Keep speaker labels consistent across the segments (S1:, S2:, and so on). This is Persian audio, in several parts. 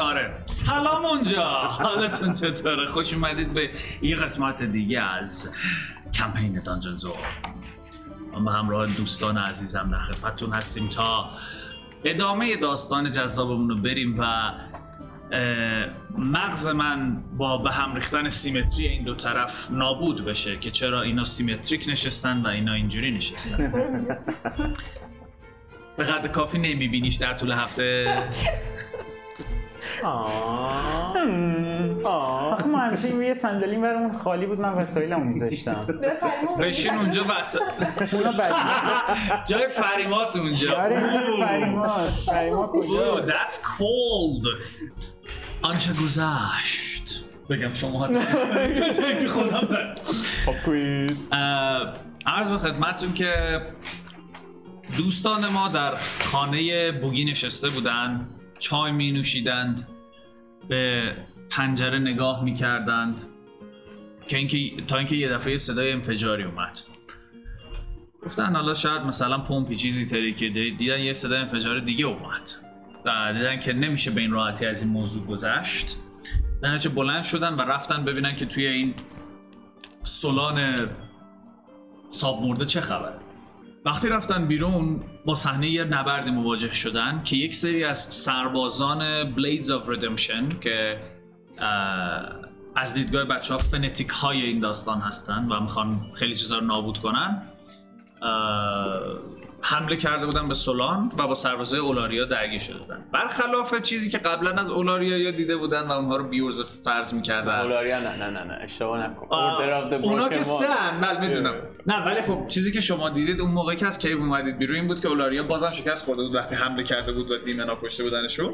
S1: آره. حالتون چطوره خوش اومدید به یه قسمت دیگه از کمپین دانجن زور به همراه دوستان عزیزم در خدمتتون هستیم تا ادامه داستان جذابمون رو بریم و اه، مغز من با به هم ریختن سیمتری این دو طرف نابود بشه که چرا اینا سیمتریک نشستن و اینا اینجوری نشستن به قدر کافی نمیبینیش در طول هفته
S2: آه. آه. ما همیشه یه صندلی برامون خالی بود من وسایلمو میذاشتم
S1: بشین اونجا بس
S2: اونا بعد
S1: جای فریماس اونجا
S2: آره اینجا فریماس فریماس
S1: اوه
S2: کجا
S1: that's cold آنچه گذشت بگم شما که خودم دارم.
S2: خب کویز
S1: اه، عرض به خدمتتون که دوستان ما در خانه بوگی نشسته بودند چای می نوشیدند به پنجره نگاه می کردند که اینکه تا اینکه یه دفعه صدای انفجاری اومد گفتن حالا شاید مثلا پمپی چیزی ترکیده دیدن یه صدای انفجار دیگه اومد و دیدن که نمیشه به این راحتی از این موضوع گذشت در نتیجه بلند شدن و رفتن ببینن که توی این سلان ساب مرده چه خبره وقتی رفتن بیرون با صحنه یه نبردی مواجه شدن که یک سری از سربازان بلیدز آف ردمشن که اه، از دیدگاه بچه ها فنتیک های این داستان هستن و میخوان خیلی چیزا رو نابود کنن اه، حمله کرده بودن به سولان و با سربازای اولاریا درگیر شده بودن برخلاف چیزی که قبلا از اولاریا یا دیده بودن و اونها رو بیورز فرض میکردن
S2: اولاریا نه نه نه نه اشتباه نکن
S1: آه،
S2: Order of the
S1: اونا که
S2: Broken Wand.
S1: سن بله میدونم نه ولی خب چیزی که شما دیدید اون موقع که از کیو اومدید بیرون این بود که اولاریا بازم شکست خورده بود وقتی حمله کرده بود و دیمنا کشته بودنشون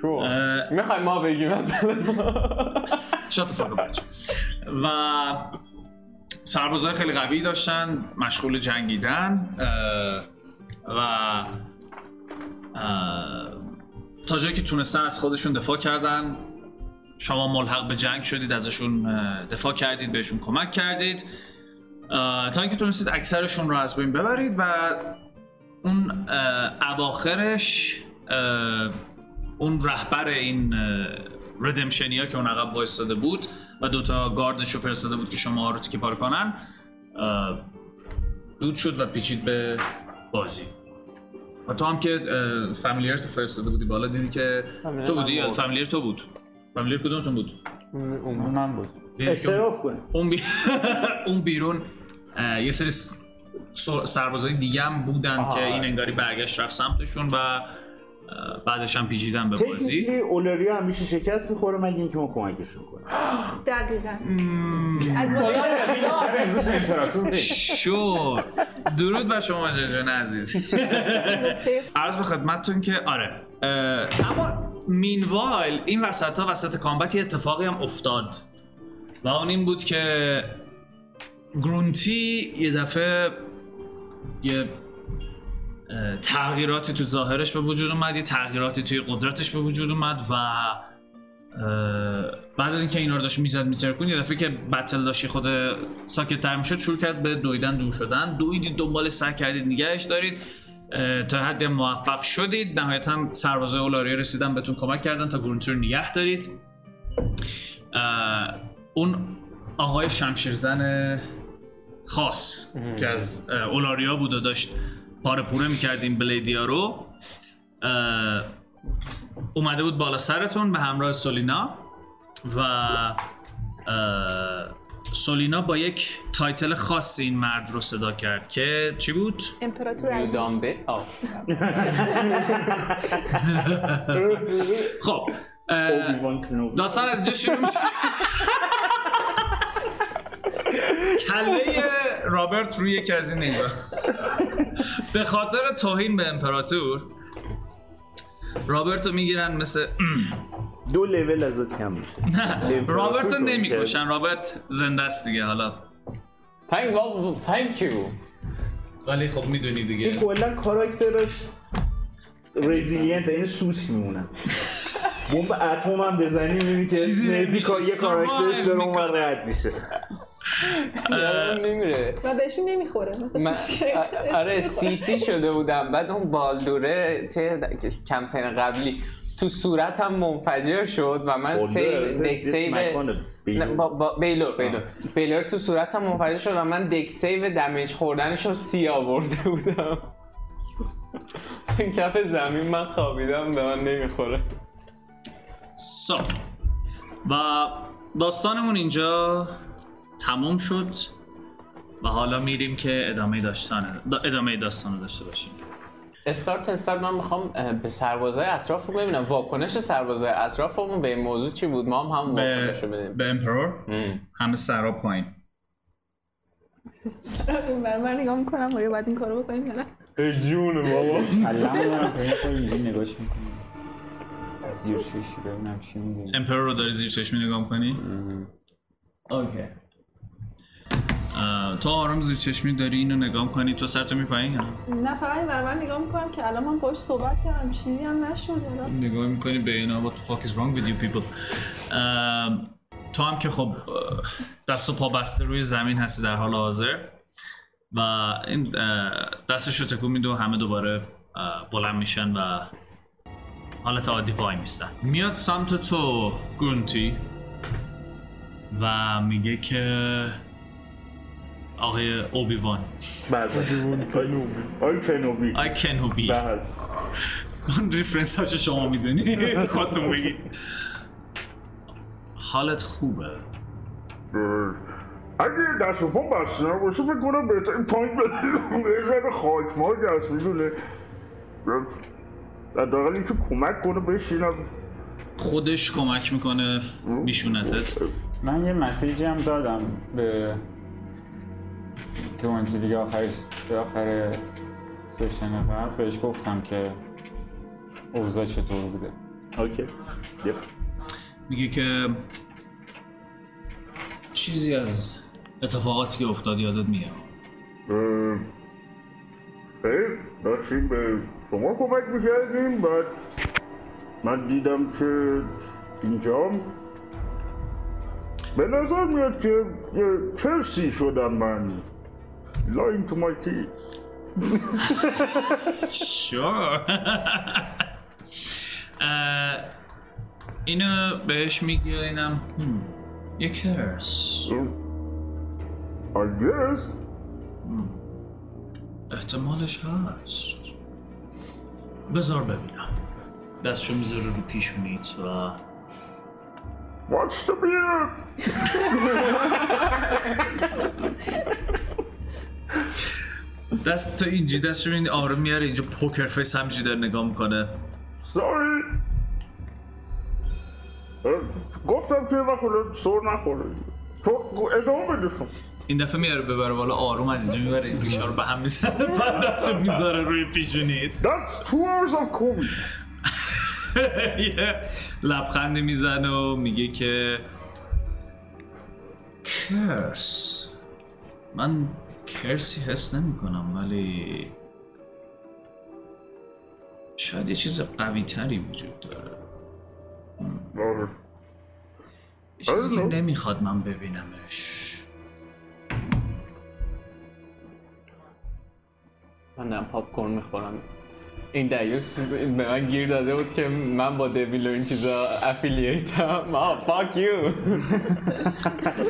S2: شو
S1: اه.
S2: میخوای ما بگیم مثلا
S1: شات فقط بچه و سربازای خیلی قوی داشتن مشغول جنگیدن اه، و اه، تا جایی که تونستن از خودشون دفاع کردن شما ملحق به جنگ شدید ازشون اه، دفاع کردید بهشون کمک کردید اه، تا اینکه تونستید اکثرشون رو از بین ببرید و اون اه، اواخرش اه، اون رهبر این ردمشنیا که اون عقب وایستاده بود و دوتا گاردش رو فرستاده بود که شما رو تیکه پار کنن اه، دود شد و پیچید به بازی و تو هم که اه، فامیلیر تو فرستاده بودی بالا دیدی که
S2: فامیلیر
S1: تو
S2: من
S1: بودی یا
S2: بود.
S1: فامیلیر تو بود فامیلیر کدومتون بود
S2: اون من بود
S1: دیدی که اون-
S3: اعتراف کن
S1: اون, بی- اون بیرون اه، یه سری س- سر- سربازای دیگه هم بودن
S2: آها.
S1: که این انگاری برگشت رفت سمتشون و اه، بعدش هم پیچیدن به بازی
S3: تکنیکلی اولاریا همیشه شکست میخوره مگه اینکه ما کمکش کنیم
S4: دقیقا
S1: مم.
S4: از
S1: شور درود بر شما جان عزیز عرض به خدمتتون که آره اه، اما مینوایل این وسط ها وسط کامبت یه اتفاقی هم افتاد و اون این بود که گرونتی یه دفعه یه اه، تغییراتی تو ظاهرش به وجود اومد یه تغییراتی توی قدرتش به وجود اومد و اه، بعد از اینکه اینا رو داشت میزد میترکون یه دفعه که بتل داشتی خود ساکت تر میشد شروع کرد به دویدن دور شدن دویدید دنبال سر کردید نگهش دارید اه، تا حد موفق شدید نهایتا سربازای اولاریا رسیدن بهتون کمک کردن تا گرونتور نگه دارید اه، اون آقای شمشیرزن خاص که از اه، اولاریا بود و داشت پاره پوره میکردیم بلیدیا رو اه، اومده بود بالا سرتون به همراه سولینا و اه، سولینا با یک تایتل خاصی این مرد رو صدا کرد که چی بود؟
S4: امپراتور عزیز
S2: دامبه آف
S1: خب اه، داستان از اینجا شروع میشه کله رابرت روی یکی از این نیزه به خاطر توهین به امپراتور رابرت رو میگیرن مثل
S3: دو لول ازت کم میشه
S1: نه
S3: امپراتور
S1: رابرت رو
S3: توهین
S1: نمیکشن رابرت زنده است دیگه حالا
S2: تانک گاد تانک یو
S1: ولی خب میدونی
S3: این
S1: دیگه
S3: کلا کاراکترش رزیلینت این سوسک میمونن یعنی بمب اتم هم بزنی میبینی که
S1: چیزی
S3: اسنیپی
S1: نمیشه.
S3: کا- یه کاراکترش
S1: survive
S3: داره اونور
S1: میکنه.
S3: رد میشه
S2: نمیره
S4: و بهشون نمیخوره مثلا
S2: من
S4: شکل.
S5: آره،
S2: آ- آره سی سی شده بودم بعد اون بالدوره توی د- کمپین قبلی
S5: تو صورتم منفجر شد و
S3: خب،
S5: من سیو دک سیو نه، با- با- بیلور بیلور بیلور تو صورتم منفجر شد و من دک سیو دمیج خوردنش رو سی آورده بودم اصلا کف زمین من خوابیدم به من نمیخوره
S1: سو و داستانمون اینجا تموم شد و حالا میریم که ادامه داستان دا- ادامه داستان رو داشته باشیم
S5: استارت استارت من میخوام اه، به سربازای اطراف رو ببینم واکنش سربازای اطرافمون به این موضوع چی بود ما هم همون
S1: به,
S5: واکنش رو بدیم
S1: به امپرور
S5: مم.
S1: همه سرا پایین
S4: این بر من نگاه میکنم آیا باید این کارو بکنیم یا نه
S5: ای جون بابا
S2: علم اینجوری نگاش میکنم از زیر شیش ببینم چی میگه
S1: امپرور رو داری زیر چشمی نگاه کنی اوکی تو آرام زیر چشمی داری اینو نگاه کنی تو سرتو میپایین یا نه؟
S4: نه فقط این بر من نگاه میکنم که الان من باش صحبت کردم چیزی هم نشد الان
S1: نگاه میکنی به اینا what the fuck is wrong with you people ام، تو هم که خب اه، دست و پا بسته روی زمین هستی در حال حاضر و این اه، دستش رو تکون میده و همه دوباره اه، بلند میشن و حالت عادی وای میستن میاد سمت تو گرونتی و میگه که آقای اوبیوان
S3: آی کنوبی
S1: آی کنوبی
S3: بله
S1: اون ریفرنس هاشو شما میدونی خودتون بگید حالت خوبه
S3: اگه دست و پا بسته نباشه فکر کنم بهتر این پایین بده یه ذره خاکمال هست میدونه حداقل اینکه کمک کنه بشینم
S1: خودش کمک میکنه میشونتت
S2: من یه مسیجی هم دادم به که اون چی دیگه آخرش به آخر سشن قبل بهش گفتم که اوضاع چطور بوده
S3: اوکی یه
S1: میگه که چیزی از اتفاقاتی که افتاد یادت میاد
S3: اه، خیر داشتیم به شما کمک میکردیم بعد من دیدم که اینجام به نظر میاد که یه چلسی شدم من لاین تو مای تی
S1: Sure. اه، اینو بهش میگه اینم هم، یه کرس
S3: I guess
S1: احتمالش هست بذار ببینم دستشو میذاره رو پیشونیت و
S3: What's the beer?
S1: دست تا اینجی دستشو میبینی آروم میاره اینجا پوکر فیس همینجوری داره نگاه میکنه
S3: Sorry Eh, اه، گفتم که نخوره سر نخوره تو ادامه بده شما.
S1: این دفعه میاره ببره بالا آروم از اینجا میبره این ریشا رو به هم میزنه بعد دستشو میذاره روی پیشونیت
S3: That's two hours of comedy
S1: یه لبخند میزنه و میگه که کرس من کرسی حس نمی کنم ولی شاید یه چیز قوی تری وجود داره
S3: آره.
S1: یه چیزی که
S3: آره.
S1: نمیخواد من ببینمش
S5: من دارم پاپ کورن میخورم این دیوس به من گیر داده بود که من با دویل و این چیزا افیلیتم آه فاک یو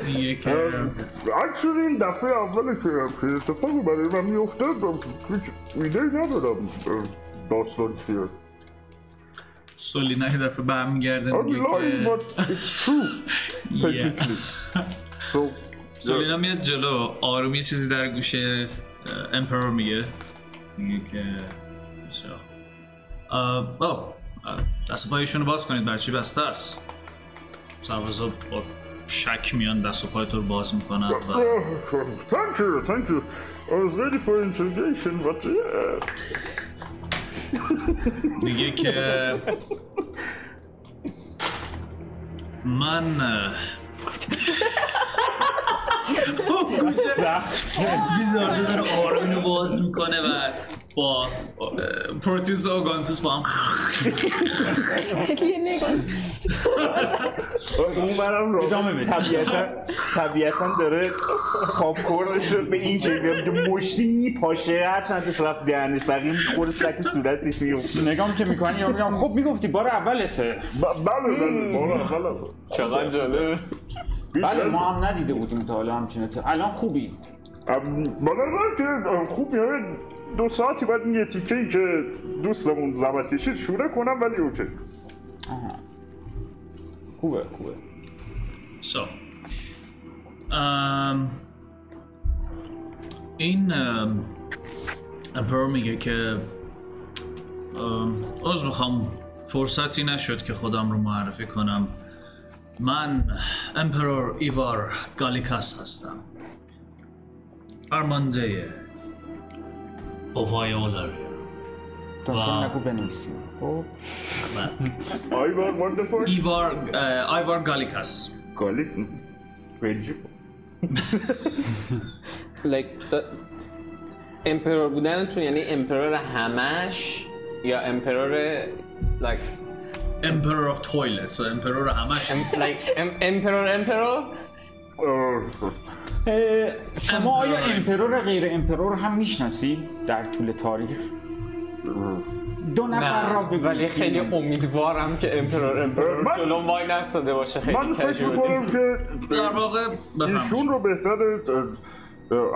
S1: میگه که
S3: اکشن این دفعه اوله که که اتفاقی برای من میفته هیچ ایده ندارم اه، داستان چیه
S1: سولینا یه دفعه به هم میگرده
S3: I'm
S1: میگه
S3: lying
S1: که
S3: but it's true
S1: Yeah.
S3: technically so
S1: سولینا میاد جلو آروم یه چیزی در گوشه اه، امپرور میگه میگه که بسیار. اه، آه، اه، دست و پایشون رو باز کنید برچی بسته است سربازا با شک میان دست و پای تو رو باز میکنن و
S3: Oh, thank you thank you I was ready for interrogation but yeah
S1: میگه که من اه، اون گوشه- ویزارده داره آرمین رو باز میکنه و با اه، پروتیوس و آگانتوس با هم
S4: یه نگاه
S3: اون برم را
S2: ادامه بده
S3: طبیعتا
S6: طبیعتا داره کاپکورنش رو به این شکل که مشتی میپاشه هر چند تاش رفت دهنش بقیه میخوره سک صورتش میفته
S2: نگام که میکنی یا میگم خب میگفتی بار اولته
S3: ب- بله بله بله بله
S5: چقدر جالبه
S2: بله ما هم ندیده بودیم تا حالا همچین اتفاق. الان خوبی
S3: ام، به نظر که ام، خوب میاد دو ساعتی بعد این یه تیکه ای که دوستمون زحمت کشید شوره کنم ولی اوکی
S2: آها. خوبه خوبه
S1: So, um, این ام، امپرو میگه که ام، عذر میخوام فرصتی نشد که خودم رو معرفی کنم من امپرور ایوار گالیکاس هستم فرمانده قوای اولر
S2: تونتون نگو بنویسیم خب
S3: آی بار واندرفول
S1: ایوار اه، آیوار گالیکاس
S6: گالی
S5: like the- امپرور بودنتون یعنی امپرور همش یا امپرور like
S1: امپرور آف تویلت امپرور همش
S5: ام- like ام- امپرور امپرور
S2: اه، شما آیا
S1: امپرور.
S2: امپرور غیر امپرور هم میشناسی در طول تاریخ دو نفر را بگو
S5: ولی خیلی امیدوارم که امپرور امپرور
S3: من-
S5: جلوم وای نستاده باشه
S3: من
S5: خیلی
S3: فکر
S5: کژوال
S3: میکنم که
S1: در واقع
S3: ایشون
S1: بفرمایید
S3: رو بهتره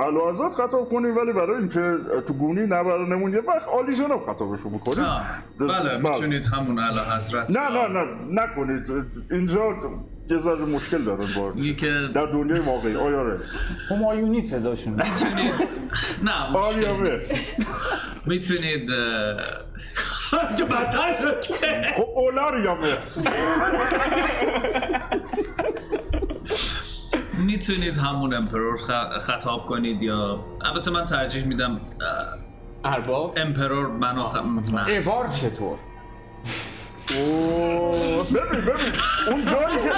S3: الوازات خطاب کنیم ولی برای اینکه تو گونی نبرانمون یه وقت عالی جناب خطابشون میکنیم
S1: آه، بله میتونید همون اعلی حضرت
S3: نه نه نه نکنید اینجا یه ذره مشکل دارن با
S1: میگه که
S3: در دنیای واقعی آیاره
S2: همایونی صداشون
S1: میتونید نه مشکل نیست.
S3: آریامه
S1: میتونید اه، که بدتر شد که
S3: خب اولاریامه
S1: میتونید همون امپرور خ- خطاب کنید یا البته من ترجیح میدم اه،
S5: ارباب
S1: امپرور منو خ... نه.
S2: ایوار چطور
S3: ببین ببین اون جایی که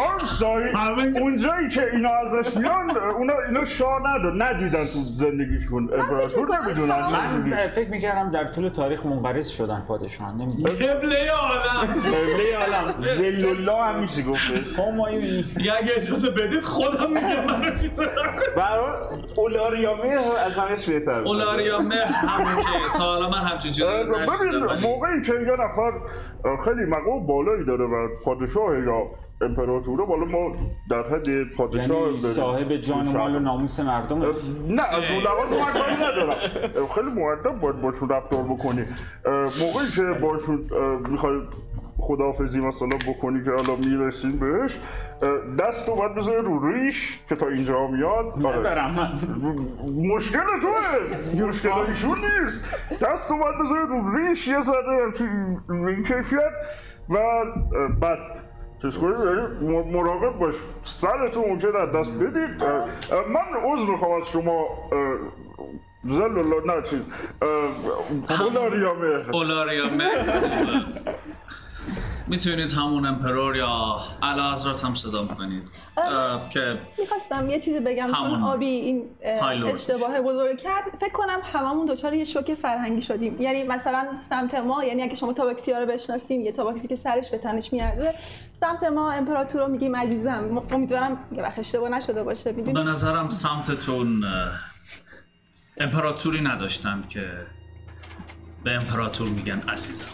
S3: I'm sorry. اون جایی که اینا ازش میان اونا اینا شاه ندارن ندیدن تو زندگیشون امپراتور نمیدونن چه
S2: من
S3: جوری.
S2: اه، فکر میکردم در طول تاریخ منقرض شدن پادشاهان نمی‌دونم.
S1: قبله عالم
S6: قبله عالم زلولا هم میشه گفته
S2: همایونی
S1: یا اگه اجازه بدید خودم میگم منو چیز نکن
S6: برای اولاریامه از همش بهتر
S1: اولاریا مه همون که تا حالا من همچین چیزی رو
S3: ببین
S1: نشنیدم، ولی
S3: موقعی که یه نفر خیلی مقام بالایی داره و پادشاه یا امپراتوره بالا ما در حد پادشاه
S2: یعنی
S3: داریم.
S2: صاحب جان و مال و ناموس مردم
S3: نه از اون لحاظ من کاری ندارم خیلی مؤدب باید باشون رفتار بکنی اه، موقعی که باشون اه، میخوای خداحافظی مثلا بکنی که الان میرسیم بهش اه، دست رو باید بذاری رو ریش که تا اینجا میاد آره.
S2: ندارم من
S3: مشکل توه مشکل ایشون نیست دست رو باید بذاری رو ریش یه ذره همچین به این کیفیت و اه، بعد چیز کنی یعنی م- مراقب باش سرتون ممکن از دست بدید اه، اه، من عضو میخوام از شما زل الله نه چیز
S2: خب.
S3: بلاریامه
S1: اولاریا مه میتونید همون امپرور یا اعلی حضرت هم صدا کنید که
S4: میخواستم یه چیزی بگم
S1: همون.
S4: چون آبی این اه،
S1: های لورد.
S4: اشتباه بزرگ کرد فکر کنم هممون دچار یه شوک فرهنگی شدیم یعنی مثلا سمت ما یعنی اگه شما تابکسی ها رو بشناسین یه تابکسی که سرش به تنش میارزه سمت ما امپراتور رو میگیم عزیزم م- امیدوارم یه وقت اشتباه نشده باشه
S1: به
S4: میدونی
S1: نظرم سمتتون اه، امپراتوری نداشتند که به امپراتور میگن عزیزم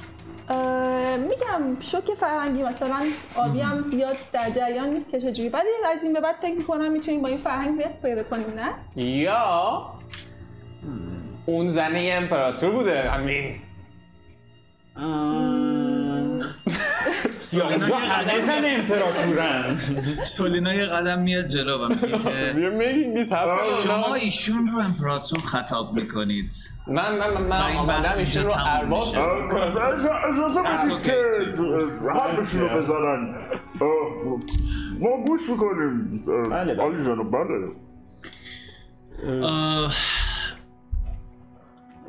S4: اه، میگم شوک فرهنگی مثلا آبی هم زیاد در جریان نیست که چجوری بعد از این به بعد فکر میکنم میتونیم با این فرهنگ وقت پیدا کنیم نه
S5: یا اون زنه یه امپراتور بوده امین
S1: سولینا یه قدم-
S2: زن امپراتورن
S1: سولینا یه قدم میاد جلو و میگه که
S5: یه میگین نیست
S1: شما ایشون رو امپراتور خطاب میکنید
S5: من من من من
S1: و این
S5: آمدم
S1: بحث اینجا
S5: ایشون رو
S1: تموم
S5: ارباب
S1: میشه.
S5: شروع کنم.
S3: اجازه بدید
S1: اوکی.
S3: که اه، حرفشون رو بزنن اه، ما گوش میکنیم
S2: بله.
S3: آلی جانب بله
S1: اه،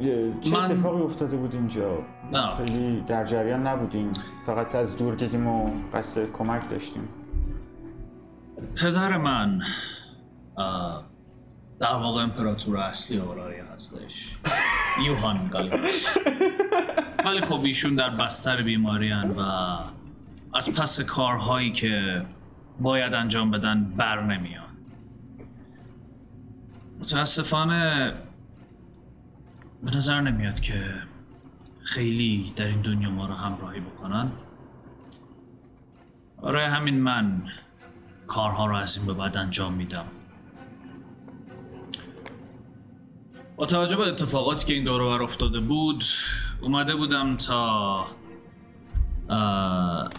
S2: چه
S1: من-
S2: اتفاقی افتاده بود اینجا
S1: نه.
S2: خیلی در جریان نبودیم فقط از دور دیدیم و قصد کمک داشتیم
S1: پدر من اه، در واقع امپراتور اصلی اوراریا هستش یوهان گالیس ولی خب ایشون در بستر بیماری و از پس کارهایی که باید انجام بدن بر نمیان متاسفانه به نظر نمیاد که خیلی در این دنیا ما رو همراهی بکنن برای همین من کارها رو از این به بعد انجام میدم با توجه به اتفاقاتی که این دوره بر افتاده بود اومده بودم تا اه،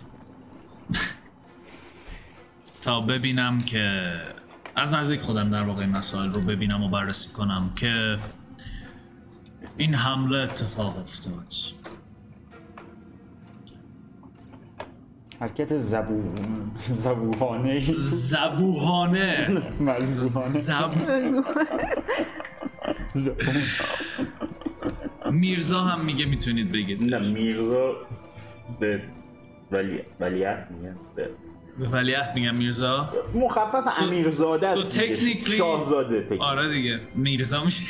S1: تا ببینم که از نزدیک خودم در واقع این مسائل رو ببینم و بررسی کنم که این حمله اتفاق افتاد
S2: حرکت زبو زبوهانه
S1: زبوهانه
S2: مزبوهانه
S1: زبو میرزا هم میگه میتونید بگید
S6: نه میرزا به ولی ولیعت میگن به-
S1: به ولیعهد میگم میرزا
S6: مخفف
S1: سو-
S6: امیرزاده
S1: سو
S6: است دیگه.
S1: technically-
S6: شاهزاده تکنیک
S1: آره دیگه میرزا میشه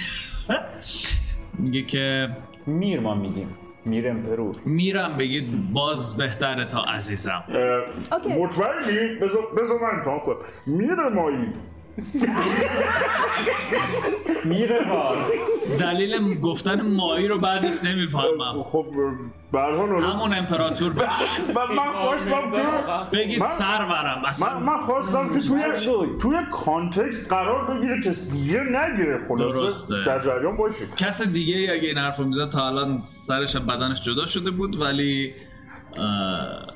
S1: میگه که
S2: میر ما میگیم میر امپرور
S1: میرم بگید باز بهتره تا عزیزم
S4: اوکی.
S3: مطمئنی؟ بذار بذار من امتحان کنم میره مایی
S2: میر بار
S1: دلیل گفتن مایی رو بعدش نمیفهمم
S3: خب برها
S1: همون امپراتور باش
S3: من من خواستم که
S1: بگید
S3: من-
S1: سرورم
S3: من,
S1: اصلا
S3: من خواستم که توی توی کانتکست قرار بگیره که دیگه نگیره خلاصه
S1: درسته.
S3: در جریان باشی
S1: کس دیگه اگه این حرف رو میزد تا الان سرش از بدنش جدا شده بود ولی اه،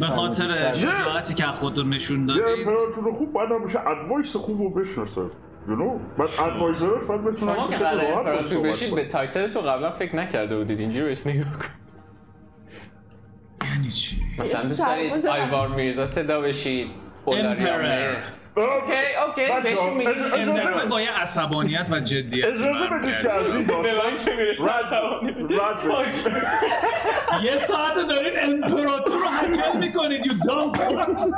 S1: به خاطر شجاعتی که از خودتون نشون
S3: یه
S1: دادید
S3: امپراتور خوب باید همیشه ادوایس خوب رو بشناسه you know؟ بعد ادوایزرش باید بتونن
S5: شما که
S3: خیلی
S5: قرار
S3: راحت باهاش
S5: امپراتور
S3: صحبت
S5: بشید
S3: کنن.
S5: به تایتل تو قبلا فکر نکرده بودید اینجوری بهش نگاه کن
S1: یعنی چی؟
S5: مثلا دوست دارید
S4: سربازم.
S5: آیوار میرزا صدا بشید
S1: Emperor.
S5: اولاریامه
S3: اه،
S5: اوکی اوکی
S3: بچه‌ها،
S5: بهشون
S3: اجازه-
S5: میگید
S3: اجازه
S1: البته با یه عصبانیت و جدیت
S3: اجازه
S1: برمی‌گردید.
S3: بدید که از این داستان
S5: چه میرسه
S3: رد
S1: یه ساعت دارید امپراتور رو حکم میکنید یو دام
S3: اجازه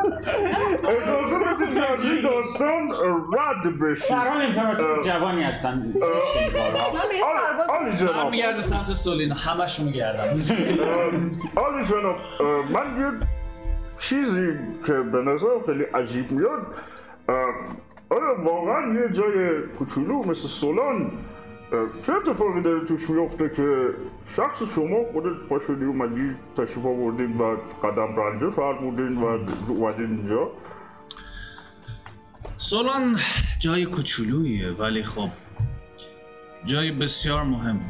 S3: بدید که از این داستان رد بشید
S2: سران امپراتور
S3: اه.
S2: جوانی هستن زشت این کارها.
S4: من به یه
S3: آل-
S4: سرباز
S3: آلی جناب
S1: برمیگرده سمت سولین همشون گردم
S3: اه، آلی جناب اه، من یه چیزی که به نظر خیلی عجیب میاد اه، آیا واقعا یه جای کوچولو مثل سولان اه، چه اتفاقی داره توش میفته که شخص شما خودت پاشدی اومدی تشریف آوردین و قدم رنجه فرمودین و اومدین اینجا
S1: سولان جای کوچولوییه ولی خب جای بسیار مهمی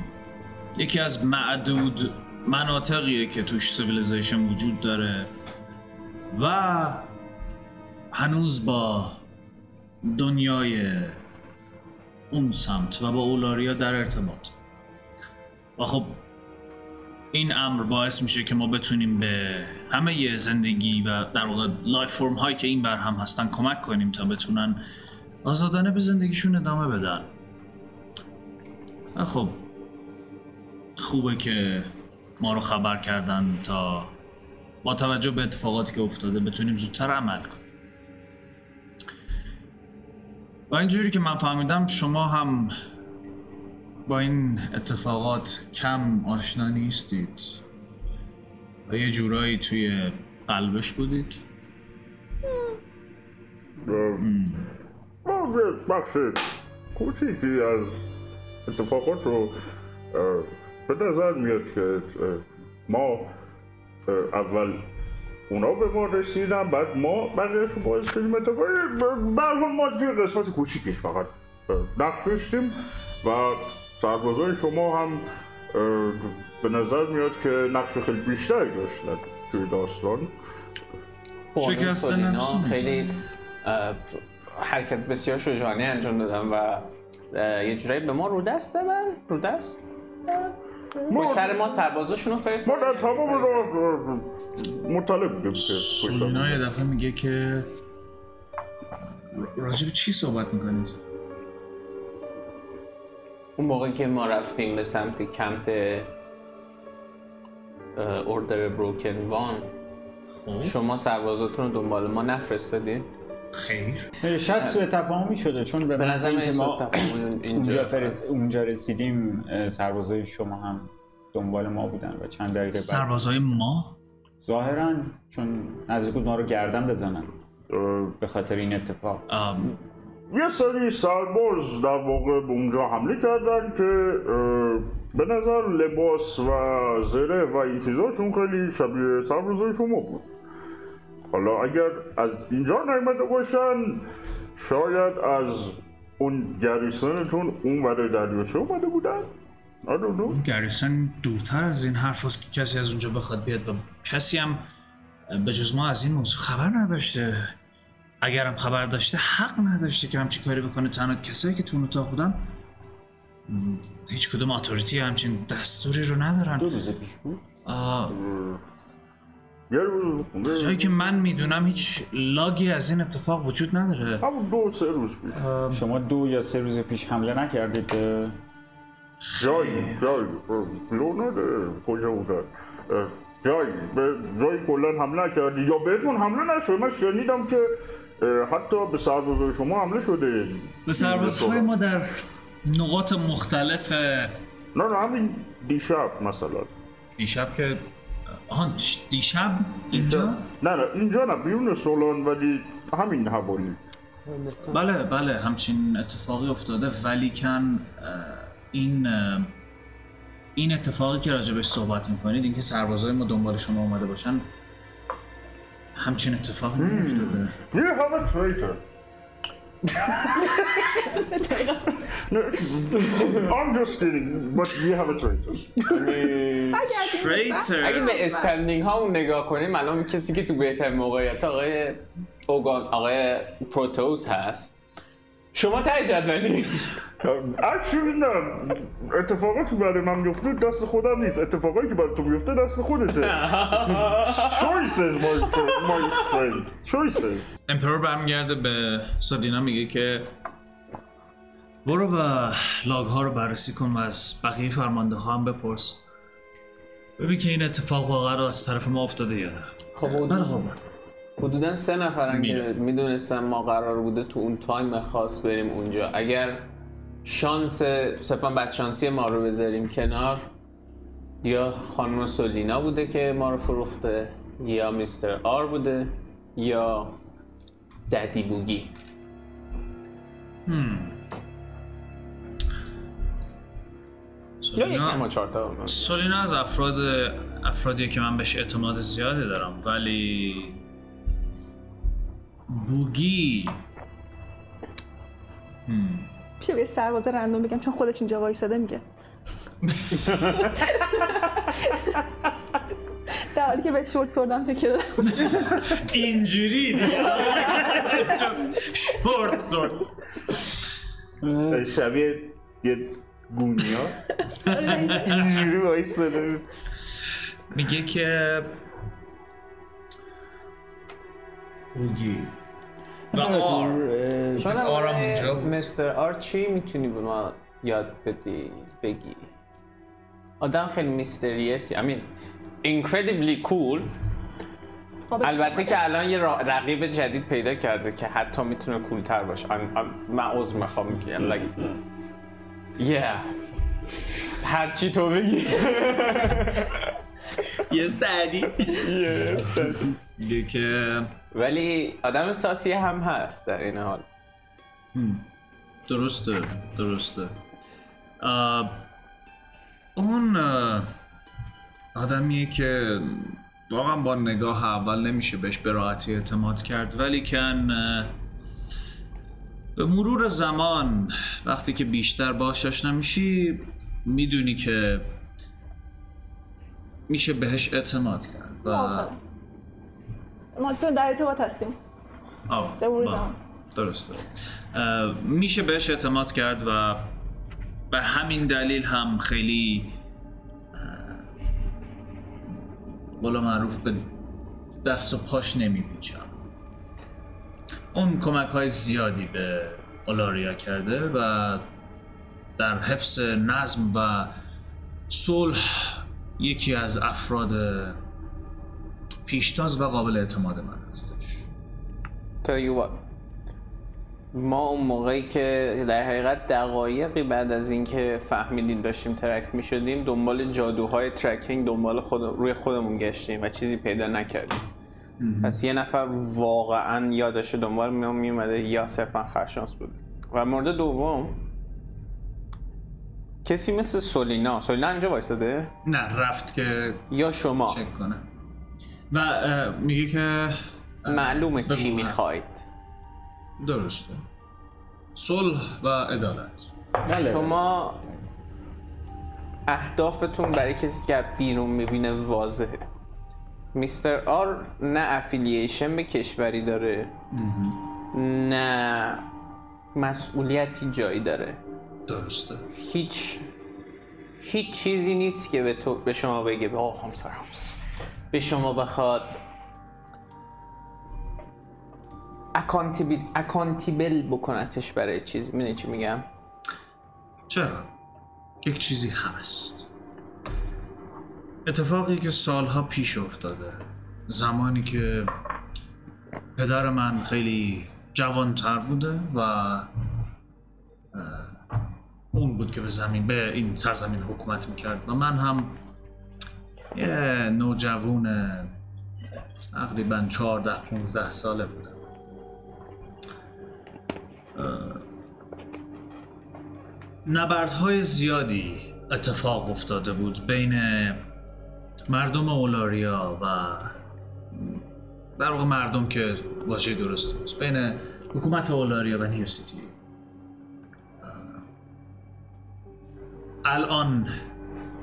S1: یکی از معدود مناطقیه که توش سیویلیزیشن وجود داره و هنوز با دنیای اون سمت و با اولاریا در ارتباط و خب این امر باعث میشه که ما بتونیم به همه ی زندگی و در واقع لایف فرم هایی که این بر هم هستن کمک کنیم تا بتونن آزادانه به زندگیشون ادامه بدن و خب خوبه که ما رو خبر کردن تا با توجه به اتفاقاتی که افتاده بتونیم زودتر عمل کنیم و اینجوری که من فهمیدم شما هم با این اتفاقات کم آشنا نیستید و یه جورایی توی قلبش بودید
S3: اه، ما یه بخش کوچیکی از اتفاقات رو اه، به نظر میاد که اه، ما اه، اول اونا به ما رسیدن بعد ما بقیهش رو باعث شدیم اتفاقی برحال ما توی قسمت کوچیکش فقط اه، نقش داشتیم و سربازای شما هم اه، به نظر میاد که نقش خیلی بیشتری داشتن توی داستان
S1: شکست نفسی می‌کنه.
S5: خیلی اه، حرکت بسیار شجاعانه انجام دادم و اه، یه جورایی به ما رو دست دادن رو دست
S3: ما-
S5: پشت سر ما سربازاشون رو
S3: ما
S5: فرستادن
S3: در تمام راه مطلع بودیم که
S1: سولینا یه دفعه میگه که را- راجع به چی صحبت میکنید؟
S5: اون موقع که ما رفتیم به سمت کمپ اه، اردر بروکن وان شما سربازاتون رو دنبال ما نفرستادین
S1: خیر
S2: شاید سوء تفاهمی شده چون به
S5: به نظر
S2: نظر
S5: من این
S2: اینکه ما
S5: صورت تفاهم
S2: اونجا,
S5: اینجا
S2: فرست- اونجا رسیدیم اه، سربازای شما هم دنبال ما بودن و چند دقیقه بعد
S1: سربازای ما
S2: ظاهرا چون نزدیک بود ما رو گردن بزنن به خاطر این اتفاق
S1: آم،
S3: یه سری سرباز در واقع به اونجا حمله کردن که اه، به نظر لباس و زره و این چیزاشون خیلی شبیه سربازای شما بود حالا اگر از اینجا نیمده باشن شاید از اون گریسنتون اون ور دریاچه اومده بودن I don't know.
S1: گریسن دورتر از این حرف هست که کسی از اونجا بخواد بیاد و کسی هم به جز ما از این موضوع خبر نداشته اگرم خبر داشته حق نداشته که همچین کاری بکنه تنها کسایی که تو اون اتاق بودن م، هیچ کدوم اتوریتی همچین دستوری رو ندارن
S2: دو روز پیش بود
S1: آه،
S3: یه روز
S1: تا جایی که من میدونم هیچ لاگی از این اتفاق وجود نداره
S3: همون دو سه روز پیش
S1: آم،
S2: شما دو یا سه روز پیش حمله نکردید به-
S3: جایی جایی لونه کجا بودن اه، جایی به جایی کلا حمله کردی یا بهتون حمله نشد من شنیدم که اه، حتی به سربازای شما حمله شده
S1: به سربازهای ما در نقاط مختلف
S3: نه نه همین دیشب مثلا
S1: دیشب که آهان دیشب اینجا
S3: نه نه اینجا نه بیرون سولان ولی همین حوالی
S1: بله بله همچین اتفاقی افتاده ولیکن اه، این اه، این اتفاقی که راجبش صحبت میکنید اینکه سربازای ما دنبال شما اومده باشن همچین اتفاقی نیفتاده
S3: You have a traitor. No, I'm just kidding, but you have a traitor.
S5: اگه به استندینگ هامون نگاه کنیم الان کسی که تو بهترین موقعیت آقای اوگان آقای پروتوز هست شما ته جدولی
S3: Actually نه اتفاقاتی که برای من میفته دست خودم نیست اتفاقایی که برای تو میفته دست خودته Choices my, fr- my friend Choices
S1: امپرور برمیگرده به سادینا میگه که برو و لاگ ها رو بررسی کن و از بقیه فرمانده ها هم بپرس ببین که این اتفاق واقعا از طرف ما افتاده یا نه
S5: خب
S1: بله
S5: حدود-
S1: خب
S5: حدودا سه نفرن که
S1: می‌ره.
S5: میدونستم ما قرار بوده تو اون تایم خاص بریم اونجا اگر شانس صرفا بدشانسی ما رو بذاریم کنار یا خانم سولینا بوده که ما رو فروخته یا میستر آر بوده یا ددی بوگی یا یک
S1: سادینا-
S5: ما چهارتا
S1: سولینا از افراد افرادیه که من بهش اعتماد زیادی دارم ولی بوگی
S4: میشه به یه سرباز رندوم بگم چون خودش اینجا وایساده میگه در حالی که به شورت سردم فکر کردم.
S1: اینجوری دیگه. چون شورت سورت
S6: شبیه یه گونیا
S4: آره،
S6: اینجوری وایستاده بود
S1: میگه که بوگی و آر
S5: چون
S1: آرام
S5: e,
S1: اونجا بود.
S5: مستر آر چی میتونی به ما یاد بدی بگی آدم خیلی میستریسی امین incredibly cool
S4: قابل-
S5: البته که الان یه را- رقیب جدید پیدا کرده که حتی میتونه کولتر باشه I'm- I'm- من عضو میخوام که like yeah هرچی تو بگی
S1: یس دادی میگه که
S5: ولی آدم ساسی هم هست در این حال
S1: درسته درسته آه، اون آه، آدمیه که واقعا با نگاه اول نمیشه بهش به راحتی اعتماد کرد ولی کن آه، به مرور زمان وقتی که بیشتر باهاش آشنا میشی میدونی که میشه بهش اعتماد کرد و
S4: موافقم. خب. ما تو در ارتباط هستیم
S1: آه،
S4: به مرور
S1: آه،
S4: زمان.
S1: درسته اه، میشه بهش اعتماد کرد و به همین دلیل هم خیلی اه، بالا معروف به دست و پاش نمیپیچم اون کمک های زیادی به اولاریا کرده و در حفظ نظم و صلح یکی از افراد پیشتاز و قابل اعتماد من هستش
S5: tell you what. ما اون موقعی که در حقیقت دقایقی بعد از اینکه فهمیدیم داشتیم ترک می شدیم دنبال جادوهای ترکینگ دنبال خود روی خودمون گشتیم و چیزی پیدا نکردیم پس یه نفر واقعا یادش دنبال می میومده یا صرفا خرشانس بوده و مورد دوم کسی مثل سولینا سولینا اینجا وایساده
S1: نه رفت که
S5: یا شما
S1: چک کنه و اه، میگه که اه،
S5: معلومه کی
S1: بگو من.
S5: میخواید
S1: درسته صلح و عدالت
S2: بله
S5: شما اهدافتون برای کسی که از بیرون میبینه واضحه میستر آر نه افیلیشن به کشوری داره نه مسئولیتی جایی داره
S1: درسته
S5: هیچ هیچ چیزی نیست که به, تو به شما بگه به آه همسر همسر به شما بخواد اکانتیبل, اکانتیبل بکنتش برای چیزی میدونی چی میگم
S1: چرا؟ یک چیزی هست اتفاقی که سالها پیش افتاده زمانی که پدر من خیلی جوانتر بوده و اه، اون بود که به زمین به این سرزمین حکومت میکرد و من هم یه نوجوون تقریبا 14 15 ساله بودم نبردهای زیادی اتفاق افتاده بود بین مردم اولاریا و در واقع مردم که واژه درست بود بین حکومت اولاریا و نیو سیتی الان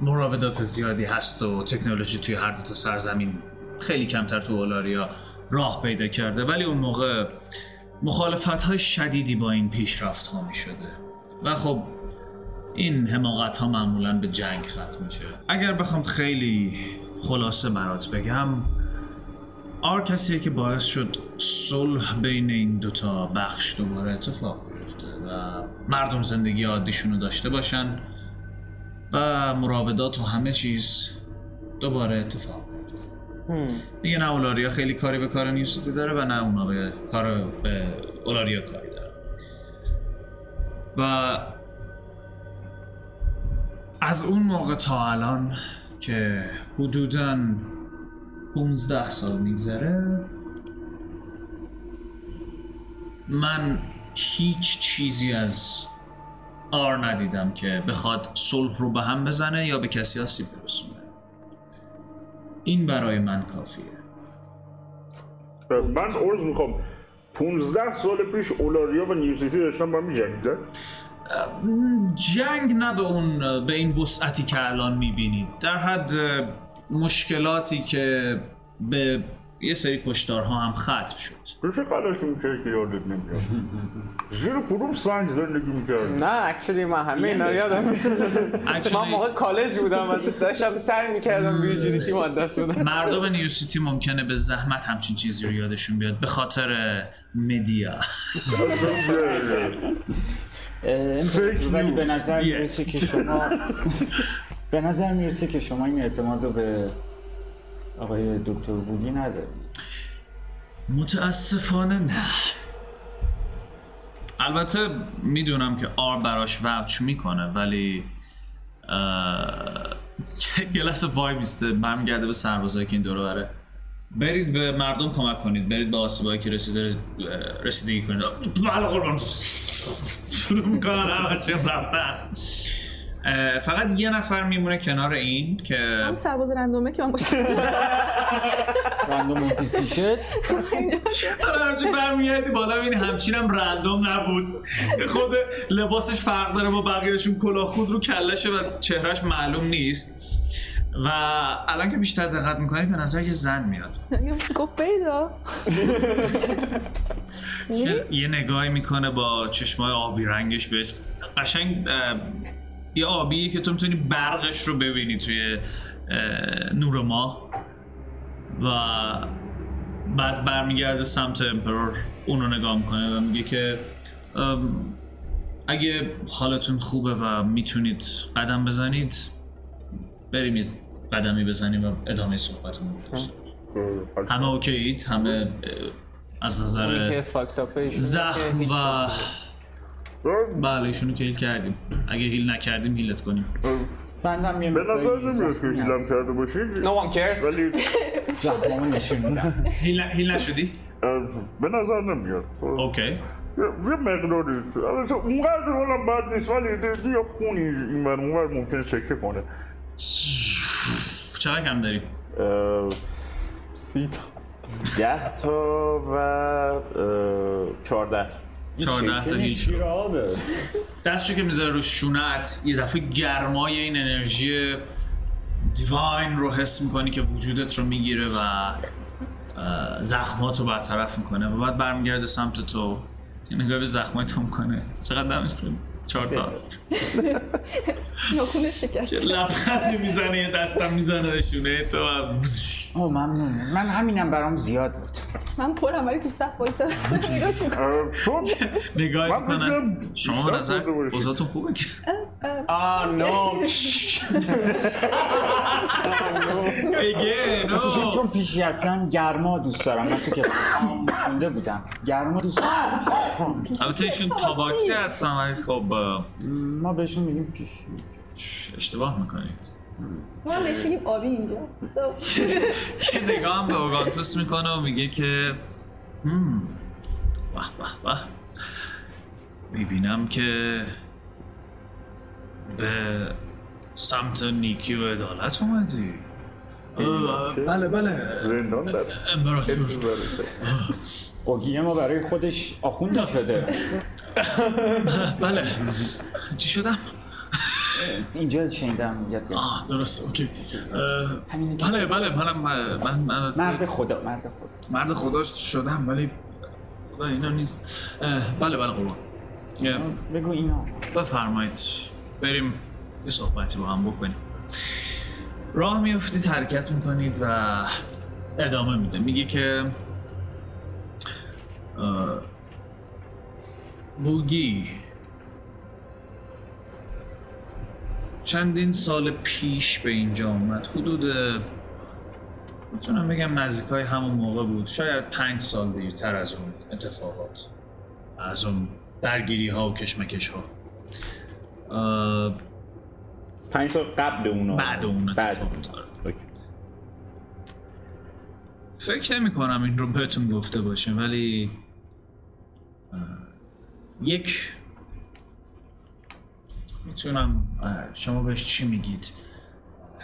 S1: مراودات زیادی هست و تکنولوژی توی هر دو تا سرزمین خیلی کمتر تو اولاریا راه پیدا کرده ولی اون موقع مخالفت های شدیدی با این پیشرفت ها می شده و خب این حماقت ها معمولا به جنگ ختم میشه اگر بخوام خیلی خلاصه برات بگم آر کسیه که باعث شد صلح بین این دوتا بخش دوباره اتفاق بیفته و مردم زندگی عادیشون رو داشته باشن و مراودات و همه چیز دوباره اتفاق بیفته. دیگه نه اولاریا خیلی کاری به کار نیوسیتی داره و نه اونا به کار به اولاریا کاری داره و از اون موقع تا الان که حدودا 15 سال میگذره من هیچ چیزی از آر ندیدم که بخواد صلح رو به هم بزنه یا به کسی آسیب برسونه این برای من کافیه
S3: من عرض میخوام 15 سال پیش اولاریا و نیوزیتی داشتن با هم می‌جنگیدن
S1: جنگ نه به اون به این وسعتی که الان میبینید در حد اه، مشکلاتی که به یه سری کشتارها هم ختم شد
S3: تو چه غلطی میکردی که یادت نمیاد زیر کدوم سنگ زندگی میکردی
S5: نه اکچولی من همه اینا رو یادم میاد.
S1: Actually،
S5: من موقع کالج بودم و داشتم سعی میکردم ویرجینیتی مقدس بودم
S1: مردم نیوسیتی ممکنه به زحمت همچین چیزی رو یادشون بیاد به خاطر مدیا
S2: اه،
S3: Fake
S2: ولی به
S3: news.
S2: نظر میرسه
S1: Yes.
S2: که شما به نظر میرسه که شما این اعتماد رو به آقای دکتر بودی نداری
S1: متاسفانه نه البته میدونم که آر براش ووچ میکنه ولی اه، یه لحظه وای میسته برمیگرده به سربازایی که این دور و بره برید به مردم کمک کنید برید به آسیبایی که رسیده اه، رسیدگی کنید بله قربان شروع میکنن همشون رفتن اه، فقط یه نفر میمونه کنار این که
S4: هم سرباز رندومه که من باش
S2: رندوم پیسی شد
S1: آره همچین برمیگردی بالا ببینی همچینم رندوم نبود خود لباسش فرق داره با بقیهشون کلاه خود رو کلشه و چهرهش معلوم نیست و الان که بیشتر دقت میکنی به نظر یه زن میاد
S4: یعنی گفت بیدا یعنی
S1: یه- یه نگاهی میکنه با چشمای آبی رنگش بهش قشنگ اه، یه آبی که تو میتونی برقش رو ببینی توی اه، نور ما و بعد برمیگرده سمت امپرور اون رو نگاه میکنه و میگه که ام، اگه حالتون خوبه و میتونید قدم بزنید بریم یه قدمی بزنیم و ادامه صحبتمون رو بکنیم.
S3: خب.
S1: همه اوکیید همه اه، از نظر
S5: که فاکت آپ
S1: آره. زخم و
S3: Euh,
S1: بله ایشونو کیل کردیم اگه هیل نکردیم هیلت کنیم
S2: بندم یه
S3: به نظر نمیاد که
S2: زخمی
S3: هیلم
S2: از
S3: کرده باشید
S5: No one cares.
S3: ولی
S2: زخمامو نشون میدم
S1: هیل, هیل نشدی؟
S3: اه، به نظر نمیاد
S1: اوکی
S3: یه یه مقداری البته اونقدر حالا بد نیست ولی یه- یه خونی این بر اونور ممکنه چکه کنه
S1: چقدر کم داری؟
S6: اه،
S2: سی تا
S6: ده تا و اه، چهارده
S1: چهارده تا هیچ
S2: شیر آبه
S1: دستشو که میذاره رو شونت یه دفعه گرمای این انرژی دیواین رو حس میکنی که وجودت رو میگیره و اه، زخمات رو برطرف میکنه و بعد برمیگرده سمت تو یه نگاه به زخمای تو میکنه چقدر دمش کنی؟ چهار تا
S4: ناخونش شکست
S1: چه لبخندی میزنه یه دستم میزنه به شونه تو و
S2: اوه ممنون من همینم برام زیاد بود
S4: من پرم ولی تو صف وایسادم نگاش می‌کنم.
S3: اه، تو
S1: نگاه
S3: من فکر
S1: میکنن
S3: کنم
S1: شما به
S3: بیشتر
S1: نظر
S3: خورده باشی.
S1: اوضاعتون خوبه که
S5: Ah no.
S1: بگه
S2: چون
S1: نو
S2: چون پیشی هستم گرما دوست دارم من تو که خونده بودم گرما دوست دارم
S1: البته ایشون تاباکسی هستن ولی خب اه،
S2: ما بهشون میگیم پیشی
S1: اشتباه میکنید
S4: ما هم بهش میگیم آبی اینجا
S1: یه نگاه هم به اوگانتوس میکنه و میگه که "هم، به به به میبینم که به سمت نیکی و عدالت اومدی اه، بله بله
S3: زندان در
S1: امپراتور
S2: قگیه ما برای خودش آخوند شده
S1: بله چی شدم؟
S2: اینجا شنیدم یاد گرفت.
S1: آه درست اوکی اه،
S2: همینه که-
S1: بله بله منم اه، من من
S2: مرد خدا مرد خدا
S1: مرد خدا شدم ولی خدا اینا نیست اه، بله بله قربان اه،
S2: بگو اینا
S1: بفرمایید بریم یه صحبتی با هم بکنیم راه میفتید حرکت میکنید و ادامه میده میگه که اه، بوگی چندین سال پیش به اینجا آمد حدود میتونم بگم نزدیک های همون موقع بود شاید پنج سال دیرتر از اون اتفاقات از اون درگیری ها و کشمکش ها اه،
S6: پنج سال قبل اونا
S1: بعد اون
S6: بعد
S1: اتفاق بود، آره.
S6: اوکی.
S1: فکر نمی کنم این رو بهتون گفته باشه ولی اه، یک میتونم شما بهش چی میگید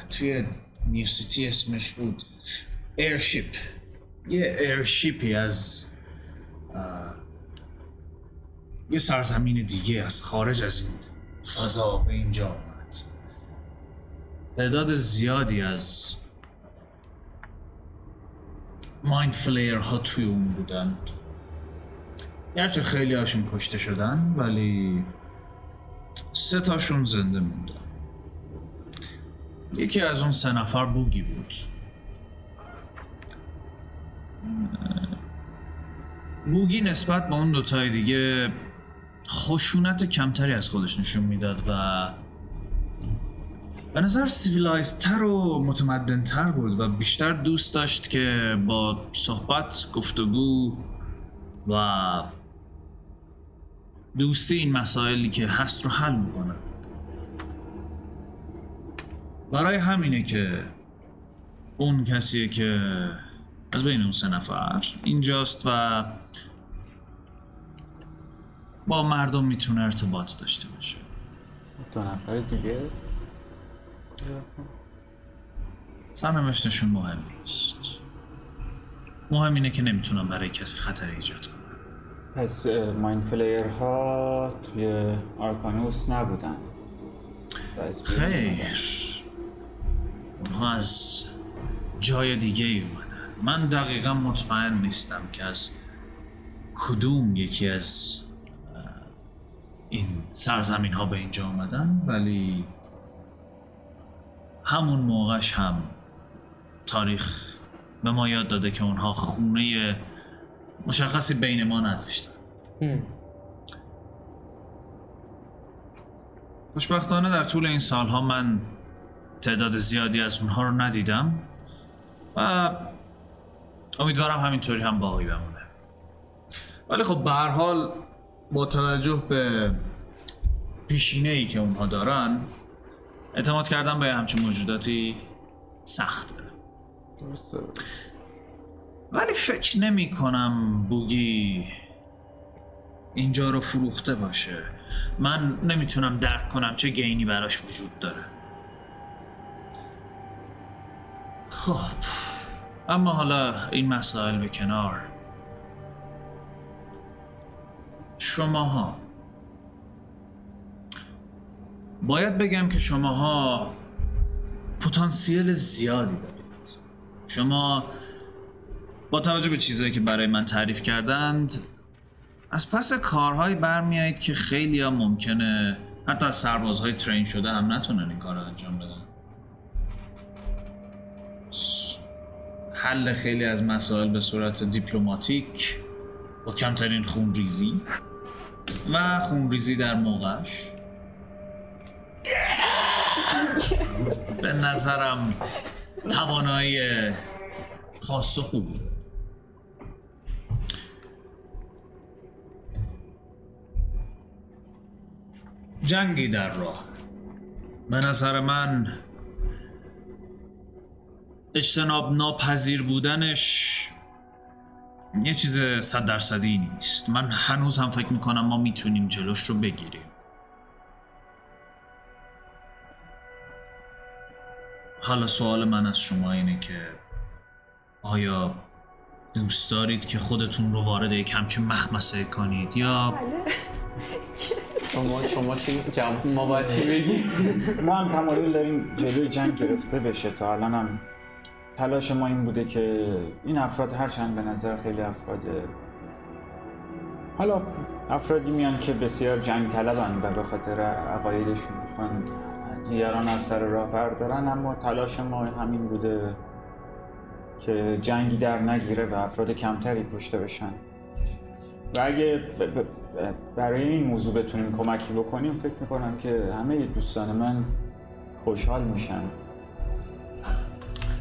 S1: توی نیو سیتی اسمش بود ایرشیپ یه ایرشیپی از اه، یه سرزمین دیگه از خارج از این فضا به اینجا آمد تعداد زیادی از مایند فلیر ها توی اون بودند گرچه خیلی هاشون کشته شدن ولی سه تاشون زنده موندن یکی از اون سه نفر بوگی بود اه، بوگی نسبت به اون دوتای دیگه خشونت کمتری از خودش نشون میداد و به نظر سیویلایزتر و متمدنتر بود و بیشتر دوست داشت که با صحبت گفتگو و دوستی این مسائلی که هست رو حل میکنه برای همینه که اون کسیه که از بین اون سه نفر اینجاست و با مردم میتونه ارتباط داشته باشه
S2: دو نفر دیگه
S1: سرنوشتشون مهم نیست مهم اینه که نمیتونم برای کسی خطر ایجاد کنم
S2: پس مایند فلیر ها توی آرکانوس نبودن و از بیرون اومدن.
S1: خیر اونها از جای دیگه ای اومدن من دقیقا مطمئن نیستم که از کدوم یکی از اه، این سرزمین ها به اینجا آمدن ولی همون موقعش هم تاریخ به ما یاد داده که اونها خونه مشخصی بین ما نداشتن خوشبختانه در طول این سالها من تعداد زیادی از اونها رو ندیدم و امیدوارم همینطوری هم باقی بمونه ولی خب به هر حال با توجه به پیشینه ای که اونها دارن اعتماد کردن به همچین موجوداتی سخته ولی فکر نمی کنم بوگی اینجا رو فروخته باشه من نمیتونم درک کنم چه گینی براش وجود داره خب اما حالا این مسائل به کنار شماها باید بگم که شماها پتانسیل زیادی دارید شما با توجه به چیزهایی که برای من تعریف کردند از پس کارهایی برمیایید که خیلی ها ممکنه حتی از سربازهای ترین شده هم نتونن این کار رو انجام بدن س- حل خیلی از مسائل به صورت دیپلماتیک با کمترین خونریزی و خونریزی در موقعش به نظرم توانایی خاص و خوبی جنگی در راه به نظر من اجتناب ناپذیر بودنش یه چیز صد درصدی نیست من هنوز هم فکر میکنم ما میتونیم جلوش رو بگیریم حالا سوال من از شما اینه که آیا دوست دارید که خودتون رو وارد یک همچین مخمسه کنید یا
S5: شما شما چی جواب ما باید چی بگیم
S2: ما هم تمایل داریم جلوی جنگ گرفته بشه تا الان هم تلاش ما این بوده که این افراد هرچند به نظر خیلی افراد حالا افرادی میان که بسیار جنگ طلبن و به خاطر عقایدشون میخوان دیگران از سر راه بردارن اما تلاش ما همین بوده که جنگی در نگیره و افراد کمتری کشته بشن و اگه ب- ب- ب- برای این موضوع بتونیم کمکی بکنیم فکر میکنم که همه دوستان من خوشحال میشن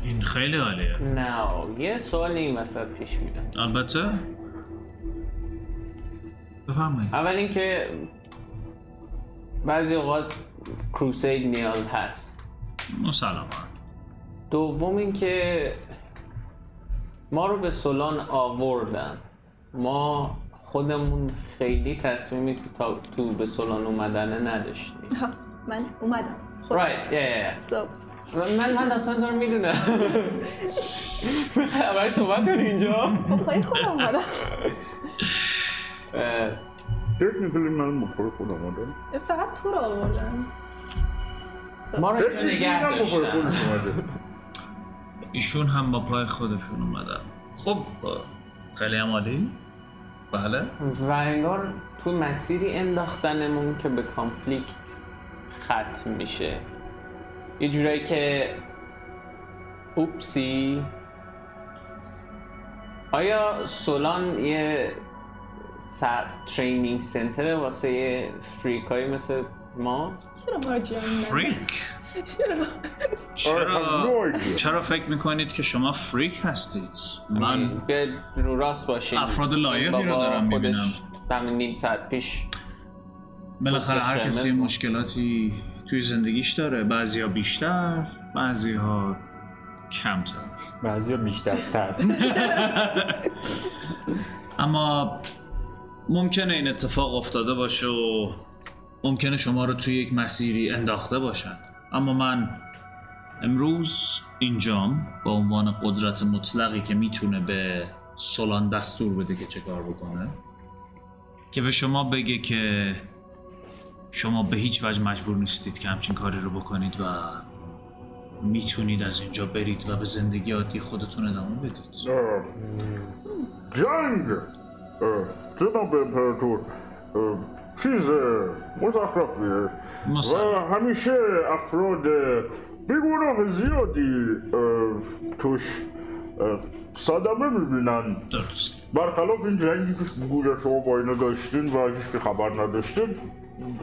S1: این خیلی عالیه
S5: نه یه سوال این وسط پیش میاد
S1: البته بفرمایید
S5: اول اینکه بعضی اوقات کروسید نیاز هست
S1: سلام
S5: دوم اینکه ما رو به سولان آوردن ما خودمون خیلی تصمیمی تو, تا- تو به سولان اومدنه نداشتیم
S4: ها، خب. من اومدم
S5: right, yeah, yeah.
S4: خب
S5: من من داستان تو رو میدونم اول صحبت کن اینجا
S4: با پای خودم خب، اومدم
S5: اه،
S3: تکنیکلی من بخور خودم آدم
S4: فقط تو رو آوردم
S5: ما رو اینجا نگه
S3: من بخور خودم
S5: داشتن
S3: آدم
S1: ایشون هم با پای خودشون اومدن خب خیلی هم عالی بله
S5: و انگار تو مسیری انداختنمون که به کانفلیکت ختم میشه یه جورایی که اوپسی آیا سولان یه سر ترینینگ سنتر واسه یه فریکایی مثل ما؟
S4: چرا ما رو جمع نکردی؟
S1: فریک
S4: چرا
S1: چرا
S3: آره، آره.
S1: چرا فکر میکنید که شما فریک هستید من
S5: بیا رو راست باشیم
S1: افراد لایقی رو
S5: بابا
S1: دارم
S5: خودش
S1: می‌بینم.
S5: دم نیم ساعت پیش
S1: بالاخره هر
S5: خودش
S1: کسی
S5: قرمز بود.
S1: مشکلاتی توی زندگیش داره بعضیا بیشتر بعضیا کمتر
S2: بعضی بیشتر تر
S1: اما ممکنه این اتفاق افتاده باشه و ممکنه شما رو توی یک مسیری انداخته باشن اما من امروز اینجام با عنوان قدرت مطلقی که میتونه به سولان دستور بده که چه کار بکنه که به شما بگه که شما به هیچ وجه مجبور نیستید که همچین کاری رو بکنید و میتونید از اینجا برید و به زندگی عادی خودتون ادامه بدید
S3: اه، جنگ اه، جناب امپراتور اه، چیز اه، مزخرفیه و
S1: مثلا
S3: همیشه افراد بیگناه زیادی اه، توش اه، صدمه میبینن
S1: درست
S3: برخلاف این جنگی که گویا شما با اینو داشتین و هیچ که خبر نداشتین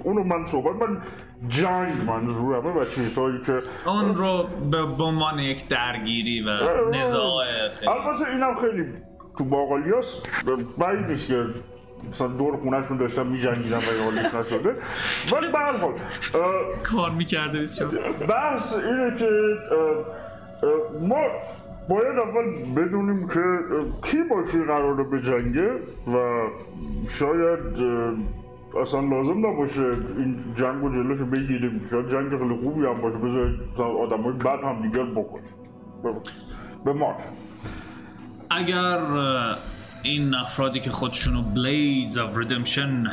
S3: اونو من صحبت من جنگ منظورمه و چیزهایی که
S1: اون رو به به عنوان یک درگیری و نزاع خیلی
S3: البته اینم خیلی تو باقالی هست بعید نیست که مثلا دور خونهشون داشتم میجنگیدم و یه حالیش نشده ولی به هر حال اه،
S1: کار میکرده بسیار
S3: بحث اینه که اه، اه، ما باید اول بدونیم که اه، کی با کی قراره بجنگه و شاید اه، اصلا لازم نباشه این جنگ و جلوش بگیریم شاید جنگ خیلی خوبی هم باشه بذارید آدم های بد هم دیگر بکن به مارش
S1: اگر اه، این افرادی که خودشونو بلیدز آف ریدمشن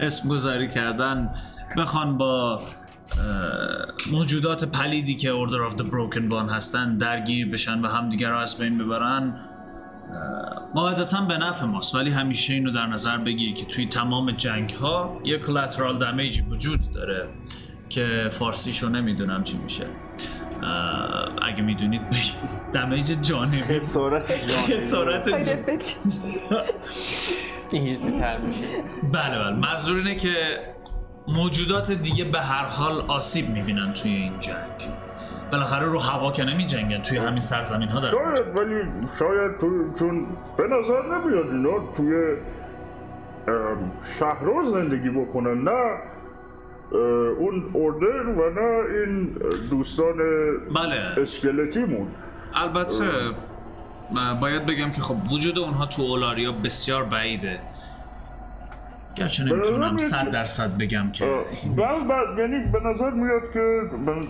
S1: اسم گذاری کردن بخوان با اه، موجودات پلیدی که اوردر آف the بروکن بان هستن درگیر بشن و همدیگر رو از بین ببرن اه، قاعدتا به نفع ماست ولی همیشه اینو در نظر بگیر که توی تمام جنگ ها یه کلاترال دمیجی وجود داره که فارسیشو نمیدونم چی میشه اه، اگه میدونید بگید دمیج جانبی
S6: خسارت جان
S1: خسارت
S4: ساید
S1: جان-
S4: افکت.
S5: انگلیسی تر میشه
S1: بله بله منظور اینه که موجودات دیگه به هر حال آسیب میبینن توی این جنگ بالاخره رو هوا که نمی جنگن توی همین سرزمین ها در
S3: شاید ولی شاید تو چون به نظر نمیاد اینا توی ام، شهرها زندگی بکنن نه اه، اون اردن و نه این دوستان
S1: بله
S3: اسکلتیمون
S1: البته ب- باید بگم که خب وجود اونها تو اولاریا بسیار بعیده گرچه
S3: نظر
S1: نمیتونم
S3: میاد
S1: صد
S3: که-
S1: درصد بگم
S3: اه،
S1: که
S3: و و- یعنی به نظر میاد که من اه،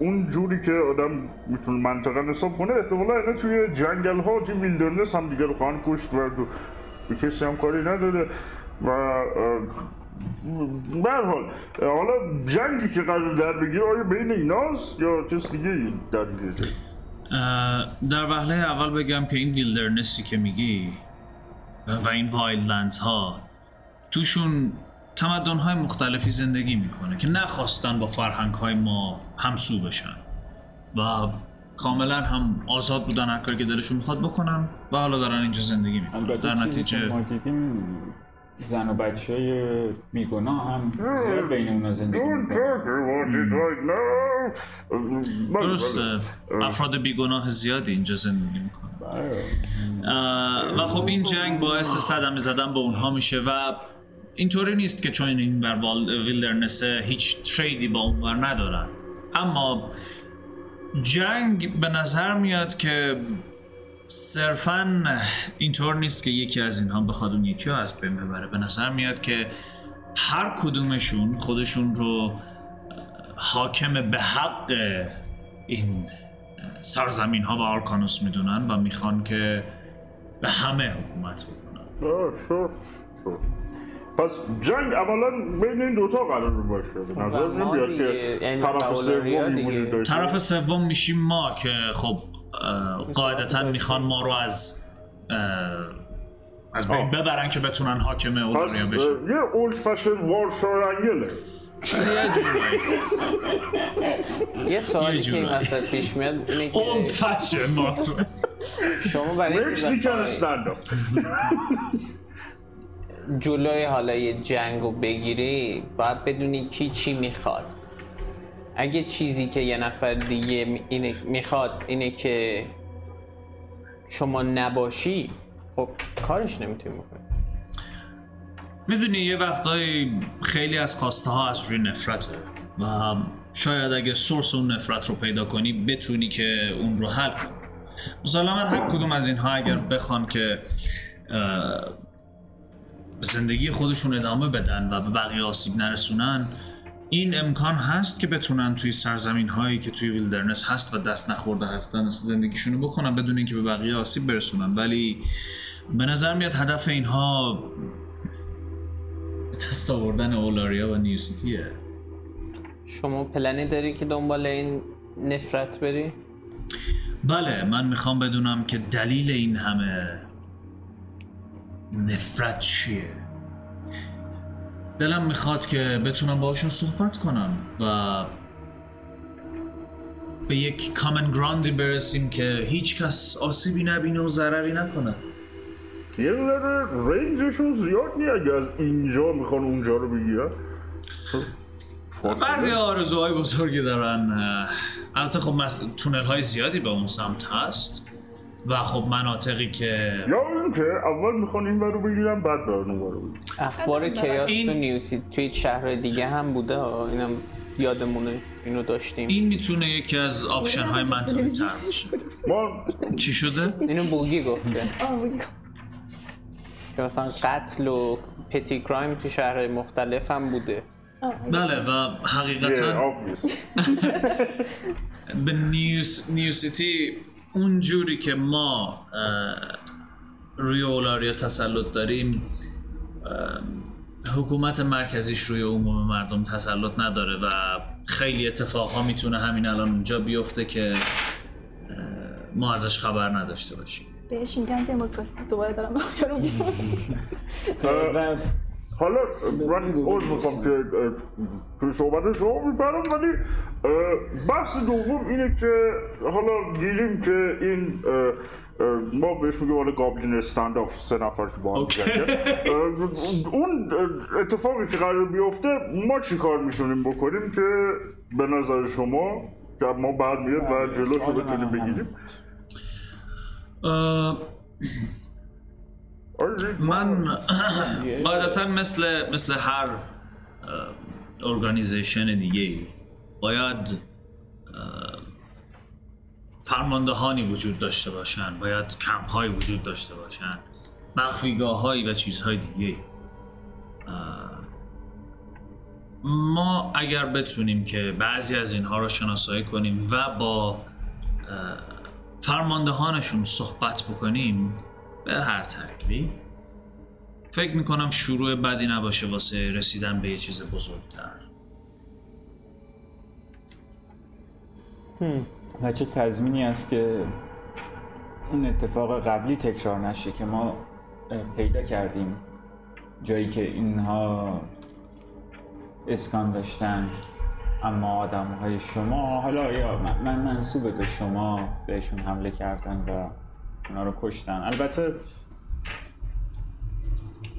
S3: اون جوری که آدم میتونه منطقه حساب کنه احتمالا اینا توی جنگل ها توی ویلدرنس هم دیگه رو خواهند کشت و دو- به کسی هم کاری نداره و اه، به هر حال اه، حالا جنگی که قرار در بگیره آیا بین ایناست یا چیز دیگه در بگیره
S1: اه، در وهله اول بگم که این ویلدرنسی که میگی و این وایلدلندز ها توشون تمدن های مختلفی زندگی میکنه که نخواستن با فرهنگ های ما همسو بشن و کاملا هم آزاد بودن هر کاری که دلشون میخواد بکنن و حالا دارن اینجا زندگی میکنن
S2: البته
S1: در
S2: چیزی که
S1: نتیجه
S2: ما دیدیم زن و بچه های بیگناه هم زیاد بین اونا زندگی
S3: Don't
S2: میکنن
S3: talk about it right now. اه، بله، بله.
S1: درسته افراد بیگناه زیادی اینجا زندگی میکنن اه، و خب این جنگ باعث صدمه زدن به اونها میشه و اینطوری نیست که چون این بر وال- ویلدرنسه هیچ تریدی با اونور ندارن اما جنگ به نظر میاد که صرفا اینطور نیست که یکی از اینها بخواد اون یکی رو از بین ببره به نظر میاد که هر کدومشون خودشون رو حاکم به حق این سرزمین ها و آرکانوس میدونن و میخوان که به همه حکومت بکنن
S3: آه، شد. شد. پس جنگ عملا بین این دوتا قرار باشه به نظر
S5: و ما
S3: نمیاد
S5: خب دیگه،
S3: که
S5: یعنی
S3: طرف
S5: باولاریا
S3: سومی
S5: دیگه.
S3: وجود داشته
S1: طرف سوم میشیم ما که خب اه، قاعدتا میخوان ما رو از اه، از بین
S3: آه.
S1: ببرن که بتونن حاکم
S3: پس
S1: اولاریا
S3: اه،
S1: بشن
S3: یه اولد فشن وارفار انگله
S1: یه جورایی
S5: یه سوالی
S1: یه
S5: که این
S1: جورایی.
S5: وسط پیش میاد اینه
S1: اولد
S5: که
S1: فشن مارک توین.
S5: شما برای
S3: مکسیکن استنداپ
S5: جلوی حالا یه جنگ رو بگیری باید بدونی کی چی میخواد اگه چیزی که یه نفر دیگه می- اینه میخواد اینه که شما نباشی خب کارش نمیتونی بکنی
S1: میدونی یه وقتایی خیلی از خواسته ها از روی نفرته و شاید اگه سورس اون نفرت رو پیدا کنی بتونی که اون رو حل کنی مسلما هر کدوم از اینها اگر بخوان که اه، به زندگی خودشون ادامه بدن و به بقیه آسیب نرسونن این امکان هست که بتونن توی سرزمین هایی که توی ویلدرنس هست و دست نخورده هستن زندگیشونو بکنن بدون اینکه به بقیه آسیب برسونن ولی به نظر میاد هدف اینها به دست آوردن اولاریا و نیوسیتیه
S5: شما پلنی داری که دنبال این نفرت بری؟
S1: بله من میخوام بدونم که دلیل این همه نفرت چیه دلم میخواد که بتونم باهاشون صحبت کنم و به یک کامن گراندی برسیم که هیچ کس آسیبی نبینه و ضرری نکنه
S3: یه ذره رنجشون زیاد نی اگه از اینجا میخوان اونجا رو بگیرن
S1: بعضی آرزوهای بزرگی دارن اه، البته خب مس... تونل های زیادی به اون سمت هست و خب مناطقی که
S3: یا اینکه اول میخوان این ور رو بگیرم بعد برن اون ور رو بگیرن.
S5: اخبار
S4: این-
S5: کیاس تو
S1: این-
S5: نیوسی توی شهر دیگه هم بوده آه. اینم یادمونه اینو داشتیم
S1: این میتونه یکی از آپشن های منطقی تر باشه
S3: ما
S1: چی شده؟
S5: اینو بوگی گفته
S4: آه، بگو.
S5: که مثلا قتل و پتی کرایم تو شهر مختلف هم بوده
S4: آه،
S1: بله و
S3: یه
S1: حقیقتا
S3: آب نیست
S1: به نیوز نیوسیتی اون جوری که ما اه، روی اولاریا تسلط داریم اه، حکومت مرکزیش روی عموم مردم تسلط نداره و خیلی اتفاقها میتونه همین الان اونجا بیفته که اه، ما ازش خبر نداشته باشیم
S4: بهش میگن دموکراسی دوباره دارم با یارو میگم.
S2: و
S3: حالا من عوض میخوام که اه، توی صحبت شما میپرم ولی اه، بحث دوم اینه که حالا دیدیم که این اه، اه، ما بهش میگیم حالا گابلین استند آف سه نفر که با هم
S1: اوکی.
S3: جنگن. اه، اون اتفاقی که قرار بیفته ما چی کار میتونیم بکنیم که به نظر شما که ما برمیاد و
S2: بله،
S3: جلوش رو
S2: سوال من
S3: بتونیم
S2: هم
S3: بگیریم
S1: اه،
S3: آره،
S1: من قاعدتا مثل مثل هر اه، ارگانیزیشن دیگه باید اه، فرماندهانی وجود داشته باشن باید کمپ های وجود داشته باشن مخفیگاه هایی و چیزهای دیگه ما اگر بتونیم که بعضی از اینها را شناسایی کنیم و با اه، فرماندهانشون صحبت بکنیم به هر طریقی فکر میکنم شروع بدی نباشه واسه رسیدن به یه چیز بزرگتر
S2: و چه تضمینی است که اون اتفاق قبلی تکرار نشه که ما اه، پیدا کردیم جایی که اینها اسکان داشتن اما آدم های شما حالا یا من- من منصوبه به شما بهشون حمله کردن و اونا رو کشتن البته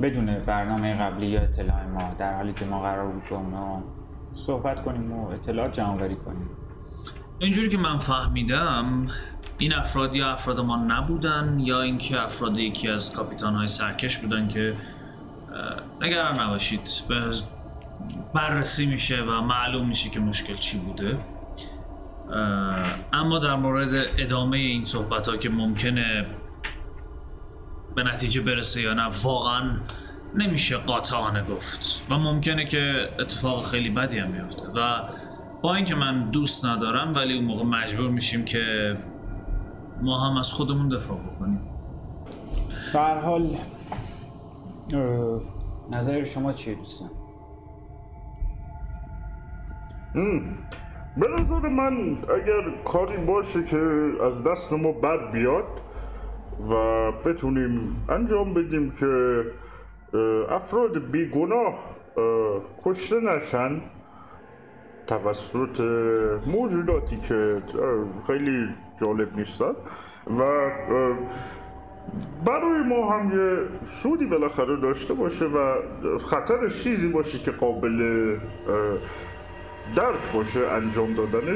S2: بدون برنامه قبلی یا اطلاع ما در حالی که ما قرار بود با اونا صحبت کنیم و اطلاعات جمع‌آوری کنیم
S1: اینجوری که من فهمیدم این افراد یا افراد ما نبودن یا اینکه افراد یکی از کاپیتان های سرکش بودن که اه، نگران نباشید به بررسی میشه و معلوم میشه که مشکل چی بوده اه، اما در مورد ادامه این صحبت ها که ممکنه به نتیجه برسه یا نه واقعا نمیشه قاطعانه گفت و ممکنه که اتفاق خیلی بدی هم بیفته و با اینکه من دوست ندارم ولی اون موقع مجبور میشیم که ما هم از خودمون دفاع بکنیم
S2: به هر حال اه، نظر شما چیه دوستان
S3: به نظر من اگر کاری باشه که از دست ما بد بیاد و بتونیم انجام بدیم که اه، افراد بیگناه اه، کشته نشن توسط موجوداتی که اه، خیلی جالب نیستن و اه، برای ما هم یه سودی بالاخره داشته باشه و خطرش چیزی باشه که قابل اه، درک باشه انجام دادنش اه،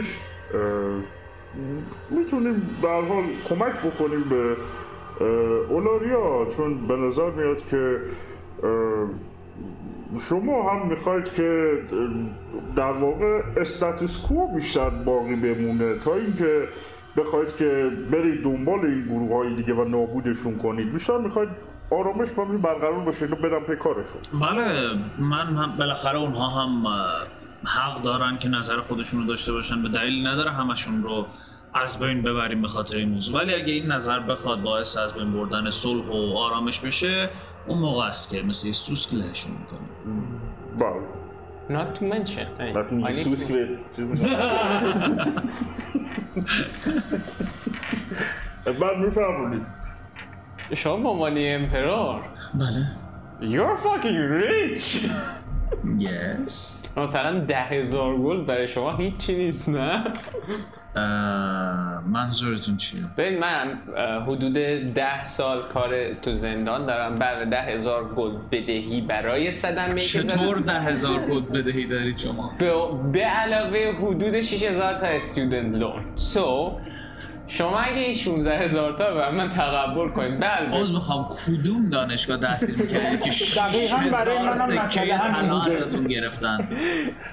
S3: میتونیم به هر حال کمک بکنیم به اه، اولاریا چون به نظر میاد که اه، شما هم میخواید که اه، در واقع استاتوس کوو بیشتر باقی بمونه تا اینکه بخواید که برید دنبال این گروه های دیگه و نابودشون کنید بیشتر میخواید آرامش با برقرار باشه اینو بدم پی کارشون
S1: بله من هم بالاخره اونها هم اه، حق دارن که نظر خودشون رو داشته باشن به دلیل نداره همشون رو از بین ببریم به خاطر این موضوع ولی اگه این نظر بخواد باعث از بین بردن صلح و آرامش بشه اون موقع است که مثل یه سوسک لهشون میکنیم
S3: بله
S5: not to mention یعنی I-
S3: وقتی میگی
S5: I need
S3: سوس
S5: to-
S3: به چیز نه. بعد میفرمونید
S5: شما به عنوان یه امپرور
S1: بله
S5: you're fucking rich
S1: yes.
S5: مثلا ده هزار گل برای شما هیچی نیست نه
S1: اه، منظورتون چیه؟
S5: ببین من اه، حدود ده سال کار تو زندان دارم بر ده هزار گل بدهی برای صدمه که
S1: چطور
S5: زدم.
S1: ده هزار کد بدهی دارید شما؟
S5: به, به علاوه حدود 6000 تا استودنت لون سو شما اگه این 16 هزار تا به من تقبل کنید بله
S1: عوض میخوام کدوم دانشگاه تحصیل میکردید که شیش هزار سکه طلا ازتون گرفتن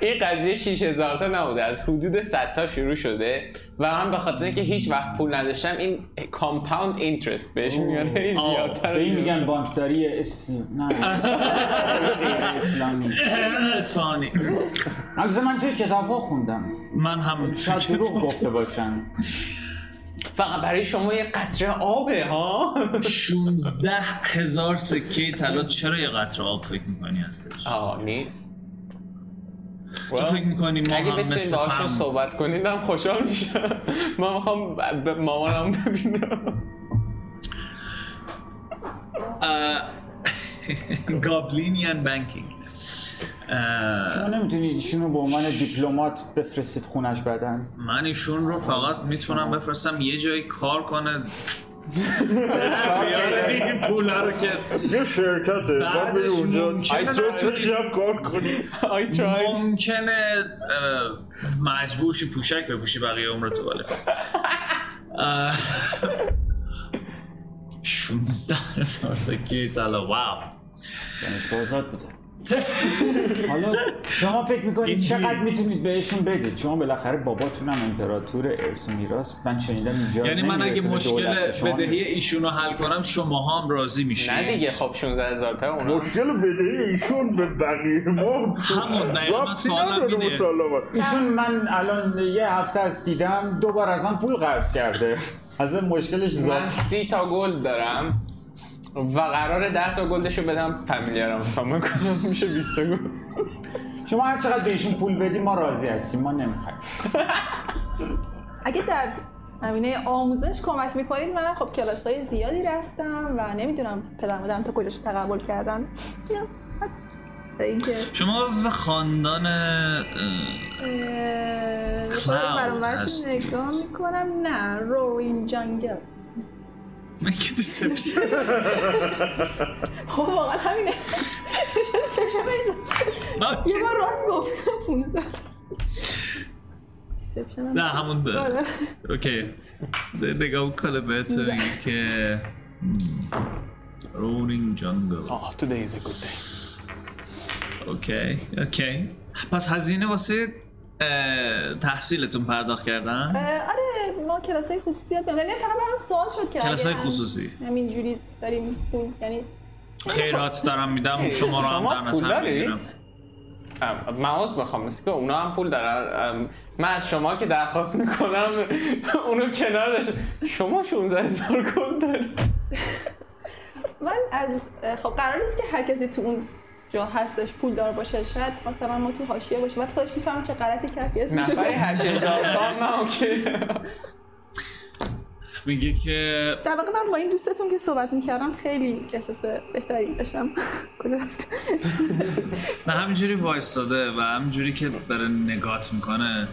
S5: این قضیه 6000 تا نبوده از حدود 100 تا شروع شده و من به خاطر اینکه هیچ وقت پول نداشتم این کامپاوند اینترست بهش میاره این
S1: آه.
S5: زیادتر
S2: به این میگن بانکداری اسلام نه غیر اسلامی
S1: اسفانی
S2: البته من توی کتاب ها خوندم
S1: من هم
S2: شاید دروغ گفته باشن
S5: فقط برای شما یه قطره آبه ها
S1: 16 هزار سکه طلا چرا یه قطره آب فکر میکنی هستش
S5: آه نیست
S1: تو فکر میکنی ما
S5: اگه
S1: هم
S5: بتونید
S1: مثل
S5: باهاشون
S1: فهم
S5: صحبت کنید هم خوشحال میشم من میخوام به مامانم ببینم
S1: گابلینیان بانکینگ
S2: شما نمیتونید ایشونو به عنوان دیپلمات بفرستید خونش بدن
S1: من ایشون رو فقط میتونم بفرستم یه جایی کار کنه بیاره این پولا رو که
S3: یه شرکته ما
S1: بعدش
S3: بریم اونجا
S1: ممکنه
S3: چطور
S1: بتونی-
S3: جمع کار کنی
S5: I tried
S1: ممکنه اه، مجبور شی پوشک بپوشی بقیه عمر تو بالای فرد. اه، 16 هزار سکه طلا واو
S2: دانشگاه آزاد یعنی بوده
S1: چه؟
S2: حالا شما فکر
S1: این
S2: میکنید چقدر
S1: دید.
S2: میتونید بهشون بدید شما بالاخره باباتونم امپراتور ارث و میراث من شنیدم اینجا
S1: یعنی من اگه
S2: نمیرسه به
S1: مشکل
S2: دولت. شما
S1: بدهی
S2: نیست.
S1: ایشون رو حل کنم شما هم راضی میشین
S5: نه دیگه خب 16 هزار تا اونا
S3: مشکل بدهی ایشون به بقیه ما
S1: همون دقیقا من
S3: ربطی
S1: سوالم
S3: نداره
S1: اینه
S3: مسلما
S2: ایشون من الان یه هفته از دیدم دو بار ازم پول قرض کرده از این مشکلش
S5: من
S2: زاد
S5: سی تا گل دارم و قراره 10 تا گلدشو بدم فامیلیارم سامان کنم میشه 20 تا گل
S2: شما هر چقدر به ایشون پول بدی ما راضی هستیم ما نمیخوایم
S4: اگه در زمینه آموزش کمک میکنید من خب کلاس های زیادی رفتم و نمیدونم پدر مادرم تا کجاش تقبل کردم یا، به اینکه
S1: شما عضو خاندان اه،
S4: اه،
S1: Cloud
S4: خودم برام
S1: هستید.
S4: نگاه میکنم نه روین جنگل
S1: من که دیسپشن
S4: خب واقعا همینه یه بار راست گفتم 15 Deception هم-
S1: نه همون ده.
S4: آره.
S1: اوکی ده- نگاه میکنه به تو میگه که رولینگ جنگل
S5: آه تو دیز گود
S1: اوکی اوکی پس هزینه واسه اه، تحصیلتون پرداخت
S4: اه،
S1: کردن
S4: آره ما کلاس های خصوصی یاد می‌دادیم. یعنی فقط برام سوال شد که
S1: کلاس های
S4: اگه هم
S1: خصوصی
S4: همینجوری داریم پول یعنی
S1: خیرات دارم میدم شما رو هم
S5: شما
S1: دارم از
S5: پول
S1: هم
S5: داری؟
S1: میگیرم
S5: دی من عوض بخوام مثل که اونا هم پول دارن ام، من از شما که درخواست میکنم اونو کنار داشت شما 16 هزار گل داری
S4: من از خب قرار نیست که هر کسی تو اون جا هستش پول دار باشه شاید مثلا ما تو حاشیه باشیم بعد خودش میفهمه چه غلطی کرد که اسمش
S5: نفری 8 هزار تا من اوکی
S1: میگه که
S4: در واقع من با این دوستتون که صحبت میکردم خیلی احساس بهتری داشتم کجا رفت
S1: نه همینجوری وایستاده و همینجوری که داره نگات میکنه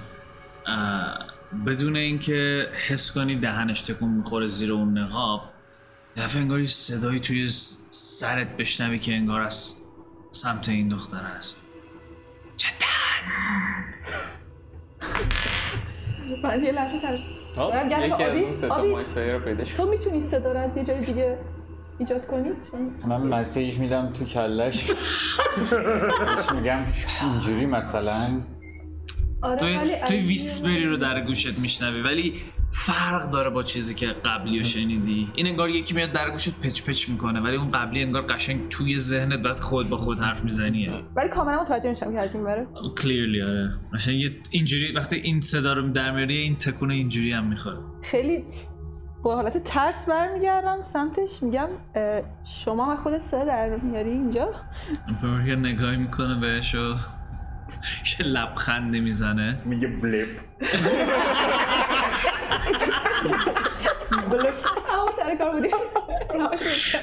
S1: اه، بدون اینکه حس کنی دهنش تکون میخوره زیر اون نقاب یه دفعه انگار یه صدایی توی س- سرت بشنوی که انگار از سمت این دختر است
S4: من یه لحظه ترس دارم گرم
S5: یکی از
S4: آبی-
S5: اون سه تا
S4: آبی-
S5: مایکایی رو پیداش
S4: تو میتونی صدا رو از یه جای دیگه ایجاد کنی چون
S2: من مسیج میدم تو کلش بهش میگم اینجوری مثلا
S4: آره
S1: توی,
S4: ولی
S1: توی
S4: از-
S1: ویسپری رو در گوشت میشنوی ولی فرق داره با چیزی که قبلی رو شنیدی این انگار یکی میاد در گوشت پچ پچ میکنه ولی اون قبلی انگار قشنگ توی ذهنت بعد خود با خود حرف میزنیه
S4: ولی کاملا متوجه میشم که از این بره
S1: کلیرلی آره قشنگ یه اینجوری وقتی این صدا رو در میاری این تکونه اینجوری هم میخوره
S4: خیلی با حالت ترس برمیگردم سمتش میگم اه، شما و خودت صدا در میاری اینجا
S1: امپرور یه نگاهی میکنه بهش و یه لبخندی میزنه
S3: میگه بلپ
S4: همون سر کار بودیم نباشه.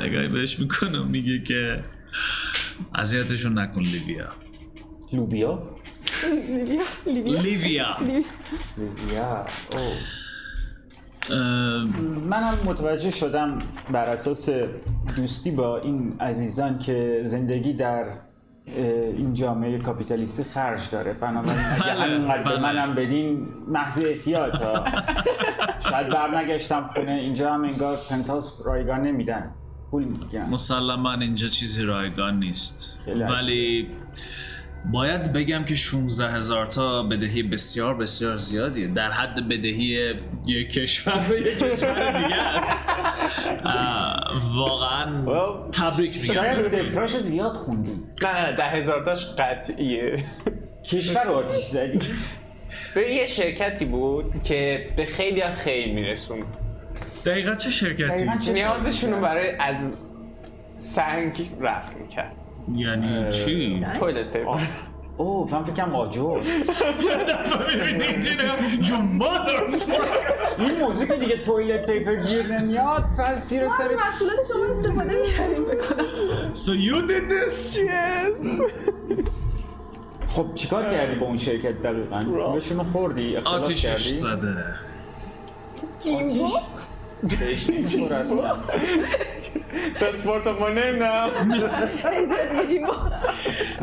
S1: نگاهی بهش میکنه و میگه که اذیتشون نکن لیویا
S2: لوبیا
S4: لیبیا لیبیا
S1: لیویا
S4: لیبیا.
S2: لوبیا اوه.
S1: اه،
S2: منم متوجه شدم بر اساس دوستی با این عزیزان که زندگی در اه، این جامعه کاپیتالیستی خرج داره بنابراین اگه
S1: بله،
S2: همینقدر به
S1: بله.
S2: منم بدین محض احتیاط ها. شاید برنگشتم خونه اینجا هم انگار پنتاس رایگان نمیدن پول میگن
S1: مسلما اینجا چیزی رایگان نیست
S2: الهی.
S1: ولی باید بگم که 16 هزار تا بدهی بسیار بسیار زیادیه در حد بدهی یک کشور به یک کشور دیگه است اه، واقعا
S6: Well،
S1: تبریک میگم
S2: شاید سفراش زیاد خوندی
S5: نه نه ده هزار تاش قطعیه
S2: کشور آتیش زدی
S5: به یه شرکتی بود که به خیلی ها خیلی میرسوند
S1: دقیقا چه شرکتی؟
S2: دقیقاً چه
S5: نیازشون رو برای از سنگ رفت میکرد
S1: یعنی چی؟
S5: تویلت پیپر
S2: اوه من فکرم آجر
S1: می‌بینی اینجوری هم، You motherfucker!
S2: این موضوع که دیگه تویلت پیپر گیر نمیاد پس زیر
S4: ما از
S2: سر
S4: محصولات شما استفاده می‌کردیم بکنم
S1: So you did this?
S2: خب چیکار کردی با اون شرکت دقیقاً بهشونو خوردی اختلاس
S1: آتیشش
S2: کردی
S1: زده
S2: آتیش بهش نمی‌خوره اصلا.
S5: That's part of my name now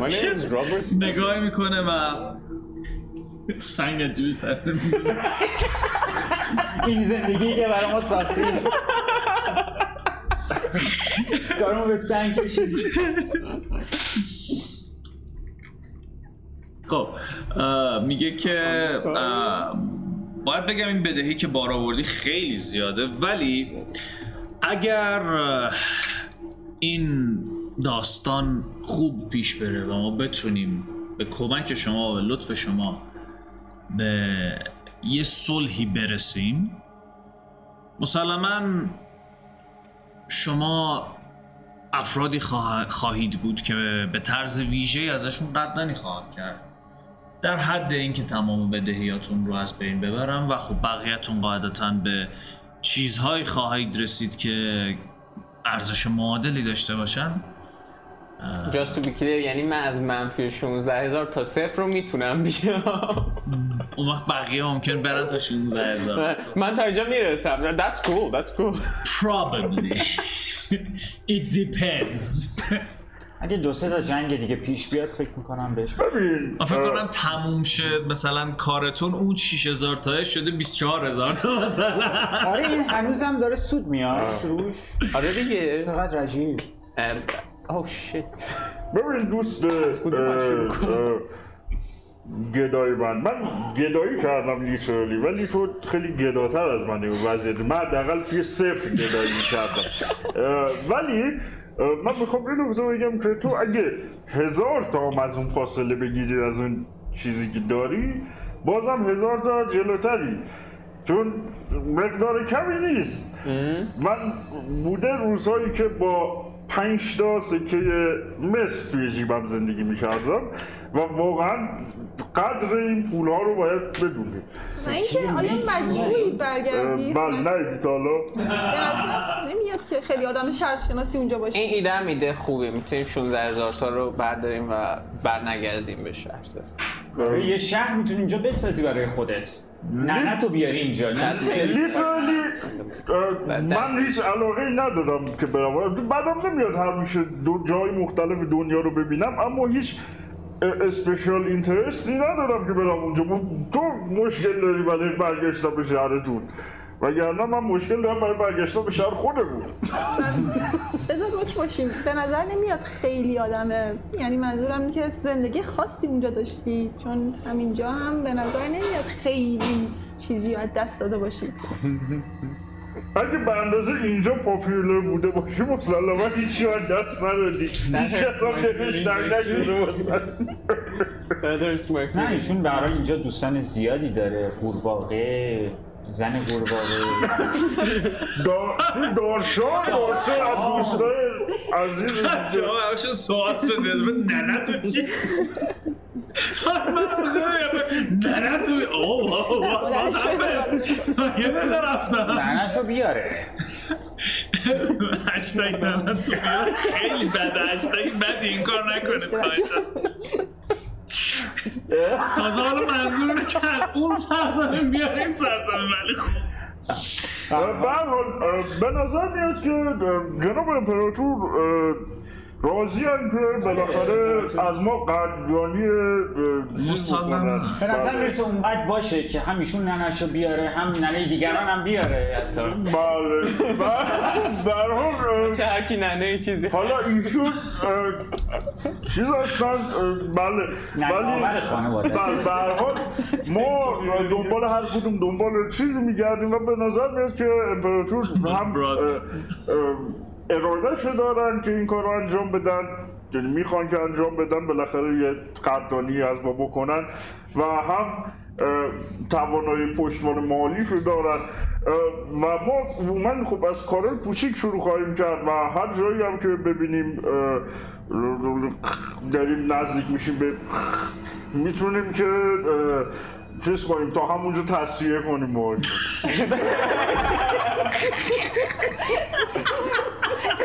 S5: My name is Robert
S1: نگاه میکنه و سنگ از جوش در نمیاد.
S2: این زندگی که برای ما ساختیم کارمو به سنگ کشید
S1: خب اه، میگه که اه، باید بگم این بدهی که بار آوردی خیلی زیاده ولی اگر اه، این داستان خوب پیش بره و ما بتونیم به کمک شما و به لطف شما به یه صلحی برسیم مسلما شما افرادی خواه- خواهید بود که به طرز ویژه ازشون قدردانی خواهم کرد در حد اینکه تمام بدهیاتون رو از بین ببرم و خب بقیهتون قاعدتا به چیزهایی خواهید رسید که ارزش معادلی داشته باشن
S5: Just to be clear یعنی من از منفی 16 هزار تا صفر رو میتونم بیام
S1: اون وقت بقیه ممکن برن تا 16 هزار
S5: من تا اینجا میرسم That's cool, that's cool
S1: Probably It depends
S2: اگه دو سه تا جنگ دیگه پیش بیاد فکر میکنم بهش
S3: ببین
S1: من فکر
S3: اه،
S1: کنم تموم شه مثلا کارتون اون 6000 تایه شده 24000 تا مثلا
S2: آره این هنوزم داره سود میاد روش
S5: آره دیگه
S2: چقدر عجیب
S5: ام، Oh shit
S3: ببین دوست
S5: خود من
S3: اه،
S5: شروع
S3: اه، گدای من من گدایی کردم لیسرالی ولی تو خیلی گداتر از من وضعیت من حداقل توی صفر گدایی کردم ولی اه، من میخوام اینو به تو بگم که تو اگه هزار تا هم از اون فاصله بگیری از اون چیزی که داری بازم هزار تا جلوتری چون مقدار کمی نیست من بوده روزهایی که با پنج تا سکه مس توی جیبم زندگی میکردم و واقعا قدر این پول ها رو باید بدونید
S4: و اینکه آیا مجبوری برگردی
S3: اه، من ندیدی تا بله، حالا
S4: به نظر نمیاد که خیلی آدم شرشناسی اونجا
S5: این
S4: باشی
S5: ایده هم ایده خوبه میتونیم 16 هزار تا رو برداریم و برنگردیم به شهر
S2: یه شهر میتونی اینجا بسازی برای خودت نه نه تو بیاری اینجا نه
S3: لیترالی uh, من هیچ علاقه ای ندارم که برم بعدم نمیاد همیشه دو جای مختلف دنیا رو ببینم اما هیچ اسپیشال اینترستی ندارم که برم اونجا م- تو مشکل داری برای برگشتن به شهرتون وگرنه من مشکل دارم برای برگشتن به شهر خودمون
S4: بذار روک باشیم به نظر نمیاد خیلی آدمه یعنی منظورم اینه که زندگی خاصی اونجا داشتی چون همینجا هم به نظر نمیاد خیلی چیزی رو از دست داده باشی
S3: اگه به اندازه اینجا پاپیولر بوده باشی مسلما هیچی از دست ندادی هیچ کس هم دلش در نشده مثلا.
S2: نه ایشون به هر حال اینجا دوستان زیادی داره قورباغه زن قورباغه
S3: دا- تو دارشان دارشان از دوستای عزیز
S1: بچه‌ها همشون سوال شده ننه تو چی؟ من اونجا میگم، ننه تو بی- اوه اوه، what happened؟ من یه دقیقه رفتم
S2: معنیشو بیاره
S1: هشتگ ننه تو بیار. خیلی بده هشتگ بدی این کار نکنه خواهشم تازه حالا منظور اینه که از اون سرزمین بیار این سرزمین ولی خب
S3: به هر حال اه، به نظر میاد که اه، جناب امپراتور اه، راضی هم که بالاخره از ما قدردانی اه، بله. چیز
S1: مسلماً.
S3: بکنن.
S7: به نظر میرسه اونقدر باشه که هم ایشون ننشو بیاره هم ننه دیگران هم بیاره حتی
S3: بله و در حال اه،
S5: چه هرکی ننه یه چیزی
S3: حالا ایشون اه، چیز هستن اه، بله
S7: آور
S3: ولی
S7: خانواده.
S3: بله به هر حال ما دنبال هر کدوم دنبال چیزی میگردیم و به نظر میاد که امپراتور هم اه، اه، ارادهشو دارن که این کار رو انجام بدن یعنی میخوان که انجام بدن بالاخره یه قدردانی از ما بکنن و هم اه، توانایی پشتوان مالی رو دارن اه، و ما عموما خب از کارهای کوچیک شروع خواهیم کرد و هر جایی هم که ببینیم اه، داریم نزدیک میشیم به میتونیم که اه، چیز کنیم تا همونجا تصفیه کنیم ما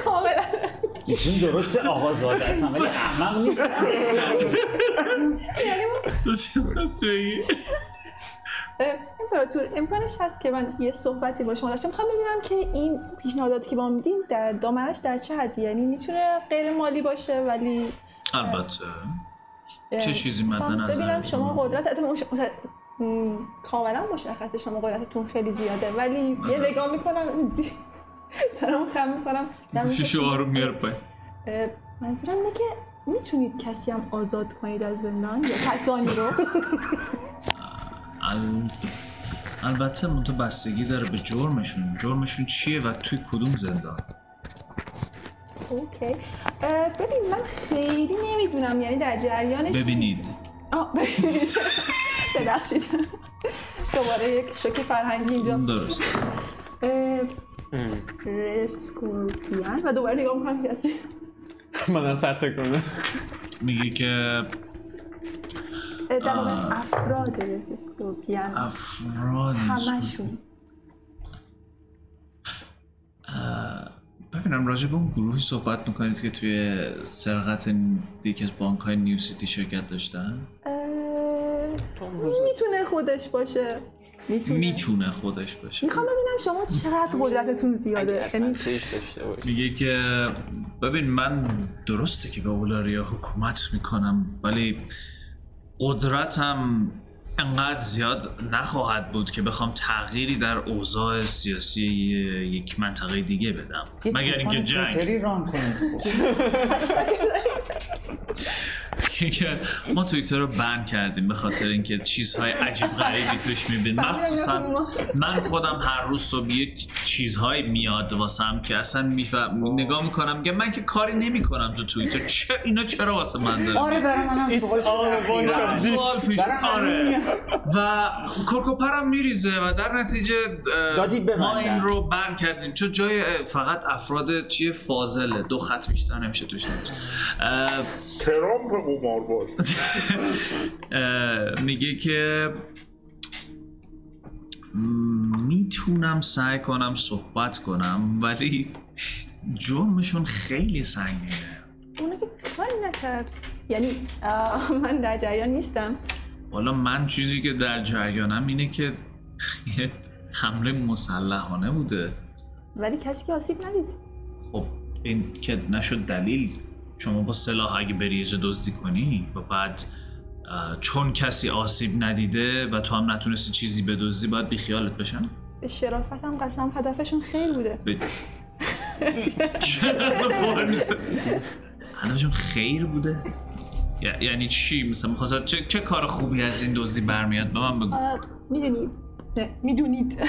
S4: کاملا
S7: ایشون درست آقازاده هستن ولی احمق نیست
S4: یعنی ما-
S1: تو چی می‌خواستی بگی؟
S4: اه، امپراتور امکانش هست که من یه صحبتی با شما داشتم میخوام ببینم که این پیشنهاداتی که با میدین در دامنش در چه حدی یعنی میتونه غیر مالی باشه ولی
S1: البته
S4: اه،
S1: چه چیزی مد
S4: می‌خوام
S1: نظر
S4: خب، ببینم شما
S1: می‌دونی؟
S4: قدرت البته مش... مت- م، کاملا مشخصه شما قدرتتون خیلی زیاده ولی یه نگاه میکنم اینجوری سرم خم میکنم
S1: گوشیشو خب، آروم میاره پایین
S4: منظورم اینه که میتونید کسی هم آزاد کنید از زندان یا کسانی رو
S1: ال- البته من تو بستگی داره به جرمشون جرمشون چیه و توی کدوم زندان
S4: اوکی اه، ببین من خیلی نمیدونم یعنی در جریانش
S1: ببینید
S4: آه، ببینید ببخشید دوباره یک شوک فرهنگی اینجا
S1: اون درست
S4: اه، اسکورپیان و دوباره نگاه میکنم کسی
S5: منم سر کنم
S1: میگه که
S4: اه، در واقع
S1: آه.
S4: افراد اسکورپیان
S1: افراد
S4: همشون
S1: ببینم راجع به اون گروهی صحبت میکنید که توی سرقت یکی از بانک های نیو سیتی شرکت داشتن
S4: میتونه خودش باشه میتونه
S1: میتونه خودش باشه
S4: میخوام ببینم شما چقدر قدرتتون زیاده یعنی
S5: داشته باشی
S1: میگه که ببین من درسته که به اولاریا حکومت میکنم ولی قدرتم انقدر زیاد نخواهد بود که بخوام تغییری در اوضاع سیاسی یک منطقه دیگه بدم مگر اینکه جنگ
S7: تویتری ران کنید
S1: که ما توییتر رو بند کردیم به خاطر اینکه چیزهای عجیب غریبی توش
S7: بله،
S1: میبین مخصوصا من خودم هر روز صبح یک چیزهایی میاد واسم که اصلا میفهم نگاه میکنم میگم من که کاری نمیکنم تو توییتر چه اینا چرا واسه من داره
S7: آره برای منم سوال
S1: و
S7: شده اخیراً.
S1: سوال پیش-
S7: برای
S1: آره
S7: من
S1: و کرکوپرم میریزه و در نتیجه اه،
S7: دادی ببندن.
S1: ما این رو بند کردیم چون جای اه، فقط افراد چیه فاضله دو خط بیشتر نمیشه توش نوشت اه،
S3: ترامپ قمار باز
S1: اه، میگه که میتونم سعی کنم صحبت کنم ولی جرمشون خیلی سنگینه
S4: اونا که کاری نکرد یعنی آه، من در جریان نیستم
S1: حالا من چیزی که در جریانم اینه که یه حمله مسلحانه بوده
S4: ولی کسی که آسیب ندید
S1: خب این که نشد دلیل شما با سلاح اگه بری یه جا دزدی کنی و بعد اه، چون کسی آسیب ندیده و تو هم نتونستی چیزی بدزدی باید بیخیالت بشن
S4: به شرافت هم قسم هدفشون خیلی بوده
S1: به- چرا اصلا فوری نیست هدفشون خیر بوده ی- یعنی چی مثلا میخواست چه, چه کار خوبی از این دزدی برمیاد به من بگو
S4: آه، میدونید نه، میدونید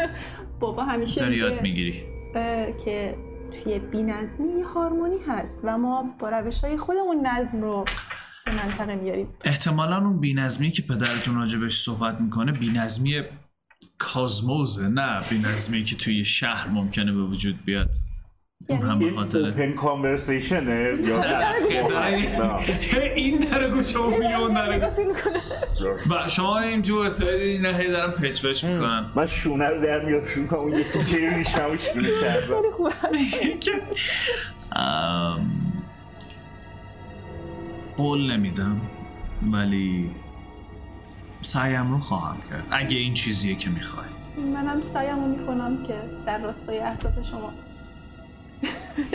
S4: بابا همیشه
S1: داری یاد
S4: میگه
S1: میگیری
S4: اه، که توی بی‌نظمی یه هارمونی هست و ما با روش های خودمون نظم رو به منطقه میاریم
S1: احتمالا اون بینظمی که پدرتون راجبش صحبت میکنه بینظمی کازموزه نه بینظمی که توی شهر ممکنه به وجود بیاد اون
S4: یعنی
S1: هم به
S6: این
S1: خاطر
S6: اوپن کانورسیشنه یا یعنی-
S1: این در گوشه و میگه اون در گوشه.
S4: نگاهتون کنم.
S1: و شما اینجور سری این هی دارن پچ پچ میکنن
S6: من شونه رو در میاد شروع کنم اون یه تیکه رو میشم و شونه کردم
S4: خیلی خوبه.
S1: که- ام، قول نمیدم ولی سعیم رو خواهم کرد اگه این چیزیه که میخوای
S4: منم سعیم رو میکنم که در راستای اهداف شما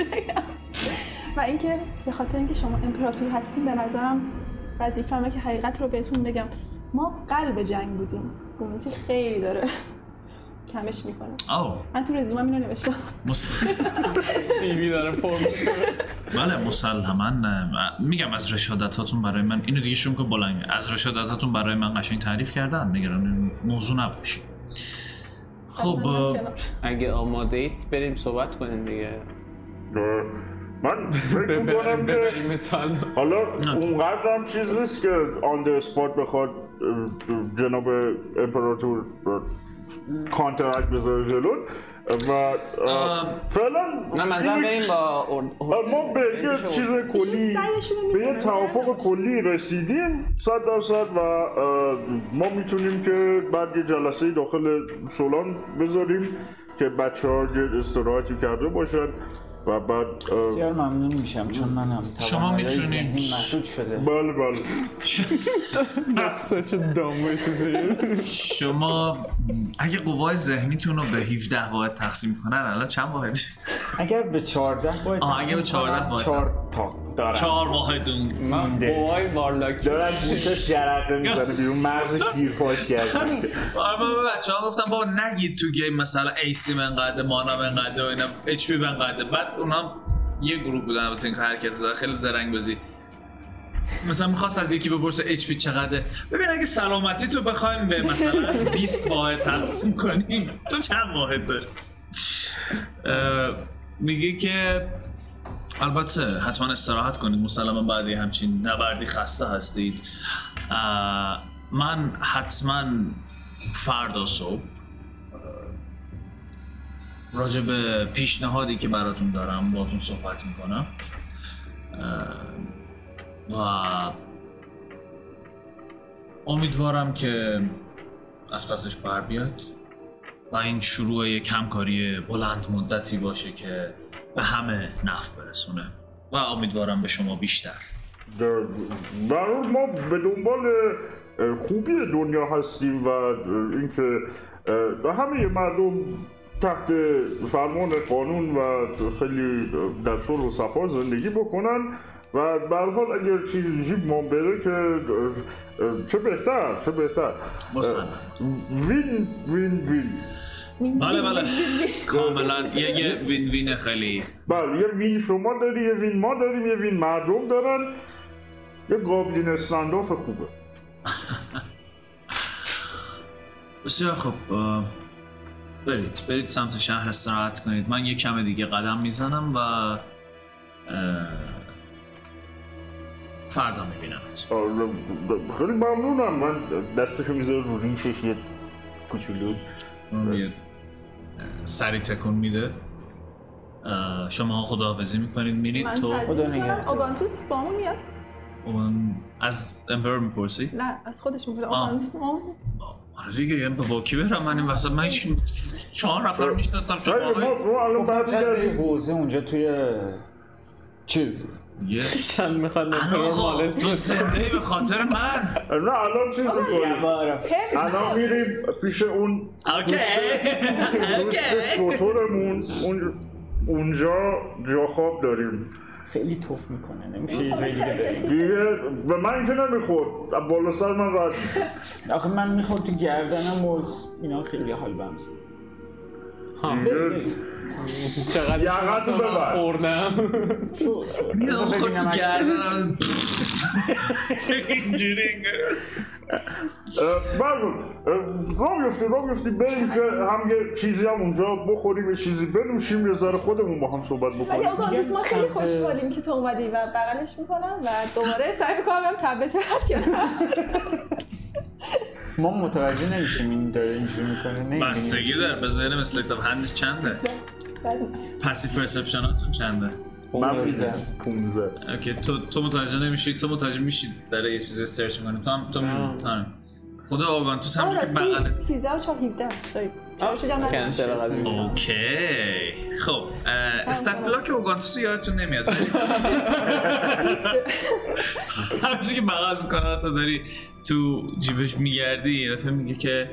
S4: و اینکه به خاطر اینکه شما امپراتور هستیم به نظرم وظیفمه که حقیقت رو بهتون بگم ما قلب جنگ بودیم گومیتی خیلی داره کمش میکنه
S1: آه
S4: من تو رزومم اینو نوشتم
S5: سیوی داره پر
S1: بله مسلما اه، میگم از رشادتاتون برای من اینو دیگه شون که بلنگ از رشادتاتون برای من قشنگ تعریف کردن نگران این موضوع نباشید خب اه،
S4: بله،
S5: اگه آماده اید بریم صحبت کنیم دیگه
S3: اه، من فکر میکنم که
S5: ببریم تالا
S3: حالا
S1: نه.
S3: اونقدر هم چیز نیست که آن دی اسپات بخواد اه، جناب امپراتور کانترکت بذاره جلون و اه،
S1: آم.
S3: فعلا
S5: نه مثلا
S3: اینو-
S5: بریم با ارد-
S3: اه، ما به
S5: بریم
S3: یه
S5: پیش
S3: چیز
S5: ارد.
S3: کلی بله. به یه توافق کلی رسیدیم صد درصد و اه، ما میتونیم که بعد یه جلسه داخل سولان بذاریم که بچه ها یه استراحتی کرده باشن و بعد اه،
S7: بسیار ممنون میشم چون منم
S1: شما
S7: توانایی
S1: می‌تونید-
S7: ذهنی محدود شده
S3: بله بله
S1: شما اگه قوای ذهنیتون رو به 17 واحد تقسیم کنن الان چند واحد
S7: اگر به 14 باید
S1: آه، اگه به 14 باید
S7: 4 تا دارم
S1: چهار واحدون
S5: من قوای وارلاکی
S6: دارم گوشش جرقه میزنه بیرون مغزش دیرپاش کرده
S1: آره من به بچه ها گفتم بابا نگید تو گیم مثلا ایسی من قده مانا من قده و اینا اچ پی من قده بعد اونا هم یه گروه بودن البته این که حرکت زدن خیلی زرنگ بازی مثلا میخواست از یکی بپرسه اچ پی چقدره ببین اگه سلامتی تو بخوایم به مثلا 20 واحد تقسیم کنیم تو چند واحد داری اه، میگه که البته حتما استراحت کنید مسلما بعد یه همچین نبردی خسته هستید اه، من حتما فردا صبح اه، راجع به پیشنهادی که براتون دارم باتون صحبت میکنم و امیدوارم که از پسش بر بیاد و این شروع یک کمکاری بلند مدتی باشه که به همه نفع برسونه و امیدوارم به شما بیشتر
S3: در در حال ما به دنبال اه، خوبی دنیا هستیم و اه، اینکه اه، به همه مردم تحت فرمان قانون و خیلی اه، در صلح و صفا زندگی بکنن و به هر حال اگر چیزی جیب ما بره که اه، اه، چه بهتر چه بهتر
S1: مسلم
S3: وین وین وین
S1: بله بله کاملا یه یه وین وین خیلی
S3: بله یه وین شما داری یه وین ما داریم یه وین مردم دارن یه گابلین استنداف خوبه
S1: بسیار خب اه، برید برید سمت شهر استراحت کنید من یه کم دیگه قدم میزنم و اه، فردا میبینم
S3: آره، خیلی ممنونم من دستشو میذاره رو ریشش یه کوچولو
S1: سری تکون میده اه، شما خداحافظی میکنید میرید
S4: من
S1: تو
S4: خدا
S7: نگهدار.
S4: اوگانتوس با اون میاد
S1: اون از امپرور میپرسی
S4: نه از خودش میگه
S1: آه.
S4: اوگانتوس با اون
S1: آره دیگه یه با با کی برم من این وسط من هیچ چهار نفر میشناسم شما
S3: خیلی ما
S1: آقای- خب،
S3: ما الان
S7: شاید یه
S3: برمیگردیم
S7: حوزه اونجا توی چیز
S1: یه
S5: چند میخواد
S1: الان
S5: نفر
S1: خب، تو زنده به خاطر من
S3: نه الان چیز میکنیم
S4: حفظ
S3: الان میریم پیش اون
S1: اوکی
S3: دوست شطورمون اون اونجا جا خواب داریم
S7: خیلی توف میکنه نمیشه یه جای دیگه
S3: بله.
S7: بریم
S3: دیگه به من که نمیخورد از بالا سر من رد می‌شه.
S7: آخه من میخورد تو گردنم و س- اینا خیلی حال بهم زد.
S3: دیگه
S5: چقدر
S3: یقه تو ببر
S5: خوردم
S7: شو شو
S1: میام خود
S7: ببینم
S1: تو
S7: عکس.
S1: گردنم اینجوری انگار.
S3: برگون را بیفتی را بیفتی بریم که هم یه چیزی هم اونجا بخوریم یه چیزی بنوشیم یه ذره خودمون با هم صحبت
S4: ولی
S3: بکنیم
S4: اوگانتوس ما خیلی
S7: سمت-
S4: خوشحالیم که تو اومدی و بغلش میکنم و دوباره سعی میکنم بهم تبلت هست یا نه
S7: ما متوجه نمیشیم این داره اینجوری میکنه نه
S1: بستگی داره بذار ببینم اسلیت اف هندش چنده
S4: بعد-
S1: پسیو پرسپشناتون چنده
S7: من
S6: پونزه
S1: اوکی تو تو متوجه نمیشی تو متوجه میشی داره یه چیزی سرچ میکنه تو هم تو می‌دونی. آره. خدا آگانتوس
S4: آه،
S1: همونجور که
S4: راستی،
S1: بغلت
S4: 13 و شب 17 سوری
S5: کنسل قضیه.
S1: اوکی خب استات بلاک اوگانتوس یادتون نمیاد ولی همچنین که بغل میکنه تا داری تو جیبش میگردی یه دفعه میگه که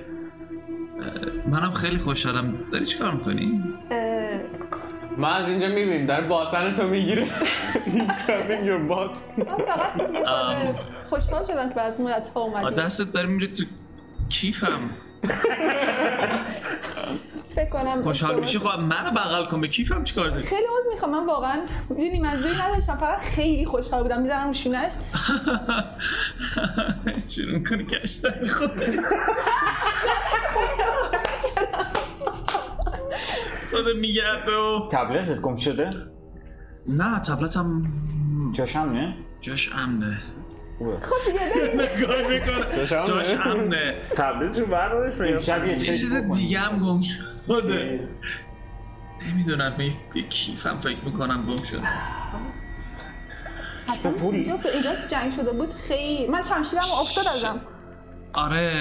S1: اه، منم خیلی خوشحالم داری چیکار میکنی؟
S5: خب، ما از اینجا میبینیم داره باسن تو میگیره He's grabbing your butt
S4: من فقط یه خورده خوشحال شدم که از مدت ها
S1: آه،
S4: اومدیم
S1: دستت داره میره تو کیفم
S4: فکر کنم
S1: خوشحال میشی خب منو بغل کن به کیفم چیکار داری
S4: خیلی عوض میخوام من واقعا میدونی منظوری نداشتم فقط خیلی خوشحال بودم میزنم شونش
S1: شروع کنی کشتن خود خود میگرده و
S2: تبلیغت گم شده؟
S1: نه تبلتم
S2: جاشم نه؟
S1: جاش امنه
S2: خوبه
S1: نگاه میکنه
S6: امنه؟
S1: جاش امنه
S3: تبلیغشو بردارش
S2: امشب یه
S1: یه
S2: چیز
S1: چیز
S2: بکن.
S1: دیگه هم گم شده نمیدونم یه یه کیفم فکر میکنم گم شده
S4: حتما اینجا که ایراد جنگ شده بود خیلی من شمشیرم افتاد ازم
S1: آره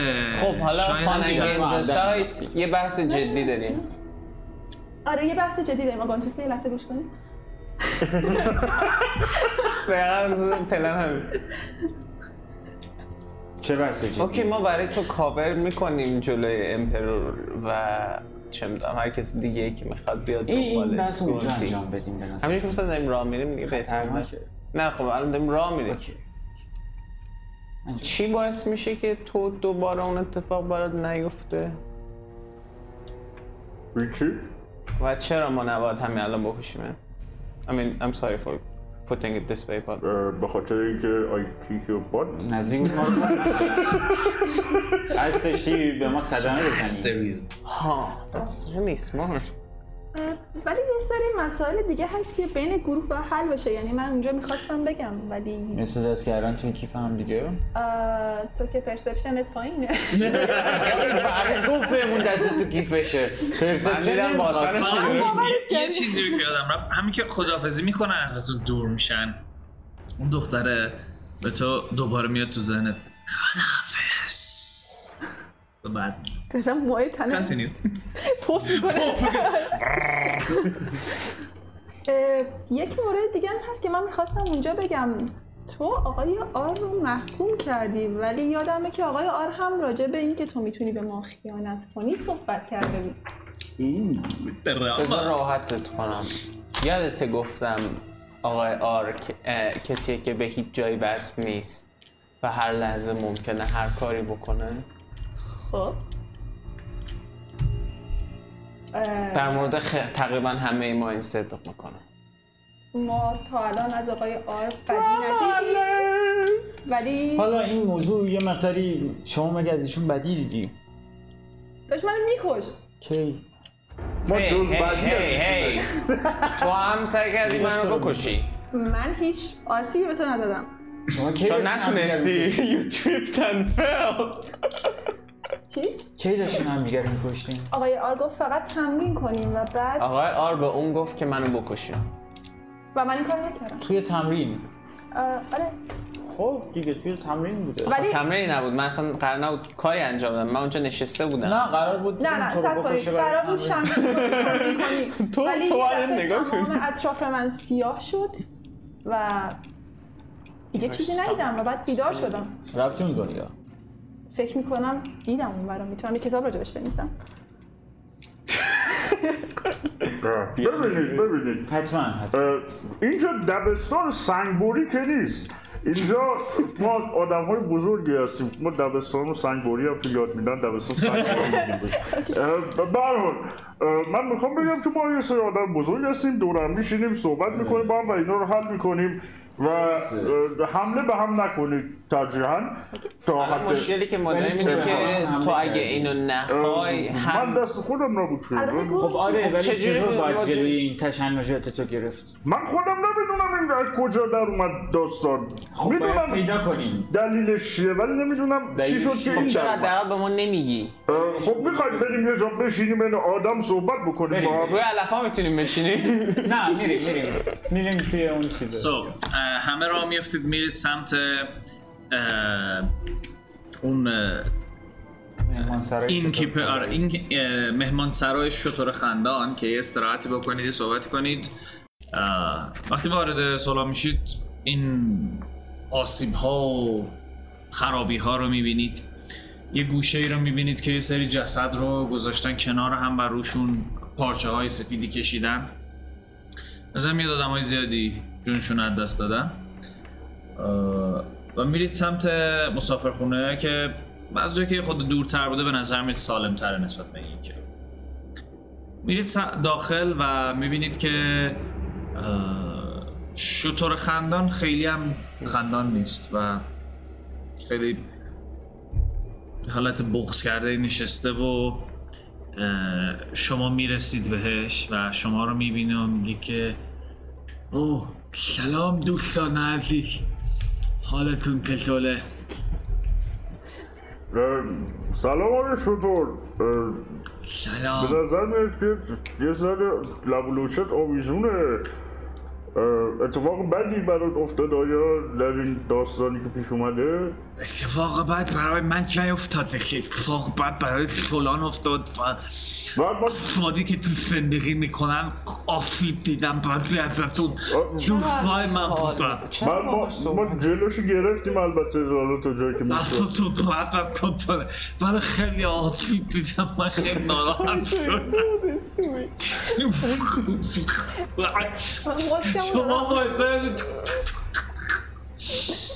S5: خب حالا
S1: شاید
S5: خانه
S1: شاید.
S5: گیمز سایت یه بحث جدی داریم
S4: آره یه بحث جدی داریم آقا می‌تونستی یه لحظه گوش کنی
S5: دقیقا پلن همین
S2: چه بسته جدی؟
S5: اوکی ما برای تو کاور میکنیم جلوی امپرور و چه میدونم هر کس دیگه ای که میخواد بیاد
S2: این
S5: دنبال
S2: بس اونجا
S5: گلتی.
S2: انجام بدیم به نظر
S5: همینجور که مثلا داریم راه میریم دیگه بهتر نه.
S2: اوکی.
S5: نه خب الان داریم راه میریم
S2: اوکی.
S5: چی باعث میشه که تو دوباره اون اتفاق برات نیفته
S3: چی؟
S5: و چرا ما نباید همین الان بکشیمه I mean I'm sorry for putting it this way but
S3: اه، به خاطر اینکه آی کیک یور بات
S2: نزدیک بود ما رو کار نکنه. از داشتی به ما صدمه بزنی
S5: ها that's really smart
S4: اه، ولی یه سری مسائل دیگه هست که بین گروه باید حل بشه یعنی من اونجا میخواستم بگم ولی
S2: مثل دست کردن توی کیف هم دیگه
S4: اه، تو که پرسپشنت پایینه
S2: فقط گفت بهمون دست تو کیفشه
S5: من دیدم بازارش
S1: من
S5: می‌گیره.
S1: یه, یه چیزی رو که یادم رفت همین که خداحافظی میکنن ازتون دور میشن اون دختره به تو دوباره میاد تو ذهنت خداحافظ و بعد
S4: داشتم موهای تنم
S1: continue.
S4: پف می‌کنه. اه، یک مورد دیگه هم هست که من میخواستم اونجا بگم تو آقای آر رو محکوم کردی ولی یادمه که آقای آر هم راجع به اینکه تو میتونی به ما خیانت کنی صحبت کرده بود
S5: بذار
S1: دراما.
S5: راحتت کنم یادت گفتم آقای آر که- اه، کسیه که به هیچ جایی بست نیست و هر لحظه ممکنه هر کاری بکنه
S4: خب اه،
S5: در مورد خ... تقریبا همه ما این صدق میکنه
S4: ما تا الان از آقای آر بدی ندیدیم ولی
S2: حالا این موضوع یه مقداری شما مگه از ایشون بدی دیدی
S4: داشت منو میکشت
S2: کی
S3: ما
S5: هی
S3: جز
S5: هی
S3: بعدی
S5: هی هی تو هم سعی کردی منو بکشی
S4: من هیچ آسیبی به تو ندادم
S2: شما کی
S5: چون
S2: داشتین همدیگه رو
S5: نتونستی
S2: می‌کشتین؟
S5: you tripped and fell
S4: چی؟
S2: کی داشتین همدیگه رو می‌کشتین
S4: آقای آر گفت فقط تمرین کنیم و بعد
S5: آقای آر به اون گفت که منو بکشی
S4: و من این کار نکردم
S2: توی تمرین
S4: اه، آره
S2: خب دیگه توی تمرین بوده
S4: ولی
S5: خب، تمرینی نبود من اصلا قرار نبود کاری انجام بدم من اونجا نشسته بودم
S2: نه قرار بود
S4: نه نه
S2: تو رو
S4: سب کنید
S2: بکشه برای
S4: قرار بود
S2: تمرین.
S4: شمشیر رو کنی
S5: تو-
S4: ولی
S5: تو
S4: یه
S5: الان
S4: دفعه
S5: نگاه
S4: تمام
S5: کن.
S4: اطراف من سیاه شد و دیگه چیزی ندیدم و بعد بیدار شدم
S2: رفتون دنیا
S4: فکر میکنم دیدم اون برام میتونم یه کتاب راجبش بنویسم
S3: ببینید ببینید
S2: حتما حتما
S3: اه، اینجا دبستان سنگبوری که نیست اینجا ما آدم های بزرگی هستیم ما دبستان و سنگبوری هم که یاد میدن دبستان سنگبوری می‌گیم. اه، به هر حال، اه، من میخوام بگم که ما یه سری آدم بزرگ هستیم دورم میشینیم صحبت میکنیم با هم و اینا رو حل میکنیم و اه، حمله به هم نکنید ترجیحاً تا
S5: حالا
S3: حد
S5: خب، مشکلی که ما داریم اینه
S2: تو
S5: که
S2: هم
S5: تو
S2: حمله
S5: اگه
S2: کردی.
S5: اینو نخوای
S3: من
S5: هم
S3: دست خودم نبود
S4: البته
S3: شده.
S4: گروه
S2: خب آره ولی
S5: چجوری
S2: چطور
S5: ما
S2: باید
S5: چه-
S2: جلوی این تشنجات تو گرفت
S3: من خودم نمیدونم این از کجا در اومد داستان
S2: خب باید
S3: میدونم
S2: پیدا کنیم دلیلش
S3: دلیلش چیه ولی نمیدونم چی
S2: دلیلش
S3: شد که
S2: خب
S3: این
S5: چرا
S3: در اومد.
S5: حداقل به ما نمیگی
S3: اه، خب میخوایم بریم یه جا بشینیم این آدم صحبت بکنیم
S2: بریم.
S3: با هم
S5: روی علفا میتونیم بشینیم
S2: نه میریم میریم میریم توی اون
S1: So,
S2: چیزه
S1: اه، همه را میفتید میرید سمت اه، اون
S2: مهمان سرای
S1: این
S2: چطور
S1: کیپ آره این اه، مهمان سرای شطور خندان که یه استراحتی بکنید یه صحبت کنید اه، وقتی وارد سلام میشید این آسیب ها و خرابی ها رو میبینید یه گوشه ای رو میبینید که یه سری جسد رو گذاشتن کنار هم و روشون پارچه های سفیدی کشیدن مثلا یه آدم های زیادی جونشون از دست دادن اه، و میرید سمت مسافرخونه که از جایی که خود دورتر بوده به نظر میاد سالم تره نسبت به این که میرید س- داخل و میبینید که اه، شطور خندان خیلی هم خندان نیست و خیلی حالت بغض کرده نشسته و اه، شما میرسید بهش و شما رو میبینه و میگه که اوه سلام دوستان عزیز حالتون چطوره
S3: اه، سلام آقای شطور اه،
S1: سلام
S3: به نظر میاد که یه سر لبولوچت آویزونه اه، اتفاق بدی برات افتاد آیا در این داستانی که پیش اومده
S1: اتفاق بعد برای من که نیفتاده که اتفاق بعد برای فلان افتاد و
S3: بعد من
S1: افرادی که تو زندگی میکنن آسیب دیدم بعضی ازتون دوستای من بودن
S3: من ما, ما جلوشو گرفتیم البته حالا تا جایی که میشد
S1: دستتون تو هدف کنتره من خیلی آسیب دیدم من خیلی ناراحت شدم شما باعثه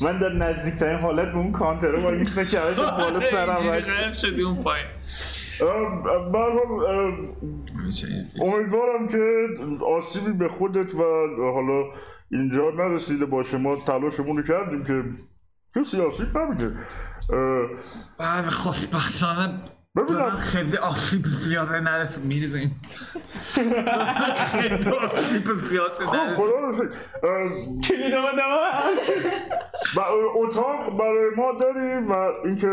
S6: من در نزدیکترین حالت به اون کانتره وای میسته که همش بالا سرم
S1: آره، اینجوری
S6: رد.
S1: غرب شدی اون پایین
S3: برحال امیدوارم که آسیبی به خودت و حالا اینجا نرسیده باشه ما تلاشمون رو کردیم که کسی آسیب نمیده اه،
S1: بله خوشبختانه به
S3: ببینم.
S1: من خیلی آسیب زیاده نرسید میریزیم خیلی آسیب زیاده نرسید
S3: خدا رو شکر اه،
S6: کلید آمدم
S3: و اتاق برای ما داریم و اینکه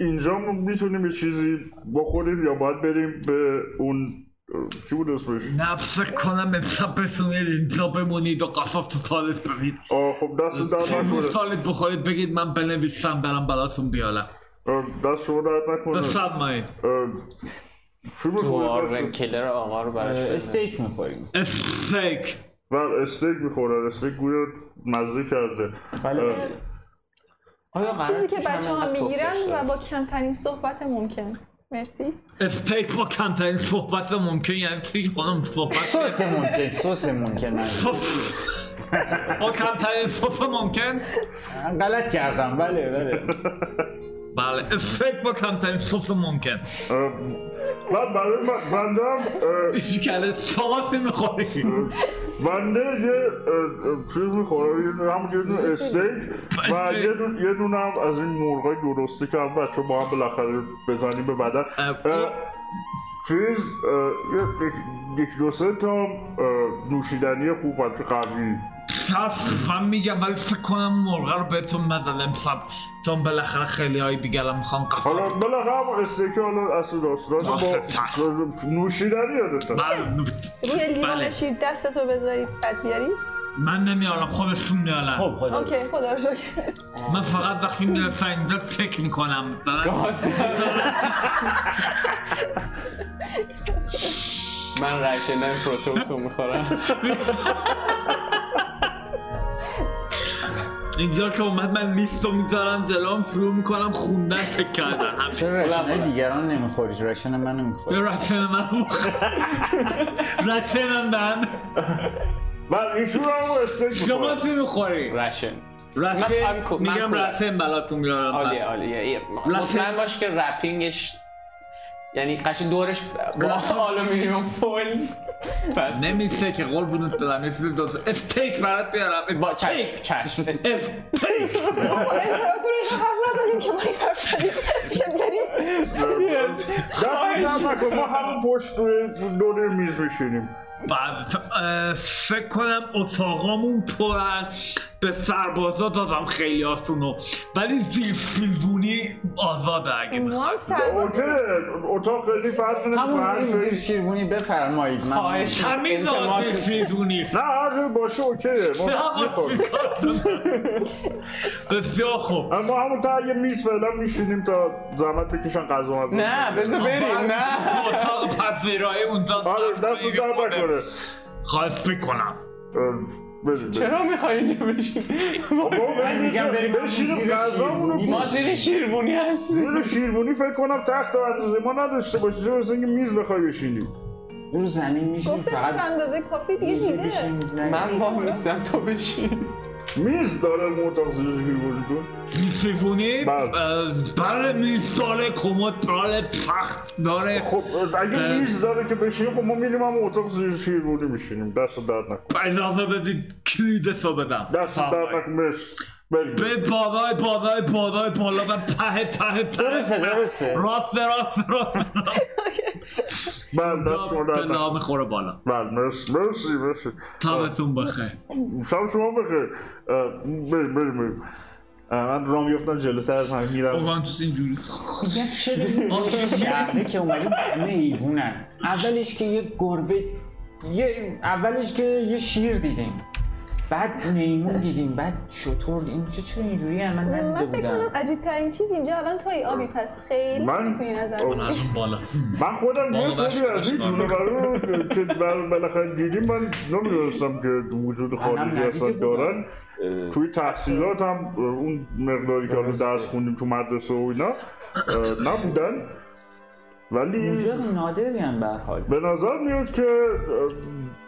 S3: اینجا میتونیم یه چیزی بخوریم یا باید بریم به اون اه، چی بود اسمش؟
S1: نه فکر کنم امشب بتونید اینجا بمونید و قصاف تو سالت برید
S3: آه، خب دست در
S1: تو
S3: نکنه
S1: سالت بخورید بگید من بنویسم برم براتون بیارم
S3: اه، دست شما در نکنه
S1: بفرمایید
S3: اه، چی بود؟
S5: دوار کلر آقا رو براش بزن
S7: استیک میخوریم
S1: استیک
S3: و استیک میخورن استیک گویا مزه کرده
S7: بله
S3: اه،
S5: آیا قرار
S4: چیزی که
S5: توش
S4: بچه ها
S5: همینقدر تخمش
S4: میگیرن و
S5: داره؟
S4: با کمترین صحبت ممکن مرسی
S1: استیک با کمترین صحبت ممکن یعنی چی خانم صحبت
S7: سس ممکن سس ممکن من
S1: سس. با کمترین صحبت ممکن
S7: غلط کردم بله بله
S1: بله استیک با کمترین صفر ممکن
S3: اه، بعد برای من- بنده هم اه،
S1: ایشی کرده سالات میخوری
S3: بنده یه اه، اه، چیز میخوره یه- همون یه دونه استیک و
S1: بنده.
S3: یه دونه, یه دونه هم از این مرغای درستی که هم بچه ما هم بالاخره بزنیم به بدن اه، چیز اه، یه- یک- یک دو سه تا هم، اه، نوشیدنی خوب بچه قوی
S1: صف من میگم ولی فکر کنم مرغه رو بهتون ندادم صف چون بالاخره خیلی های دیگه الان میخوام
S3: حالا
S1: قفل
S3: بالاخره هم استیک حالا اصل داستان
S1: آخه،
S3: با نوشیدنی یادت هست.
S1: من,
S4: روی لیوان
S1: بله.
S4: شیر دستتو بذاری بعد بیاری
S1: من نمیارم خودشون میارن
S7: خب خدا
S4: اوکی خدا رو شکر
S1: من فقط وقتی میرسن اینجا فکر میکنم
S5: خب. من رشنن پروتوکس رو میخورم
S1: اینجا که اومد من لیست رو میذارم جلوم شروع میکنم خوندن فکر کردن همین.
S7: چرا رشنه دیگران نمیخوری رشن من
S1: به
S7: نمیخوری
S1: رتن من رتن من
S3: و ایشون هم استیک
S1: شما
S3: میخوره
S1: چی میخوری؟
S5: رشن من-
S1: رسم
S5: من کو- من
S1: میگم
S5: کو-
S1: رسم بلاتون میارم
S5: عالیه
S1: پس.
S5: عالیه آره، یه-
S1: لسه-
S5: مطمئن باش که رپینگش یعنی قشن دورش
S1: لسه-
S5: با آلومینیوم فول پس
S1: نمیشه که قول بودن دادم یه چیز دو تا- استیک برات بیارم
S5: با
S1: استیک
S5: چشم چشم
S1: استیک
S4: امپراتورش هم نداریم که ما این حرف زدیم که بریم
S3: دست در نکن ما همون پشت توی دور میز میشینیم
S1: بعد اه، فکر کنم اتاقامون پرن به سربازا دادم خیلی آسونو ولی زیر سیلوونی آزاده اگه
S4: ما
S1: میخواد
S4: هم
S3: اوکی
S4: سرباز
S3: اتاق خیلی فرق
S7: همون بریم
S3: نمیکنه
S7: زیر شیربونی بفرمایید من
S5: خواهش.
S1: تمیز آزاد
S5: التماس.
S1: سیلوونی
S3: نه هر باشه اوکیه ما می‌خوریم.
S1: بسیار خوب
S3: اما همون تا یه میز فعلا میشینیم تا زحمت بکشن غذا مزه
S5: نه بذار بریم نه
S1: تو اتاق پذیرایی اونجا
S3: آره
S1: سخت
S3: دست در
S1: می‌خوره.
S3: نکنه
S1: خواهش بکنم
S3: اه، بریم بریم.
S5: چرا میخوای اینجا بشین
S3: بابا، بریم
S7: میگم بریم
S3: بشینیم
S7: زیر
S3: غذامونو
S7: شیربونی.
S5: ما
S3: بخوریم.
S5: زیر شیربونی هستیم
S3: زیر شیربونی فکر کنم تخت و اندازه ما نداشته باشی چه برسه اینکه میز بخوای بشینیم
S7: رو زمین میشین
S4: گفتش
S7: فقط
S4: به اندازه کافی دیگه
S7: یه جوری
S4: دیده
S7: بشین، نه.
S5: من با میستم تو بشین
S3: میز داره مرتاق زیادش میبردون
S1: سیفونی
S3: بله.
S1: بر میسال بله، کمد برال پخت داره
S3: خب اگه
S1: اه.
S3: میز داره که بشینیم خب ما میریم هم اتاق زیر شیرونی میشینیم دست درد نکن
S1: اجازه بدید کلیدشو بدم
S3: دست درد نکن مرسی بریم
S1: به بالای بالای بالای بالا و ته ته ته
S6: درسته، درسته.
S1: راست راست راست
S3: بله دست ما
S1: به
S3: درد نکن
S1: نام خوره بالا
S3: بله مرسی مرسی مرسی
S1: تابتون بخیر
S3: شب شما بخیر اه، بریم بریم بریم
S6: اه، من را میفتم جلوتر از همه
S3: بله.
S6: میرم
S1: اوگانتوس اینجوری
S7: میگم چرا شهره که اومدیم همه ایوونن اولش که یه گربه یه اولش که یه شیر دیدیم بعد میمون دیدیم بعد شطور دیدیم چه چرا اینجوری هم من ندیده
S4: من فکر کنم
S7: بودم
S4: عجیب ترین چیز اینجا الان توی آبی پس خیلی
S3: من؟
S4: میتونی نظر
S3: آه.
S1: من از اون بالا
S3: من خودم یه
S1: بابا
S3: سری از این
S1: بشکن.
S3: جونه که بر- بالاخره دیدیم من نمیدونستم که وجود خارجی
S7: ندیده
S3: اصلا
S7: بودم.
S3: دارن توی تحصیلات هم اه، اون مقداری که حالا درس خوندیم تو مدرسه و اینا اه، نبودن ولی
S7: موجود نادری هم به هر حال
S3: به نظر میاد که اه،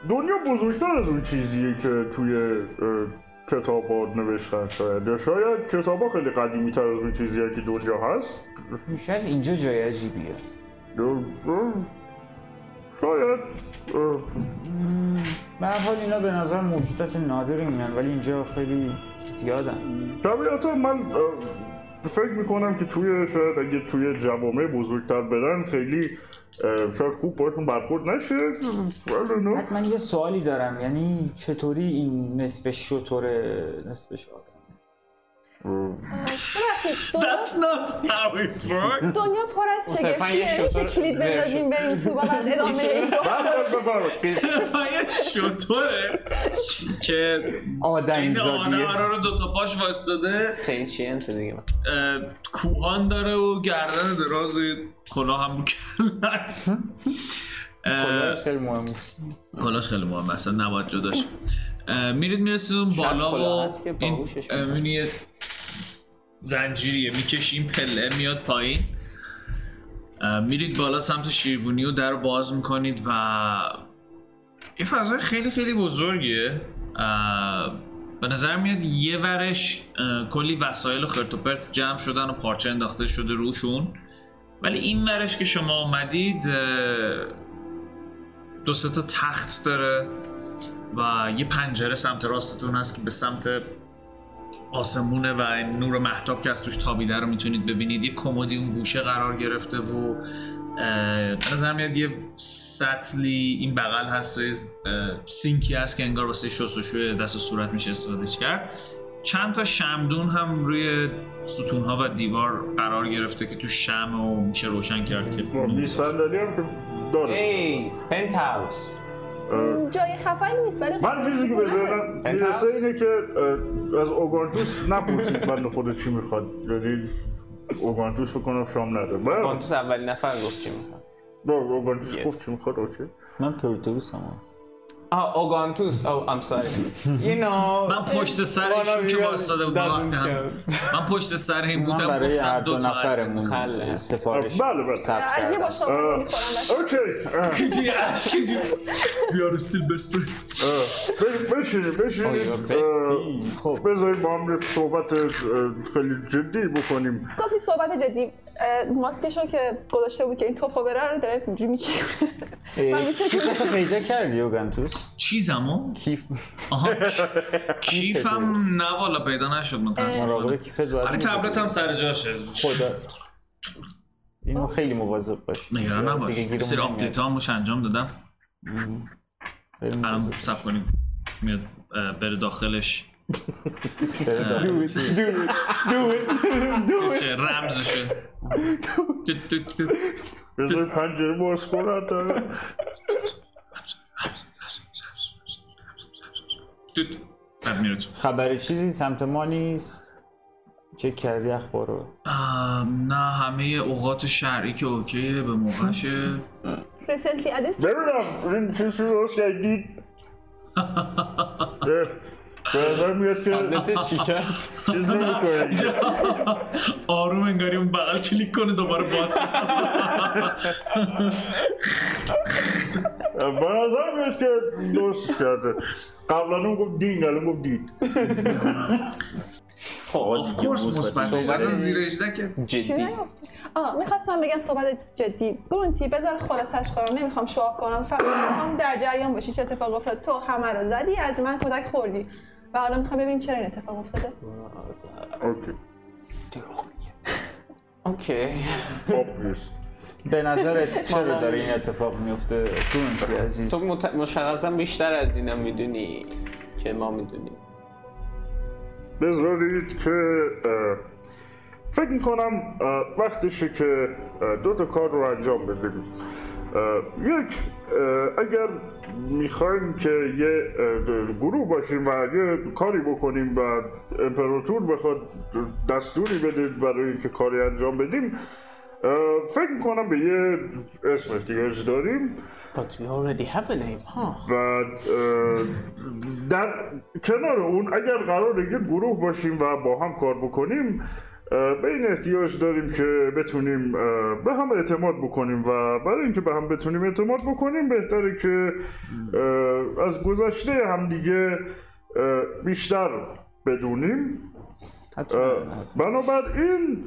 S3: دنیا بزرگتر از اون چیزیه که توی کتاب ها نوشتن شاید یا شاید کتاب ها خیلی قدیمی تر از اون چیزیه که دنیا هست
S7: شاید اینجا جای عجیبیه
S3: یا، اه، شاید اه،
S7: مم، به هر حال اینا به نظر موجودات نادری میان ولی اینجا خیلی زیادن
S3: طبیعتا من اه، فکر میکنم که توی شاید اگه توی جوامع بزرگتر برن خیلی اه، شاید خوب باشون برخورد نشه ولی نه.
S7: بعد من یه سوالی دارم یعنی چطوری این نصف شطور نصف شادن
S4: ببخشید دنیا
S1: That's not how it works
S4: دنیا پر از
S5: صرفاً یه
S4: شگفتیه میشه
S5: شطور
S4: کلید
S5: زر
S4: بندازیم بریم تو و بعد ادامه این دو
S3: بفرمایید، بفرمایید.
S1: من یه شطوره که
S5: آدم
S1: این آنه
S5: زادیه
S1: ها رو دوتا پاش واسطه
S5: سینشینت دیگه مثلا
S1: کوهان داره و گردن دراز کلاه هم رو کلش. اه،
S5: کلاهش خیلی مهم
S1: کلاش خیلی مهمه اصلا نباید جداش اه، میرید میرسید اون
S5: شاید
S1: بالا
S5: کلاه
S1: و
S5: هست که
S1: این
S5: باهوشش
S1: اه،
S5: میکنه.
S1: می‌بینی یه زنجیریه میکشی این پله میاد پایین اه، میرید بالا سمت شیربونی و در رو باز میکنید و یه فضای خیلی خیلی بزرگیه اه، به نظر میاد یه ورش اه، کلی وسایل و خرت و پرت جمع شدن و پارچه انداخته شده روشون ولی این ورش که شما آمدید اه، دو سه تا تخت داره و یه پنجره سمت راستتون هست که به سمت آسمونه و این نور محتاب که از توش تابیده رو میتونید ببینید یه کمدی اون گوشه قرار گرفته و اه، به نظر میاد یه سطلی این بغل هست و یه ز- اه، سینکی هست که انگار واسه شستشوی دست و صورت میشه استفادهش کرد چند تا شمدون هم روی ستون ها و دیوار قرار گرفته که تو شم و میشه روشن کرد که
S3: خب، بی صندلی هم که داره
S5: ای پنت هاوس
S3: اه،
S4: جای خفنی نیست ولی
S3: بله. من چیزی که به ذهنم میرسه اینه که اه، از اوگانتوس نپرسید بند خود چی میخواد یعنی اوگانتوس فکر کنم شام نداره بله،
S5: کانتوس اولین نفر گفت چی میخواد
S3: بله، اوگانتوس
S5: Yes.
S3: گفت چی میخواد اوکی
S7: من پروتئوس هم
S5: آه Oh, اوگانتوس او ام ساری یو نو
S1: من پشت سر ایشون که واسطاده بودم وقتی هم من پشت سر این
S7: من
S1: بودم
S7: برای
S1: گفتم
S7: هر
S1: دو
S7: دو
S1: تا هستیم.
S7: نفرمون
S5: خله.
S7: سفارش
S3: بله، بله.
S7: ثبت
S4: از یه
S7: کردم.
S4: با شما میخورم
S3: اوکی اه، اه.
S1: Could you ask? Could you? We are still best friends.
S3: بش- بشینید بشینید
S5: آیا
S3: اه،
S5: بستی؟
S7: خب
S3: بذارید با هم یه صحبت اه، خیلی جدی بکنیم
S4: گفتی صحبت جدی اه، ماسکشو که گذاشته بود که این توفو بره رو داره اینجوری میچینه
S7: اه،
S4: من می‌تونم-
S7: کیفتو پیدا کردی یوگنتوس
S1: چیزمو؟
S7: کیف
S1: آها کی- کیفم نه والا پیدا نشد
S7: مراقب
S1: متاسفانه
S7: کیفت باید
S1: ولی
S7: باشی.
S1: آره، تبلت هم سر جاشه
S7: خدا اینو خیلی مواظب باش
S1: نگران نباش
S7: دیگه
S1: یه
S7: گیرمون
S1: سری
S7: نمیاد.
S1: آپدیت ها همش انجام دادم
S7: خیلی مواظب
S1: الان سب کنیم میاد اه، بره داخلش
S7: باش. داره داره.
S1: چیز شه، رمزشه تو- تو- تو-
S3: بذارید پنجره باز کنن تا-
S1: تو- تو. بعد میره تو.
S7: خبر چیزی سمت ما نیست چک کردی اخبار رو
S1: ام، نه همه اوقات شرعی که اوکیه به موقعشه
S4: ریسنتلی ادید
S3: ببینم این چیز رو درست کردید اه، به نظر میاد که
S5: تبلت شکست
S3: چیز نمیکنه
S1: آروم انگاری اون بغل کلیک کنه دوباره باز شه.
S3: به نظر میاد که درست کرده قبلا اون گفت دینگ الان گفت دید
S1: آف کورس مثبت نیست. اصلا زیر 18 که
S5: جدی
S4: آه میخواستم بگم صحبت جدی گرونتی بذار خلاصش کنم نمیخوام شوخ کنم فقط میخوام در جریان باشی چه اتفاق افتاد تو همه رو زدی از من کتک خوردی و حالا میخوام ببینیم چرا این اتفاق افتاده
S3: اوکی
S5: اوکی
S3: خب نیست
S2: به نظرت چرا داره این اتفاق میفته تو عزیز
S5: تو مت... مشخصا بیشتر از اینا میدونی که ما میدونیم
S3: بذارید که اه، فکر میکنم وقتشه که اه، دو تا کار رو انجام بدیم اه، یک اه، اگر میخوایم که یه اه، گروه باشیم و یه کاری بکنیم و امپراتور بخواد دستوری بده برای اینکه کاری انجام بدیم اه، فکر میکنم به یه اسم احتیاج داریم
S5: But we already have a name ها
S3: و اه، در کنار اون اگر قرار یه گروه باشیم و با هم کار بکنیم اه، به این احتیاج داریم که بتونیم اه، به هم اعتماد بکنیم و برای اینکه به هم بتونیم اعتماد بکنیم بهتره که اه، از گذشته همدیگه اه، بیشتر بدونیم اه، بنابراین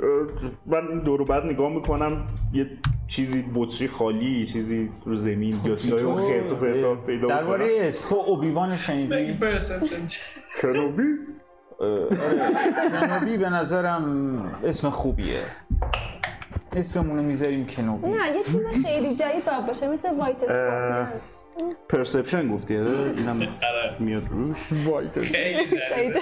S6: من این دور و بعد نگاه میکنم یه چیزی بطری خالی یه چیزی رو زمین یا سیلای اون خرت و پرتا پیدا
S7: درباره
S6: می‌کنم.
S7: اسم، تو اوبیوان
S1: بگی
S7: شنیدی
S1: پرسپشن
S3: اه، کنوبی
S7: کنوبی به نظرم اسم خوبیه اسممونو میذاریم کنوبی
S4: نه یه چیز خیلی جدید باید باشه مثل وایت اسپات نیاز.
S6: پرسپشن گفتی آره اینم میاد روش
S1: خیلی جالبه.
S4: جدیده.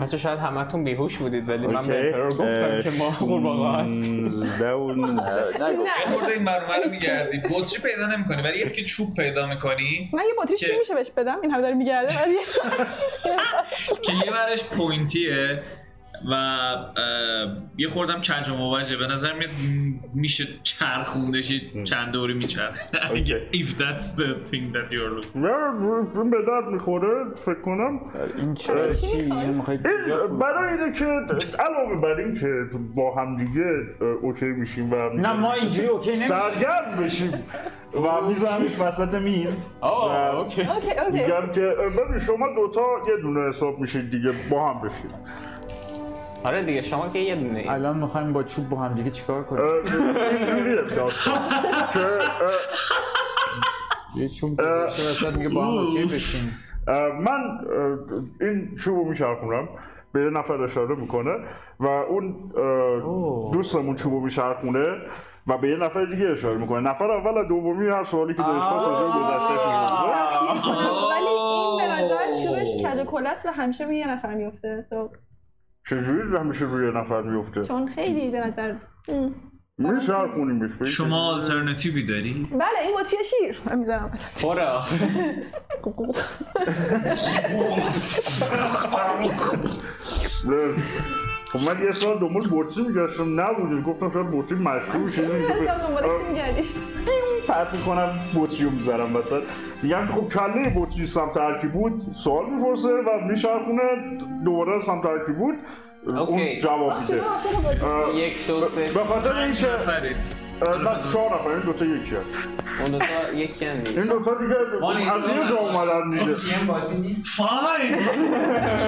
S5: بچه شاید همتون بیهوش بودید ولی من به
S6: اوکی.
S5: امپرور گفتم
S6: اه،
S3: Eh,
S5: که ما قورباغه هست
S6: 16 و 19.
S1: یه خورده این برنامه رو میگردی بطری پیدا نمیکنی ولی یه که چوب پیدا میکنی
S4: من یه بطری
S1: که-
S4: چی میشه بهش بدم این همه داره میگرده بعد یه ساعت
S1: که یه برش پوینتیه و اه، یه خوردم کج و موجه به نظر میاد م- میشه چرخوندش یه چند دوری میچرخ if that's the thing that you're looking
S3: نه به درد میخوره فکر کنم
S7: این چرا
S4: چی
S7: چی
S4: می‌خوای؟
S7: میخوای کجا
S3: این
S7: فروش؟
S3: برای اینه که علاوه بر این که با هم دیگه اوکی میشیم و
S7: نه ما اینجوری اوکی نمیشه
S3: سرگرم بشیم
S6: و میزنمش وسط میز
S5: آه
S6: و-
S5: اوکی
S4: اوکی اوکی
S3: میگم که اه، ببین شما دوتا یه دونه حساب میشید دیگه با هم بشید
S5: آره دیگه شما که یه دونه ای.
S7: الان میخوایم با چوب با هم دیگه چیکار کنیم
S3: Uh, اه، اینجوریه داستان که اه،
S7: یه چوب که
S3: اه.
S7: بشه وسط میگه با هم اوکی
S1: اوف.
S7: بشیم
S3: اه، من اه، این چوبو میچرخونم به یه نفر اشاره میکنه و اون اه، دوستمون چوبو میچرخونه و به یه نفر دیگه اشاره میکنه نفر اول از دومی هر سوالی که داشته راجع به گذشته می‌پرسه.
S4: Ah. ولی این به نظر شروعش کج و کلاست و همیشه روی یه نفر میفته so
S3: چجوری همیشه روی یه نفر میفته
S4: چون خیلی به نظر م.
S3: میچرخونیمش به این
S1: شما آلترناتیوی داری؟
S4: بله این بطری شیر من میذارم وسط.
S5: برو
S3: نه. خب من یه سال دنبال بطری میگشتم نبودی گفتم شاید بطری مشروع شده
S4: اصلا دنبالش می‌گردی.
S3: پرت میکنم بطری رو میذارم وسط میگم که خب کله بطری سمت هرکی بود سوال میپرسه و میچرخونه دوباره سمت هرکی بود اون
S5: اوکی.
S3: جواب میده
S4: چرا عاشق بطری؟
S3: اه،
S5: یک دو سه
S3: به خاطر
S1: پنج
S3: اینکه
S1: نفرید
S3: اه، نه چهار نفر این دوتا یکی هست.
S5: اون دوتا یکی هم
S3: این
S5: نیست
S3: دوتا دیگه از یه جا اومدن دیگه
S1: فاین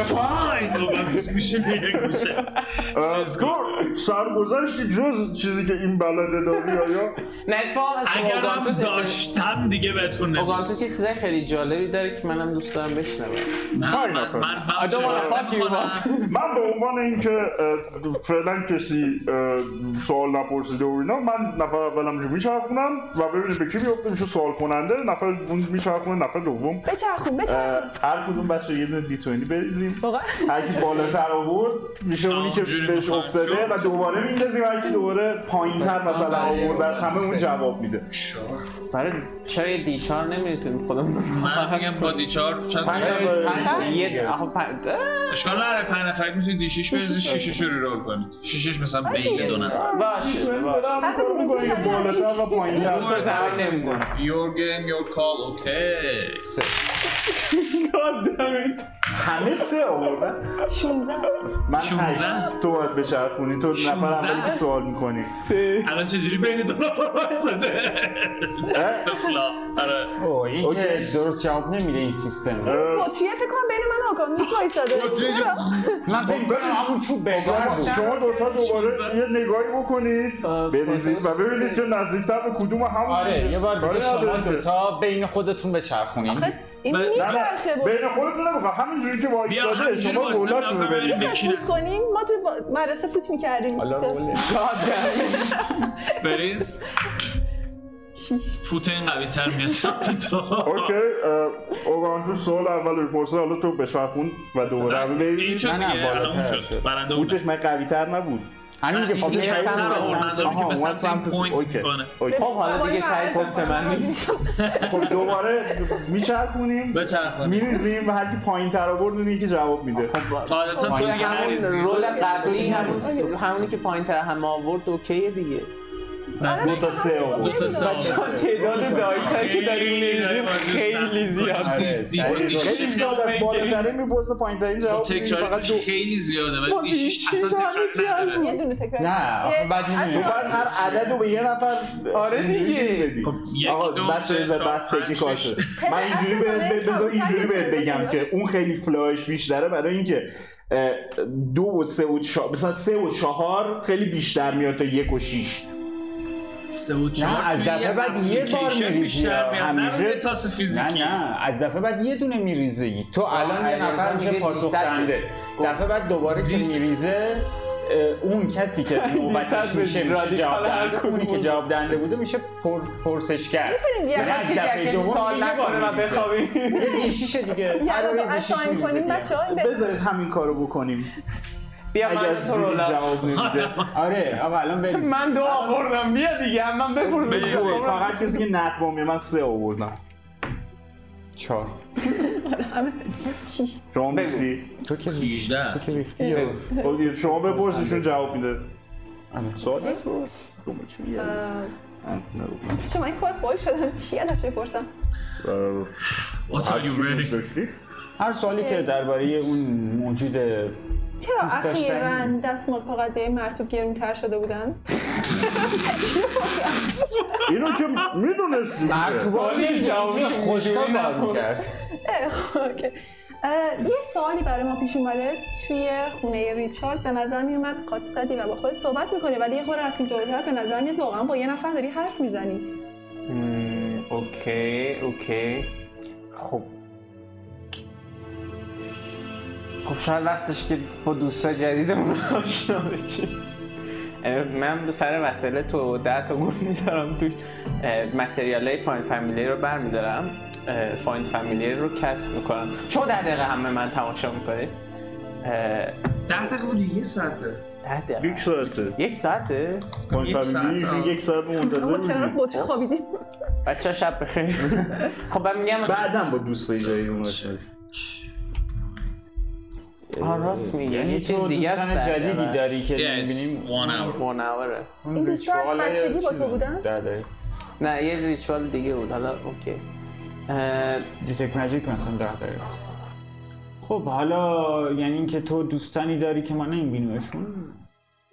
S1: فاین دوبتوس میشه به یه گوشه
S3: اه،
S1: چیز
S3: تو
S1: کن.
S3: سرگذشتی جز چیزی که این بلده داری آیا
S5: نه اتفاقا از
S1: اگرم
S5: اوگانتوس-
S1: داشتم دیگه بهتون نمیدونم
S5: اوگانتوس یه چیزای خیلی جالبی داره که منم دوست دارم بشنوم
S1: من من
S3: نفر.
S1: من
S5: I don't wanna fuck you, but-
S3: من به عنوان اینکه اه، فعلا کسی اه، سوال نپرسیده و اینا من نفر اولم جو میچرخونم و ببینیم به کی میفته میشه سوال کننده نفر اون میچرخونه نفر دوم
S4: بچرخون بچرخون
S6: اه، هر کدوم بچه یه دونه دی بریزیم
S4: واقعا
S6: هر کی بالاتر آورد میشه اونی که
S1: همونجوری
S6: بهش
S1: میخواد.
S6: افتاده و دوباره میندازیم هر کی دوباره پایینتر مثلا آورد از همه اون جواب میده
S5: برای چرا یه دیچار نمیرسیم خودمون
S1: من میگم با دیچار شاید
S5: پنج
S6: تا-
S5: پنج- یه آخه پنج اه،
S1: اشکال نداره پنج نفر میتونید دیشیش بریزید شیشش رو رول کنید شیشش مثلا بیل دو نفر
S5: باشه باشه
S4: حتی
S6: کار می‌کنی که
S4: گروهی
S6: بالاتر و پایینتر
S5: تو زمان نمی‌کنم.
S1: Your game, your call, okay.
S3: همه سه آوردن
S4: 16
S3: من
S1: 16.
S3: هشت تو باید بچرخونی تو نفر
S1: 16.
S3: اولی که سوال میکنی
S5: سه
S1: الان چجوری بین دو نفر واسطه استفلا آره
S2: اوه این که درست جواب نمیده این سیستم
S4: بطریه فکر کنم بین من و آکانوس وایساده
S1: بطریه جو-
S4: چرا؟
S2: من فکر می‌کنم همون چوب بهجان بود
S3: شما دوتا
S1: شانزده.
S3: دوباره یه نگاهی بکنید بریزید و ببینید که نزدیکتر به کدوم همون
S2: آره یه بار
S3: کاری
S2: دیگه شما
S3: نداره که.
S2: دوتا بین خودتون بچرخونین
S4: آخه این
S1: نه، نه.
S3: نه نه
S4: میچرخه بود
S3: بین خودتون نمیخوام همینجوری که
S1: بیا
S3: وایستاده
S1: همینجوری
S3: شما
S1: وایساده،
S3: گولاتون رو
S1: آقا، بریم.
S3: بریزید
S1: کی
S4: فوت
S1: رسید؟
S4: کنیم ما تو با- مدرسه فوت میکردیم
S2: حالا روله.
S1: بریز فوت این قوی تر میاد سمت تو
S3: اوکی اه، اوگانتون سوال اول بپرسه حالا تو بچرخون و دوباره رو
S1: این
S3: بریزید
S1: شد
S2: نه، نه،
S1: دیگه
S2: بالاتر
S1: الان اون شد
S2: شد.
S1: برنده اون
S3: بودش من قوی تر نبود
S2: همین
S1: نه،
S2: که خب
S1: این
S2: یه
S1: کمتر
S2: سمت-
S1: آورد،
S2: سمت-
S1: منظورم که
S3: آها،
S1: به
S3: اومد
S1: سمت این
S3: سمت-
S1: پوینت
S3: اوکی.
S1: میکنه
S3: اوکی.
S5: خب حالا دیگه تای سمت من نیست
S3: خب دوباره میچرخونیم
S1: بچرخون
S3: میریزیم و هر کی پایین تر آورد اون یکی جواب میده خب،
S1: قاعدتا خب، تو دیگه
S5: همون
S1: نریزی
S5: رول قبلی همون همونی که پایین تر هم آورد اوکیه دیگه
S1: نه،
S4: آره.
S3: دو تا سه
S1: دو
S3: آورد
S1: تا سه
S5: چون تعداد دایس که داریم میریزیم خیلی زیاد
S1: آره،
S5: نیست
S1: سعی
S3: خیلی
S1: کنی شش
S3: ساده است
S1: بگیری.
S3: بالاتره میپرسه پایین ترین
S1: خب،
S3: جواب می‌دی.
S1: تکراری
S3: فقط
S1: توش
S3: دو
S1: خیلی زیاده ولی
S5: ما
S1: این شیش
S5: بیشتر
S1: اصلا
S5: همه چی
S1: تکراری
S5: هم
S1: نداره
S4: یه دونه تکرار
S2: نه، آخه
S4: یه-
S2: بعد می‌دونی.
S4: اصلا-
S3: بعد هر عدد رو به یه نفر
S5: آره دیگه.
S3: انگلیسی بدی.
S1: خب، یک،
S3: آقا
S1: دو،
S3: بس
S1: سه،
S3: بذار
S1: چهار،
S3: بس
S1: پنج،
S3: تکنیکال
S1: شش.
S3: شد من اینجوری بهت بذار اینجوری بهت بگم که اون خیلی فلاش بیشتره برای اینکه اه، دو و سه و چهار مثلا سه و چهار خیلی بیشتر میاد تا یک و شیش
S1: سه و
S2: نه،
S1: چهار
S2: از
S1: توی
S2: دفعه بعد یه بار
S1: اپلیکیشن
S2: می‌ریزی،
S1: بیشتر میاد نه
S2: همیشه-
S1: روی تاس
S2: نه
S1: فیزیکی
S2: نه از دفعه بعد یه دونه میریزه تو الان یه نفر میشه پاسخنده دفعه بعد دوباره که
S1: دیس-
S2: میریزه اون کسی که نوبتش
S5: دیصد به
S2: میشه میشه
S5: رادیکال
S2: جواب
S5: هر
S2: دهنده اونی که
S5: کدوم.
S2: جواب دهنده بوده میشه پر... پرسشگر
S4: می‌تونیم یه
S2: یعنی
S4: هر
S2: از
S5: کسی
S2: دفعه
S5: از کسی
S2: دوم
S5: سوال
S2: یه بار
S5: نکنه و
S2: می‌ریزه.
S5: بخوابیم
S2: یه دیشیشه دیگه
S4: یه
S2: هر
S4: رو
S2: بار
S4: به
S2: یه دیشیش
S4: اساین
S2: می‌ریزه
S4: کنیم
S2: دیگه.
S4: بچه ها
S3: بذارید همین کارو بکنیم
S5: بیا
S3: اگر
S5: من و تو
S3: دیدید
S5: رولا
S3: جواب نمیده
S2: آره آقا الان بریم
S5: من دو آوردم بیا دیگه هم من
S1: بیا.
S5: بپرسیم
S3: خوبه. فقط کسی که نتوامه من سه آوردم
S2: چهار
S3: شما
S5: بگو.
S3: بگی
S1: 18
S2: که ریختی یا-
S3: خب، شما بپرسشون جواب میده
S2: آره.
S3: سوال خب، هست؟ دوم چی میگه؟ نه، نه.
S4: شما این کار بول شدم چی ازش بپرسم
S3: اه،
S1: What are you ready?
S3: داشتی؟
S2: هر سوالی که درباره اون موجود
S4: چرا
S2: دوست داشتنی.
S4: اخیرا دستمال کاغذی مرتوب گرونتر شده بودن
S3: اینو که میدونستی
S2: سوالی جواب خوشگل باز می‌کرد
S4: اه، خب، اوکی. اه، یه سوالی برای ما پیش اومده توی خونه ریچارد به نظر می اومد قاط زدی و با خود صحبت میکنی ولی یه خورده رفتیم جلوتر به نظر میاد واقعا با یه نفر داری حرف میزنی
S5: مم، اوکی اوکی خب خب شاید وقتش که با دوستا خب جدیدمون آشنا بشیم اه، من به سر وسیله تو ده تا گول میذارم توش متریال های فاین فامیلی رو برمیدارم فاین فامیلی رو کسب میکنم شما در دقیقه همه من تماشا میکنید
S1: ده دقیقه بود یه ساعته
S5: ده دقیقه
S3: یک ساعته
S5: یک ساعته
S1: یک ساعت،
S3: فامیلیشون
S1: آه.
S3: یک ساعت منتظر
S4: ما خب، چرا
S3: بودیم
S4: بطری خوابیدیم
S5: بچه شب بخیر خب من میگم مثلا-
S3: بعدم با دوستای جایی اون آشنا شدیم.
S5: آه، راست میگه یه یعنی چیز
S2: یعنی تو
S5: دیگه است
S2: دوستان
S5: در
S2: جدیدی
S5: دقیقه.
S2: داری که
S1: Yes,
S2: می‌بینیم
S1: one hour
S5: one hour.
S4: این دوستان بچگی با تو بودن
S2: بودن
S5: نه یه ریچوال دیگه بود حالا اوکی اه،
S2: دیتک ماجیک مثلا ده دقیقه است. خب حالا یعنی اینکه تو دوستانی داری که ما نمیبینیمشون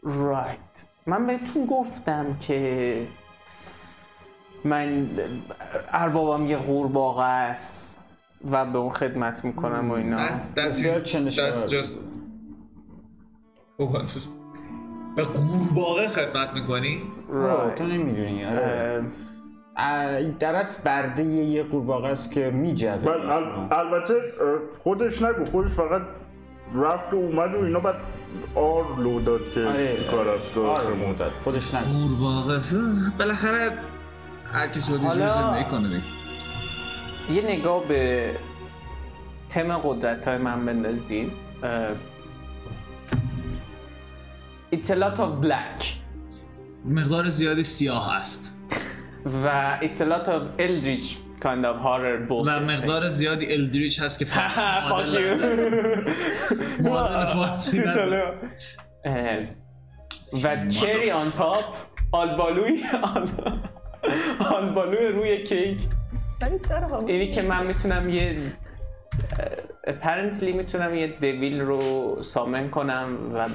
S5: رایت من بهتون گفتم که من اربابم یه قورباغه است و به اون خدمت میکنم و اینا
S1: That- that
S2: بسیار
S1: is-
S2: چندش
S1: that's
S2: آورد.
S1: just- اوه، تو- به قورباغه خدمت میکنی؟
S2: آه، خب، تو
S5: رایت
S2: نمیدونی آره
S5: اه،
S2: اه، در از برده یه قورباغه است که میجبه
S3: بل- ال- البته اه، خودش نگو خودش فقط رفت و اومد و اینا بعد آر لو داد که
S2: آره.
S3: کار از درست مدت
S2: خودش نگو
S1: قورباغه بالاخره هر کسی باید یه جور
S5: حالا-
S1: زندگی کنه دیگه.
S5: یه نگاه به تم قدرت های من بندازید اه، It's a lot of black
S1: مقدار زیادی سیاه هست
S5: و it's a lot of eldritch kind of horror bullshit
S1: و مقدار زیادی الدریچ هست که فارسی
S5: Fuck you.
S1: مادر مادر فارسی نداره.
S5: اه، و چری آن تاپ آلبالوی آل- آلبالوی روی کیک
S4: ولی چرا
S5: اینی که من میتونم یه اپرنتلی میتونم یه دویل رو سامن کنم و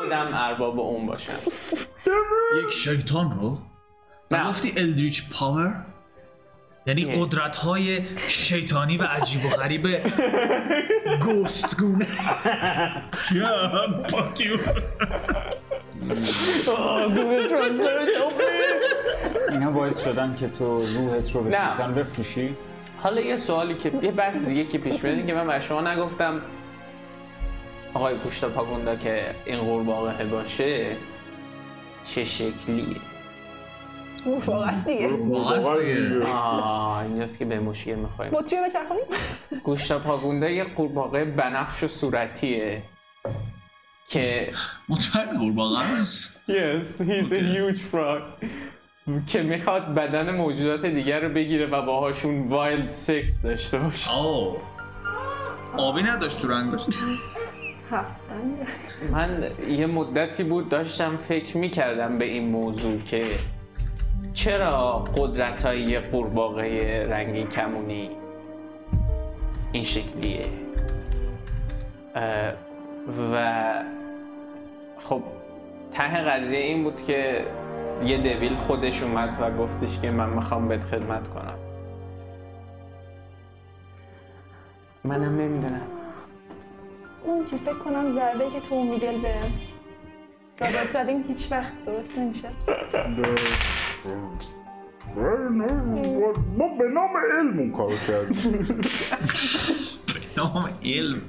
S5: خودم ارباب اون باشم
S1: یک شیطان رو و
S5: نه.
S1: گفتی الدریچ پاور یعنی
S5: Yes.
S1: قدرت های شیطانی و عجیب و غریب گوستگونه Yeah, fuck you.
S5: گوگل ترنسلیت
S2: اینا باعث شدن که تو روحت رو به
S5: نه.
S2: شیطان بفروشی
S5: حالا یه سوالی که یه بحث دیگه که پیش میاد که من به شما نگفتم آقای پوشتا پاگوندا که این قورباغه باشه چه شکلیه
S4: واقعا دیگه
S1: واقعاست دیگه.
S5: آه اینجاست که به مشکل میخوریم
S4: بطری رو بچرخونیم
S5: گوشتا پاگوندا یه قورباغه بنفش و صورتیه که
S1: مطمئن قورباغه است
S5: Yes, he's a huge frog. که میخواد بدن موجودات دیگر رو بگیره و باهاشون وایلد سکس داشته باشه
S1: آو آبی نداشت تو رنگش
S4: هفتن
S5: من یه مدتی بود داشتم فکر میکردم به این موضوع که چرا قدرت های قورباغه رنگی کمونی این شکلیه اه، و خب ته قضیه این بود که یه دویل خودش اومد و گفتش که من میخوام بهت خدمت کنم منم نمیدونم
S4: اون که فکر کنم ضربه ای که تو اون میگل به دادات زدیم هیچ وقت درست نمیشه
S3: ما به نام علم اون کارو کردیم
S1: به نام علم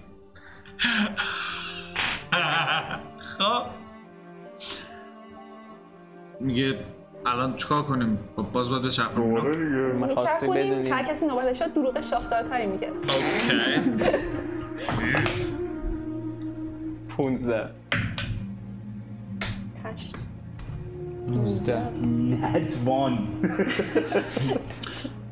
S1: خب میگه الان چیکار کنیم خب، باز باید
S3: دوباره
S1: بچرخونیم
S3: دیگه
S5: میخواستی بدونی
S4: میچرخونیم هر کسی نوبتش شد دروغ شاخدارتری میگه
S1: اوکی
S5: 15
S4: هشت
S2: 19
S6: نتوان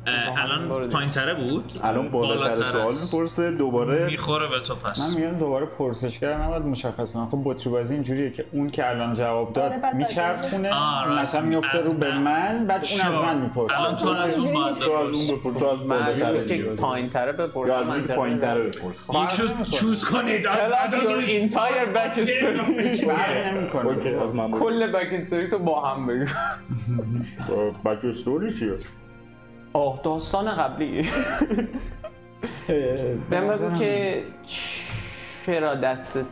S1: اه، الان
S5: برو
S1: پایین تره بود
S6: الان بالاتر
S1: بالاتر
S6: سوال
S1: است.
S6: میپرسه دوباره
S1: میخوره به تو
S2: من
S1: پس
S2: میگم دوباره پرسشگر نباید مشخص کنم خب بطری بازی اینجوریه که اون که الان جواب
S4: آره،
S2: داد
S4: بعد
S2: میچرخونه
S1: آه، راست.
S2: مثلا میفته
S1: از
S2: رو به
S1: من.
S2: من بعد اون از
S1: شو.
S2: من میپرسه
S1: الان تو از اون باید
S6: سوال
S1: بپرس
S6: اون بپرس تو از بالاتر
S5: معلومه
S6: دیگه.
S5: که پایین تره بپرسم
S6: یا از اون
S5: منطقی
S6: که پایین تره
S5: نداره.
S6: بپرس
S1: یک چیز چوز کنید
S5: Tell us your entire backstory.
S2: فرقی نمی‌کنه.
S3: خب.
S6: اوکی، از من بپرس.
S5: کل backstory تو با هم بگو
S3: اه، بک استوری چیه
S5: آه داستان قبلی بهم بگو که چرا دستت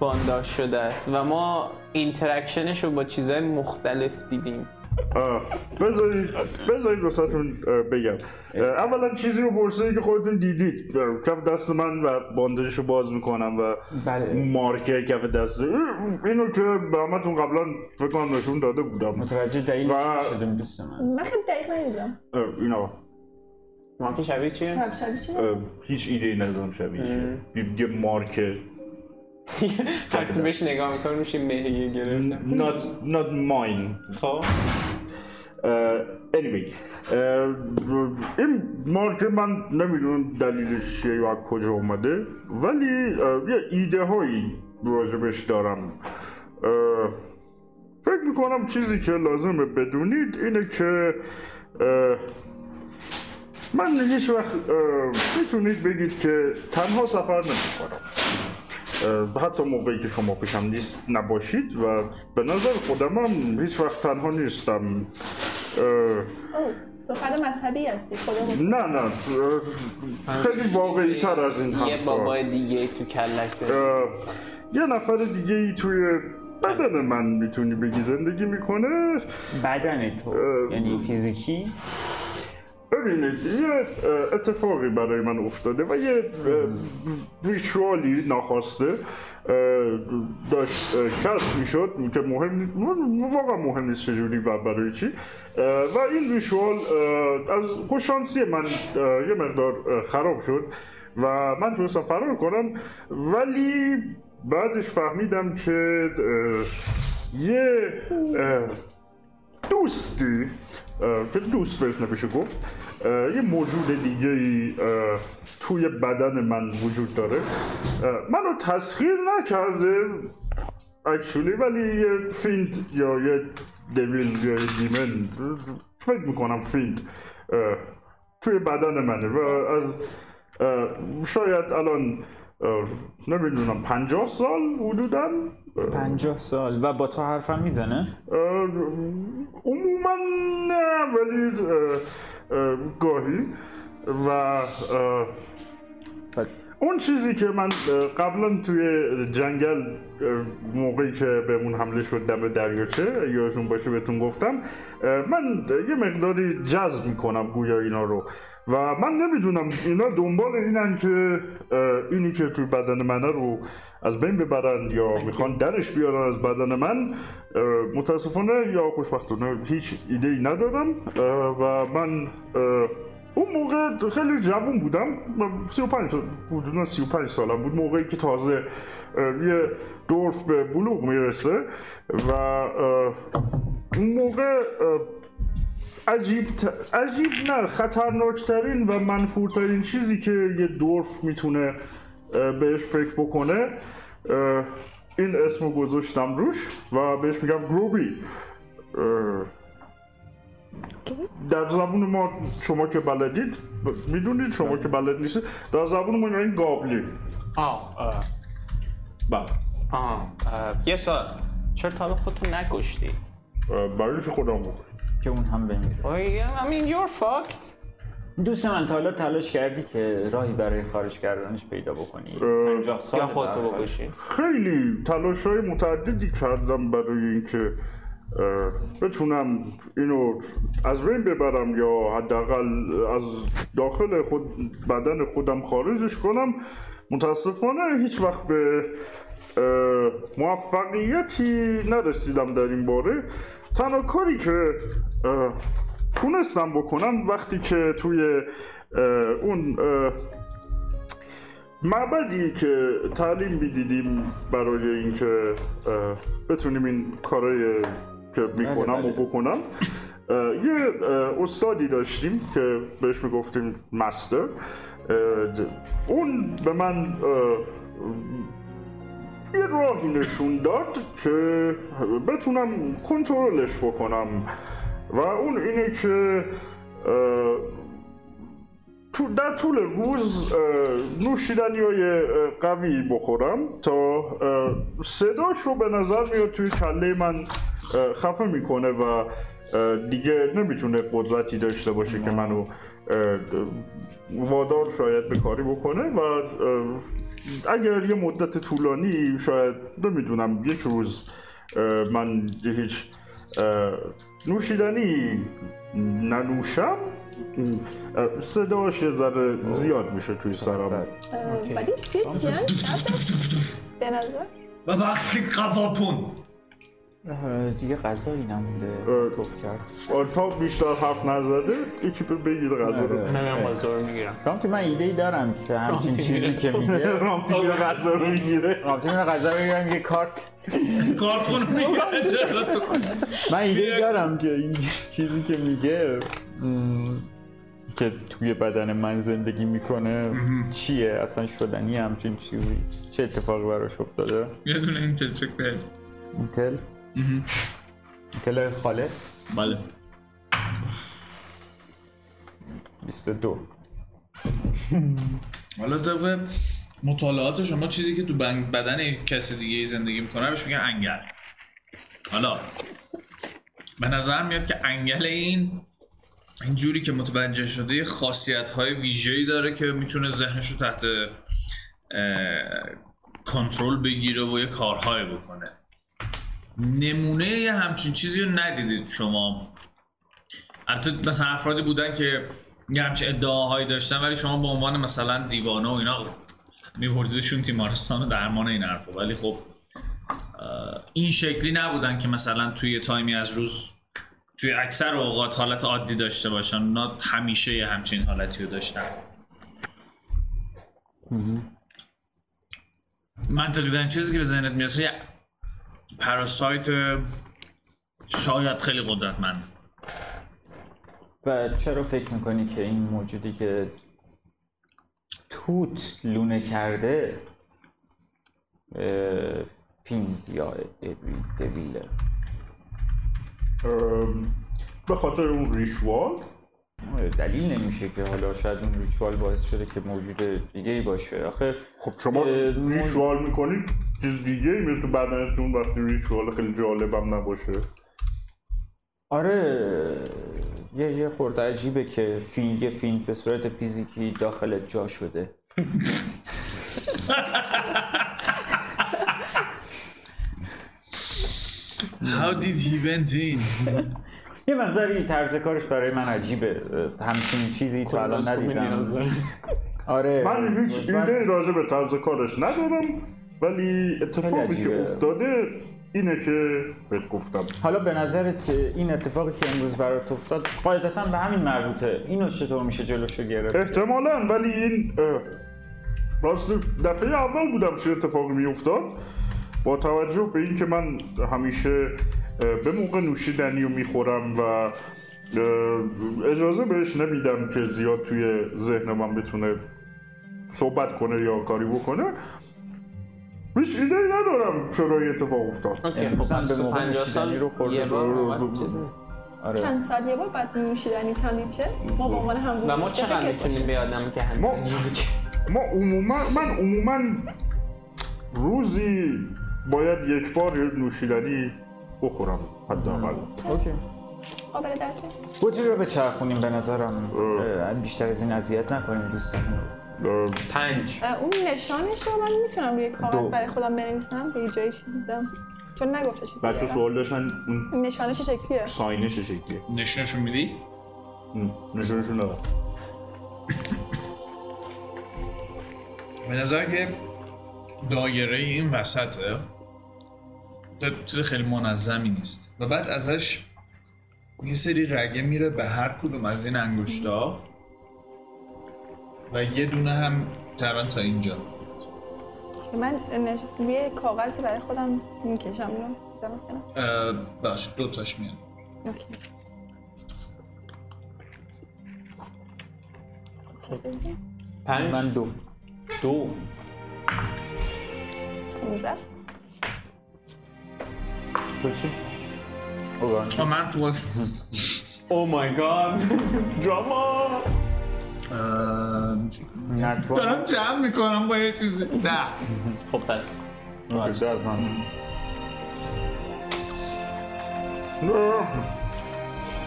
S5: بانداج شده است و ما اینتراکشنش رو با چیزهای مختلف دیدیم
S3: آه، بذارید بذارید واسهتون اه، بگم اه، اولا چیزی رو پرسیدید که خودتون دیدید اه، کف دست من و باندجش رو باز میکنم و
S2: بله
S3: اون مارکه کف دست اینو که به همتون قبلا فکر کنم نشون داده بودم
S2: متوجه دلیل
S3: و-
S2: شدیم دوست من
S4: من خیلی دقیق ندیدم
S3: اه، اینا
S5: ما که شبیه چیه؟
S4: شب شبی چی؟
S6: اه، هیچ ایده ای ندارم شبیه چیه. یه مارکه
S5: وقتی بهش نگاه میکنم میشه مهیه گرفتم
S6: not not mine
S5: خب
S3: اه، anyway اه، این مارک من نمیدونم دلیلش چیه یا از کجا اومده ولی اه، یه ایده هایی راجبش دارم اه، فکر میکنم چیزی که لازمه بدونید اینه که اه، من هیچ وقت اه، میتونید بگید که تنها سفر نمیکنم اه، حتی موقعی که شما پیشم نیست نباشید و به نظر خودم هم هیچ وقت تنها نیستم اه،
S4: اوه، دختر مذهبی هستی خودمون
S3: نه نه اه، خیلی واقعی تر از این
S5: یه
S3: حرفا
S5: بابای دیگه تو کلش زد.
S3: اه، یه نفر دیگه ای توی بدن من میتونی بگی زندگی میکنه
S2: بدن تو
S3: اه،
S2: یعنی فیزیکی
S3: ببینید یه اه، اتفاقی برای من افتاده و یه اه، ریچوالی ناخواسته اه، داشت اه، کسب میشد که مهم نیست واقعا مهم نیست چجوری و برای چی اه، و این ریچوال اه، از خوششانسی من اه، یه مقدار اه، خراب شد و من تونستم فرار کنم ولی بعدش فهمیدم که اه، یه اه، دوستی اه، که دوست بهش نمیشه گفت اه، یه موجود دیگه ای توی بدن من وجود داره اه، منو تسخیر نکرده اکچولی ولی یه فیند یا یه دویل یا یه دیمن فکر میکنم فیند اه، توی بدن منه و از اه، شاید الان اه، نمیدونم پنجاه سال حدودا اه،
S2: پنجاه سال و با تو حرفم میزنه
S3: اه، عموما نه ولی اه، اه، گاهی و اه، اون چیزی که من اه، قبلا توی جنگل اه، موقعی که بهمون حمله شد دم دریاچه یادتون باشه بهتون گفتم اه، من یه مقداری جذب میکنم گویا اینا رو و من نمیدونم اینا دنبال اینن که اه، اینی که توی بدن منه رو از بین ببرند یا میخوان درش بیارن از بدن من اه، متاسفانه یا خوشبختانه هیچ ایده ای ندارم اه، و من اه، اون موقع خیلی جوون بودم من 35 سال- حدودا 35 سالم بود موقعی که تازه اه، یه دورف به بلوغ میرسه و اه، اون موقع اه، عجیب, ت- عجیب نه خطرناکترین و منفورترین چیزی که یه دورف میتونه اه، بهش فکر بکنه اه، این اسمو گذاشتم روش و بهش میگم گروبی اه، در زبون ما شما که بلدید ب- میدونید شما که بلد نیستید در زبون ما این گابلی
S5: آه آه
S3: بله
S5: آه آه. یه سال چرا تا به خودتون نکشتی؟
S3: اه، برای چی خودم بود
S2: که اون هم بمیره
S5: آی I mean you're fucked
S2: دوست من تا حالا تلاش کردی که راهی برای خارج کردنش پیدا بکنی
S3: اه.
S2: پنجاه سال
S5: یا خودتو
S2: برخورد.
S5: بکشی
S3: خیلی تلاش های متعددی کردم برای اینکه اه، بتونم اینو از بین ببرم یا حداقل از داخل خود بدن خودم خارجش کنم متاسفانه هیچ وقت به اه، موفقیتی نرسیدم در این باره تنها کاری که اه، تونستم بکنم وقتی که توی اه، اون اه، معبدی که تعلیم میدیدیم برای اینکه اه، بتونیم این کارای که میکنم و
S2: بله.
S3: بکنم اه، یه اه، استادی داشتیم که بهش میگفتیم مستر اه، د- اون به من اه، یه راهی نشون داد که بتونم کنترلش بکنم و اون اینه که اه، تو در طول روز اه، نوشیدنی های اه، قوی بخورم تا اه، صداش رو به نظر میاد توی کله من اه، خفه میکنه و اه، دیگه نمیتونه قدرتی داشته باشه که منو اه، وادار شاید به کاری بکنه و اه، اگر یه مدت طولانی شاید نمیدونم یک روز اه، من هیچ اه، نوشیدنی ننوشم اه، صداش یه ذره زیاد میشه توی سرم
S4: اه، ولی یه جنگ نبود. به نظر
S5: آره.
S1: و وقتی قواپون
S2: اه، دیگه غذایی نمونده
S3: اه.
S2: توف کرد
S3: آلفا بیشتر حرف نزده یکی به بگیر غذا رو
S2: آره.
S5: من بازور میگیرم
S2: رامتی من ایده ای دارم که همچین
S5: رامتی
S2: چیزی
S5: میره.
S2: که میگه
S6: رامتی میره غذا رو میگیره
S2: رامتی من غذا بگیرم یه کارت
S1: کارتون رو میگیره جلوتون.
S2: من ایده
S1: میره.
S2: ای دارم که این چیزی که میگه م، که توی بدن من زندگی میکنه چیه اصلا شدنی همچین چیزی چه اتفاقی براش افتاده
S1: یه دونه این تلچک بهش
S2: اینتل اینتل خالص
S1: بله
S2: 22
S1: حالا طبق مطالعات شما چیزی که تو بن- بدن کسی دیگه ای زندگی میکنه بهش میگن انگل حالا به نظر میاد که انگل این اینجوری که متوجه شده خاصیت های ویژه‌ای داره که میتونه ذهنش رو تحت اه، کنترل بگیره و یه کارهایی بکنه نمونه یه همچین چیزی رو ندیدید شما البته مثلا افرادی بودن که یه همچین ادعاهایی داشتن ولی شما به عنوان مثلا دیوانه و اینا میبردیدشون تیمارستان و درمان این حرفا ولی خب اه، این شکلی نبودن که مثلا توی یه تایمی از روز توی اکثر اوقات حالت عادی داشته باشن اونا همیشه یه همچین حالتی رو داشتن منطقی ترین چیزی که به ذهنت میرسه یه پراسایت شاید خیلی قدرتمند
S2: و چرا فکر میکنی که این موجودی که توت لونه کرده اه، پینگ یا ابی- دویله
S3: ام، به خاطر اون ریشوال
S2: آره، دلیل نمیشه که حالا شاید اون ریچوال باعث شده که موجود دیگه ای باشه آخه
S3: خب شما
S2: اه، ما-
S3: ریچوال میکنید چیز دیگه ای میره تو بدنتون وقتی ریچوال خیلی جالبم نباشه
S2: آره یه یه خورده عجیبه که فیلم یه فیلم به صورت فیزیکی داخل جا شده
S1: How did he went in?
S2: یه مقداری طرز کارش برای من عجیبه اه، همچین چیزی تا الان ندیدم آره
S3: من هیچ
S2: من-
S3: ایده راجع به طرز کارش ندارم ولی اتفاقی
S2: خیلی
S3: که
S2: عجیبه.
S3: افتاده اینه که بهت گفتم
S2: حالا به نظرت این اتفاقی که امروز برات افتاد قاعدتا به همین مربوطه اینو چطور میشه جلوشو گرفت
S3: احتمالا ولی این اه، راست دفعه اول بودم چه اتفاقی میافتاد با توجه به اینکه من همیشه اه، به موقع نوشیدنی رو میخورم و اه، e, اجازه بهش نمیدم که زیاد توی ذهن من بتونه صحبت کنه یا کاری بکنه هیچ ایده ندارم چرا این اتفاق افتاد
S5: اوکی خب
S2: امروز هم
S5: پس
S2: به
S5: تو
S2: موقع
S5: 50
S2: نوشیدنی
S5: سال
S2: رو خورده.
S5: یه بار اومد چیز نه.
S2: آره
S4: چند ساعت یه بار بعد نوشیدنی تانیچه ما به عنوان هم
S5: و ما چقدر میتونیم به آدم که همین
S3: ما ما عموما من عموما روزی باید یک بار یه نوشیدنی بخورم حداقل
S2: اوکی
S4: قابل درکه
S2: بطری رو به چرخونیم به نظرم اه، بیشتر از این اذیت نکنیم دوستان
S3: اه،
S1: پنج
S4: اه، اون نشانش رو من میتونم روی
S2: دو.
S4: کاغذ برای خودم بنویسم به یه جایی چیز دیدم چون نگفته چیزی
S6: بچه
S4: دارم.
S6: سوال داشتن اون
S4: نشانش چه شکلیه
S6: ساینه چه شکلیه
S1: نشونشون میدی؟
S6: اون نشونشون ندارم.
S1: به نظر که دایره این وسطه تا خب، چیز خیلی منظمی نیست و بعد ازش یه سری رگه میره به هر کدوم از این انگشتا و یه دونه هم تقریبا تا اینجا
S4: که من نش... روی کاغذی برای خودم میکشم اینو دیدم مثلا.
S1: اه، باشه دو تاش میاد
S4: اوکی.
S5: پنج
S2: من دو
S5: دو
S4: 15.
S6: تو چی؟
S2: اوگان
S1: آه، من تو باز
S5: او مای گاد دراما
S2: نتوان
S1: دارم جمع میکنم با یه چیزی ده
S5: خب پس
S2: بچه از من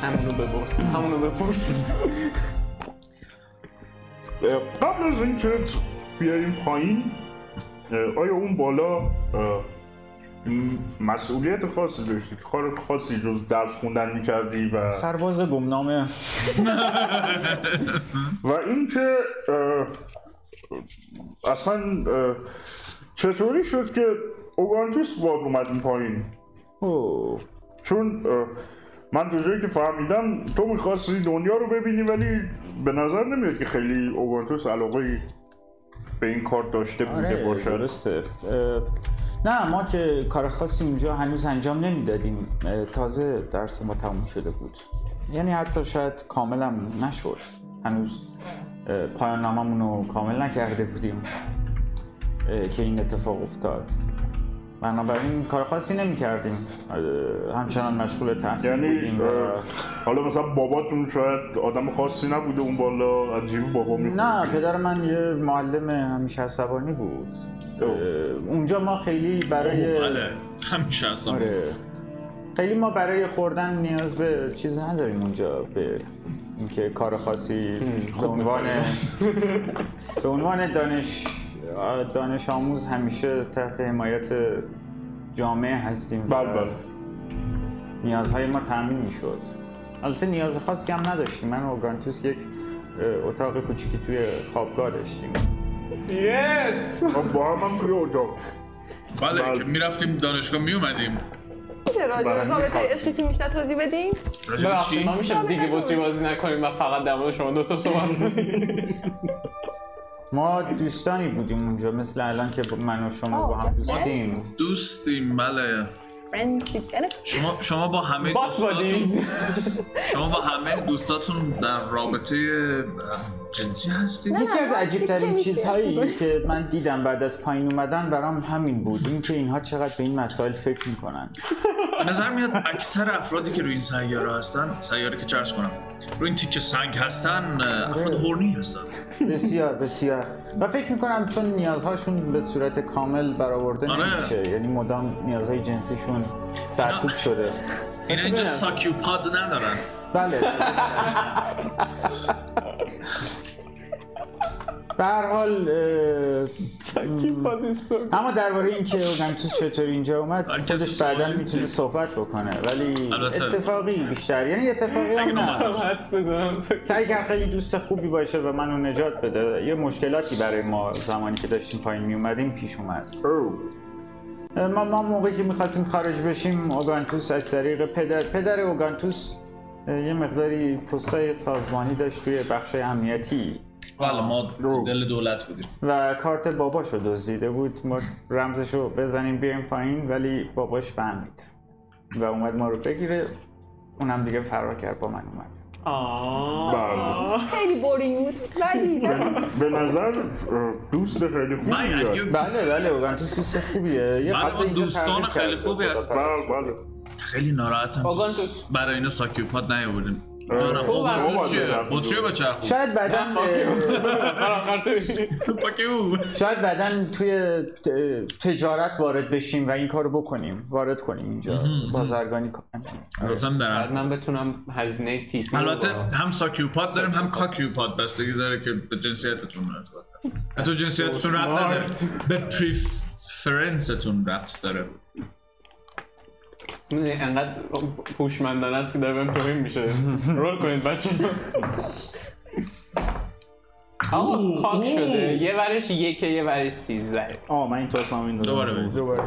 S5: همونو بپرس همونو بپرس
S3: اه، قبل از اینکه بیاریم پایین اه، آیا اون بالا اه، م- مسئولیت خاصی داشتی کار خاصی جز درس خوندن میکردی و
S2: سرباز گمنامه
S3: و اینکه اه، اصلا اه، چطوری شد که اوگانتوس باد اومد این پایین
S2: اوه.
S3: چون اه، من تو جایی که فهمیدم تو میخواستی دنیا رو ببینی ولی به نظر نمیاد که خیلی اوگانتوس علاقه به این کار داشته بوده
S2: آره
S3: باشه
S2: درسته اه، نه ما که کار خاصی اونجا هنوز انجام نمیدادیم اه، تازه درس ما تموم شده بود یعنی حتی شاید کاملم نشد هنوز اه، پایان ناممون رو کامل نکرده بودیم اه، که این اتفاق افتاد بنابراین کار خاصی نمی کردیم همچنان مشغول تحصیل
S3: یعنی
S2: بودیم و-
S3: اه، حالا مثلا باباتون شاید آدم خاصی نبوده اون بالا از جیب بابا میخورد
S2: نه پدر من یه معلم همیشه عصبانی بود اه، اونجا ما خیلی برای
S1: بله همیشه اصلا
S2: آره خیلی ما برای خوردن نیاز به چیز نداریم اونجا به اینکه کار خاصی
S3: خب،
S2: به عنوان به عنوان دانش دانش آموز همیشه تحت حمایت جامعه هستیم
S3: بله بله
S2: نیازهای ما تامین میشد البته نیاز خاصی هم نداشتیم من و اوگانتوس یک اه، اتاق کوچیکی توی خوابگاه داشتیم
S5: یس
S3: ما با هم هم توی اتاق
S1: بله
S3: بله.
S1: که میرفتیم دانشگاه میومدیم
S4: میشه راجع به
S3: برای
S4: رابطه
S3: میخواد.
S4: عشقی که بیشتر توضیح بدیم
S1: راجع به
S5: ببخشید
S1: چی؟
S5: ما میشه دیگه بطری بازی نکنیم و فقط در مورد شما دوتا صحبت کنیم
S2: ما دوستانی بودیم اونجا مثل الان که من و شما با هم
S4: آه،
S2: دوستیم
S1: دوستیم بله
S4: Friends with benefits.
S1: شما شما با همه
S5: باس با
S1: دوستاتون
S5: دیویز
S1: شما با همه دوستاتون در رابطه جنسی هستید؟
S4: نه.
S2: یکی از عجیب ترین
S4: نمیشه.
S2: چیزهایی که من دیدم بعد از پایین اومدن برام همین بود اینکه اینها چقدر به این مسائل فکر میکنن
S1: به نظر میاد اکثر افرادی که روی این سیاره هستن سیاره که چرس کنم رو این تیکه سنگ هستن
S7: آره.
S1: افراد هورنی هستن
S7: بسیار بسیار و فکر میکنم چون نیازهاشون به صورت کامل برآورده
S1: آره.
S7: نمیشه یعنی مدام نیازهای جنسیشون سرکوب
S1: نه.
S7: شده
S1: اینا اینجا
S7: ببینم.
S1: ساکیوپاد ندارن
S7: بله به هر حال اه، اما درباره اینکه اورگانتوس چطور اینجا اومد
S1: اورگانتوس
S7: خودش بعدا
S1: سوالی
S7: میتونه
S1: نیست.
S7: صحبت بکنه ولی
S1: البته.
S7: اتفاقی بیشتر یعنی اتفاقی هم
S1: اگه
S7: نه
S1: نامد.
S5: حدس بزنم
S7: سعی کرد خیلی دوست خوبی باشه و منو نجات بده یه مشکلاتی برای ما زمانی که داشتیم پایین می اومدیم پیش اومد ما ما موقعی که میخواستیم خارج بشیم اوگانتوس از طریق پدر پدر اوگانتوس اه، یه مقداری پستای سازمانی داشت توی بخش امنیتی
S1: بله ما دل دولت بودیم
S7: و کارت باباشو دزدیده بود ما رمزشو بزنیم بیایم پایین ولی باباش فهمید و اومد ما رو بگیره اونم دیگه فرار کرد با من اومد
S3: بله.
S4: خیلی بورینگ بود ولی بله.
S3: به نظر اه، دوست خیلی خوبی
S1: من
S3: داری.
S1: یعنی
S7: بله بله اوگانتوس دوست خوبیه یه
S1: بله،
S7: قبل
S1: با
S7: اینجا
S1: دوستان
S7: تغییر
S1: خیلی
S7: کرده
S1: خوبی
S7: خدا
S1: هست.
S7: پرستش.
S3: بله بله
S1: خیلی ناراحتم
S5: آگانتوس.
S1: برای اینا ساکیوپاد نیاوردیم
S3: اه، خب،
S1: جانم
S3: تو
S1: آگانتوس
S3: باید
S1: چیه؟ بطری
S3: بدم.
S1: به چرخون
S7: شاید بعدا
S1: پاکیو
S7: شاید بعدا توی ت- تجارت وارد بشیم و این کارو بکنیم وارد کنیم اینجا بازرگانی کنیم
S1: لازم
S5: شاید
S1: دارم
S5: من بتونم هزینه تیپی رو برام.
S1: البته هم ساکیوپاد داریم هم کاکیوپاد بستگی داره که به جنسیتتون مرتبطه حتی جنسیتتون ربط نداره به پریفرنستون ربط داره
S5: می‌دونی انقدر هوشمندانه است که داره بهم توهین میشه رول کنید بچه آقا پاک شده یه ورش یکه یه ورش سیزده
S6: آه من این تو اصلا این
S1: دوباره بگو.
S7: دوباره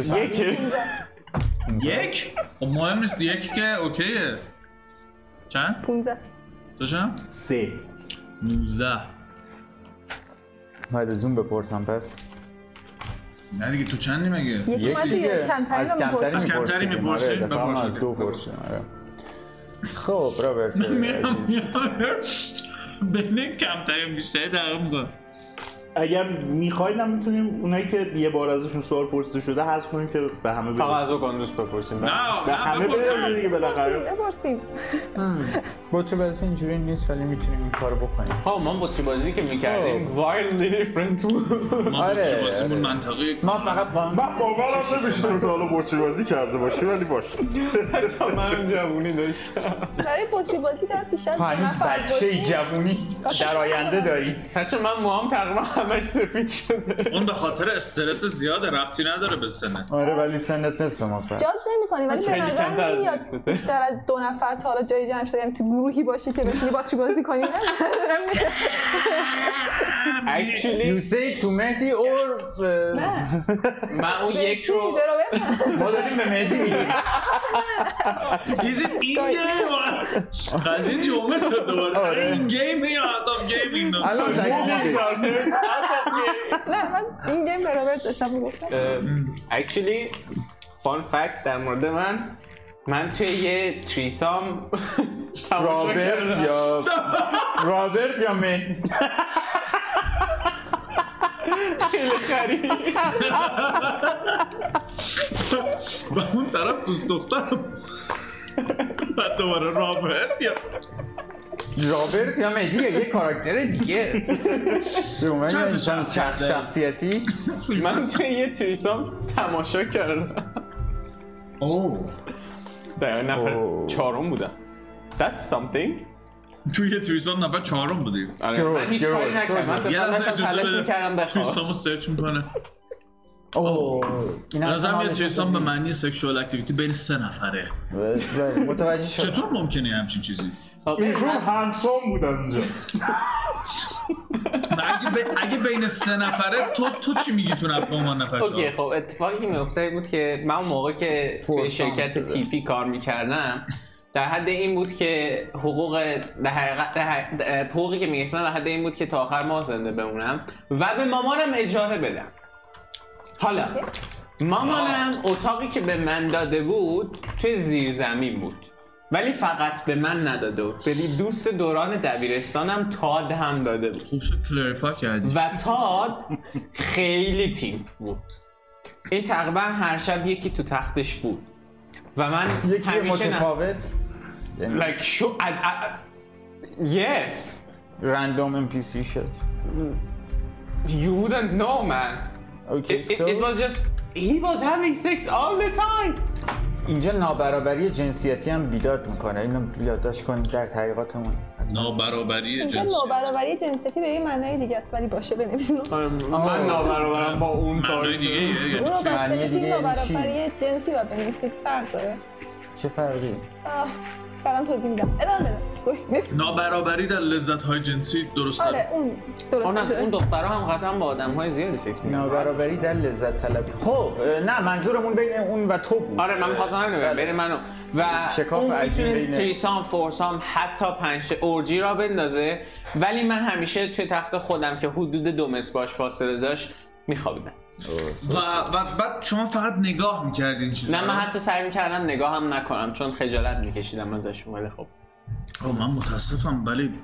S4: یکه
S5: یکه
S1: یک؟ خب مهم نیست یک که اوکیه چند؟
S4: 15
S1: تو چند؟
S6: سه
S1: 19
S7: باید از اون بپرسم پس
S1: نه دیگه تو چندی مگه؟
S4: یک
S7: یک
S4: اومد دیگه،
S7: دیگه
S4: کمتری
S7: از
S4: رو
S7: کمتری
S1: از
S4: می‌پرسیم.
S1: کمتری
S7: می‌پرسیم،
S1: می‌پرسیم،
S7: آره، دفعه هم از
S1: بپرسیم.
S7: دو پرسیم آره. خب رابرت
S1: میرم
S7: عزیز.
S1: میارم بین کمتری بیشتری دقیق میکن
S6: اگر میخوایدم میتونیم اونایی که یه بار ازشون سوال پرسیده شده حذف کنیم که به همه
S5: آقا
S6: برسیم
S5: از اوگاندوس بپرسیم
S1: نه
S6: به
S1: نه
S6: همه برسیم
S1: بپرسن
S6: دیگه بالاخره
S4: بپرسیم
S7: با تو بس اینجوری نیست ولی میتونیم این کارو بکنیم
S5: ها خب، ما بطری بازی که میکردیم وایلدلی دیفرنت بود
S1: ما
S7: آره،
S1: بچه بازیمون
S7: آره.
S1: منطقه
S7: ما فقط با
S3: من باورم نمیشه تا حالا بطری بازی کرده باشی ولی باشه
S5: بچه‌ها، من هم جوونی داشتم
S4: برای بطری بازی در پیش از دو
S7: پایین
S4: نفر
S7: بچه
S4: باشیم.
S7: جوونی در آینده داری
S5: بچه من موهام تقریبا همش سفید شده
S1: اون به خاطر استرس زیاد ربطی نداره به سنه
S7: آره ولی سنت نصف ماست بعد.
S4: جاج نمی‌کنی ولی به
S5: خیلی کمتر
S4: نظر
S5: از
S4: نمیاد
S5: نسبته.
S4: بیشتر از دو نفر تا حالا جای جمع شده یعنی تو گروهی باشی که بتونی باتری بازی کنی نه؟
S5: Actually
S7: You say to Mehdi or uh,
S4: نه
S5: من اون یک
S4: چیزه
S5: رو
S4: رو بفهم.
S7: ما داریم به مهدی میگیم
S1: Is it in
S5: آره.
S1: game? قضیه جمعه شد دوباره این گیم یا out of gaming
S7: الان زنگ
S4: نه من این گیم به رابرت داشتم میگفتم
S5: اکچولی فان فکت در مورد من من توی یه تریسام تماشا
S7: رابرت
S5: کردم.
S7: یا رابرت یا مهدی
S1: و اون طرف دوست دخترم بعد دوباره رابرت یا
S7: رابرت یا مهدی یا یه کاراکتر دیگه به عنوان
S1: چند تا
S7: انسان
S1: شخصیت داری؟
S7: شخصیتی
S5: من توی یه تریسام تماشا کردم
S1: اوه
S5: در نفر
S7: اوه.
S5: چهارم بودم That's something
S1: توی یه تریسان نفر چهارم بودی
S5: آره من
S7: Gross,
S5: هیچ کاری
S7: gross.
S5: نکردم من
S1: یه
S5: صرفا
S1: لحظه
S5: داشتم تلاش
S1: اجازه
S5: میکردم
S1: بده
S5: بخوام
S1: تریسام رو سرچ میکنه
S7: اوه این
S1: نظرم یه تریسام به معنی سکشوال اکتیویتی بین سه نفره
S7: متوجه شد
S1: چطور ممکنه یه همچین چیزی
S5: خب،
S3: ایشون
S5: من-
S3: هنسان بودن اونجا
S1: و اگه, ب- اگه بین سه نفره تو تو چی میگی تو نفر به عنوان نفر
S5: اوکی
S1: چهار؟
S5: خب اتفاقی که میفته این بود که من اون موقع که توی
S7: فورسام
S5: شرکت
S7: شده.
S5: تیپی کار میکردم در حد این بود که حقوق در حقیقت در حق- در- حقوقی که میگرفتم در حد این بود که تا آخر ماه زنده بمونم و به مامانم اجاره بدم حالا مامانم اتاقی که به من داده بود توی زیرزمین بود ولی فقط به من نداده بود به دوست دوران دبیرستانم تاد هم داده بود
S1: خوب شد کلریفا کردی
S5: و تاد خیلی پیمپ بود این تقریبا هر شب یکی تو تختش بود و من
S7: یکی
S5: همیشه نه
S7: متفاوت
S5: Like sure, I, I, yes,
S2: random NPC shit.
S5: you wouldn't know, man.
S2: Okay,
S5: It, it,
S2: so
S5: it was just he was having sex all the time.
S2: اینجا نابرابری جنسیتی هم بیداد میکنه اینو یادداشت کنید در تحقیقاتمون
S1: نابرابری
S4: اینجا
S1: جنسی
S4: نابرابری جنسیتی به یه معنای دیگه است ولی باشه بنویسیم
S5: من نابرابرم با اون
S1: معنای دیگه یه- یعنی
S4: اون رو
S1: چی؟
S2: معنی
S4: بسته
S2: دیگه
S4: دیگه
S2: یعنی
S4: نابرابری جنسی و بنویسید فرق داره
S2: چه فرقی؟
S4: آه، برام توضیح میدم ادامه بده اوه،
S1: نابرابری در لذت های جنسی درست
S4: آره
S1: داره
S4: اون
S5: اون
S4: درست
S5: اون دخترها هم قطعا با آدم های زیادی سکس میکنن
S2: نابرابری در لذت طلبی خب اه، نه منظورمون بین اون و تو بود
S5: آره من می‌خواستم همینو بگم
S2: بله.
S5: بین منو و
S2: شکاف
S5: اون
S2: عجیبی
S5: میتونست
S2: نه.
S5: تریسام فورسام حتی پنج تا اورجی را بندازه ولی من همیشه توی تخت خودم که حدود دو متر باش فاصله داشت میخوابیدم
S1: و, و بعد شما فقط نگاه میکردین چیزا
S5: نه من
S1: رو.
S5: حتی سعی میکردم نگاه هم نکنم چون خجالت میکشیدم ازشون ولی خب
S1: آه، من متاسفم ولی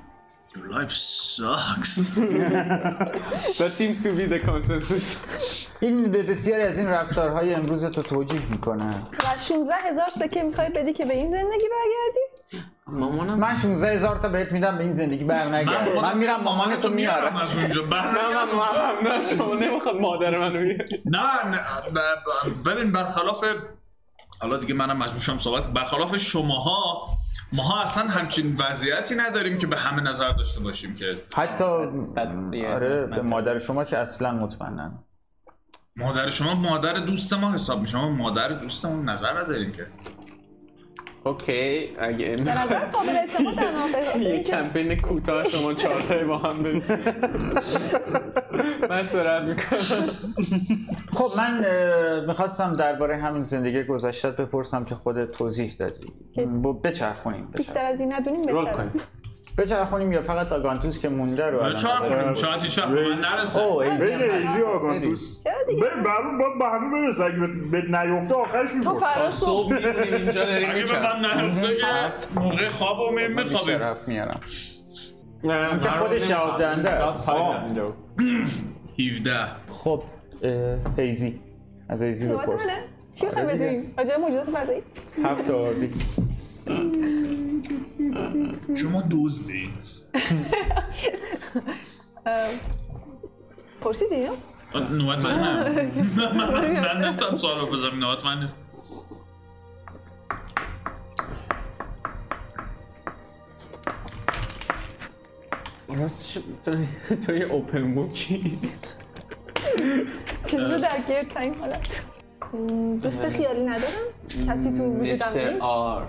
S1: Your life sucks
S5: That seems to be the consensus
S2: این به بسیاری از این رفتارهای امروز تو توجیه میکنه
S4: و 16 هزار سکه میخوای بدی که به این زندگی برگردی
S5: مامانم
S2: من 16 هزار تا بهت میدم به این زندگی برنگرد من,
S1: خودم
S2: میرم مامان تو
S1: میارم
S2: میارم
S1: از اونجا
S5: نه
S1: برنگردم.
S5: من مامانم نه شما نمیخواد مادر منو بیاری
S1: نه نه ب- ب- ببین برخلاف حالا دیگه منم مجبور شدم صحبت برخلاف شماها ماها اصلا همچین وضعیتی نداریم که به همه نظر داشته باشیم که
S2: حتی
S5: that- yeah,
S2: آره
S5: that-
S2: به مادر شما که اصلا مطمئنا
S1: مادر شما مادر دوست ما حساب میشه ما مادر دوستمون نظر نداریم که
S5: اوکی اگه
S4: به نظر قابل اعتماد اما به خاطر
S5: یه
S4: اینکه
S5: کمپین کوتاه شما چهارتای با هم ببین من سرعت میکنم
S2: خب من میخواستم درباره همین زندگی گذشتت بپرسم که خودت توضیح دادی با بچرخونیم بچرخ-
S4: بیشتر از این ندونیم
S5: رول
S4: بهتره
S5: کنیم
S2: بچرخونیم یا فقط آگانتوس که مونده رو الان
S1: چهار
S2: بذاریم؟
S1: کنیم شاید هیچ وقت به من نرسه
S2: بله، اوه، ایزی هم
S3: بین
S2: هست.
S3: ایزی آگانتوس
S4: چرا دیگه
S3: ببین برام باید به همه برسه اگه بهت- بهت نیفته آخرش
S4: ما
S3: میپرد
S4: فردا خب صبح
S5: صبح می‌بینیم خب، اینجا داریم
S1: اگه به من
S5: می‌چرخیم.
S1: نرسه که موقع خواب و
S2: من بیشتر
S1: میخوابیم
S2: حرف میارم
S5: نه،
S2: اون که
S5: من
S2: خودش
S5: رو
S2: جواب
S5: نمی‌خوام.
S2: دهنده است.
S5: پایینم اینجا.
S1: 17
S2: خب اه، ایزی از ایزی
S4: صحبت
S2: بپرس
S4: منه چی میخوای
S2: آره دیگه.
S4: بدونیم راجع به موجودات فضایی
S2: هفت آوردی
S1: شما دزدی
S4: اه، پرسیدی نه؟
S1: آه، نوبت من نه من- من من نمیتونم سوال بپرسم نوبت من نیست
S5: راستش تو- تو یه اوپن بوکی
S4: چجوری در گرد تا این حالت م، بله. دوست خیالی ندارم کسی تو وجودم
S5: مستر
S4: نیست
S5: آر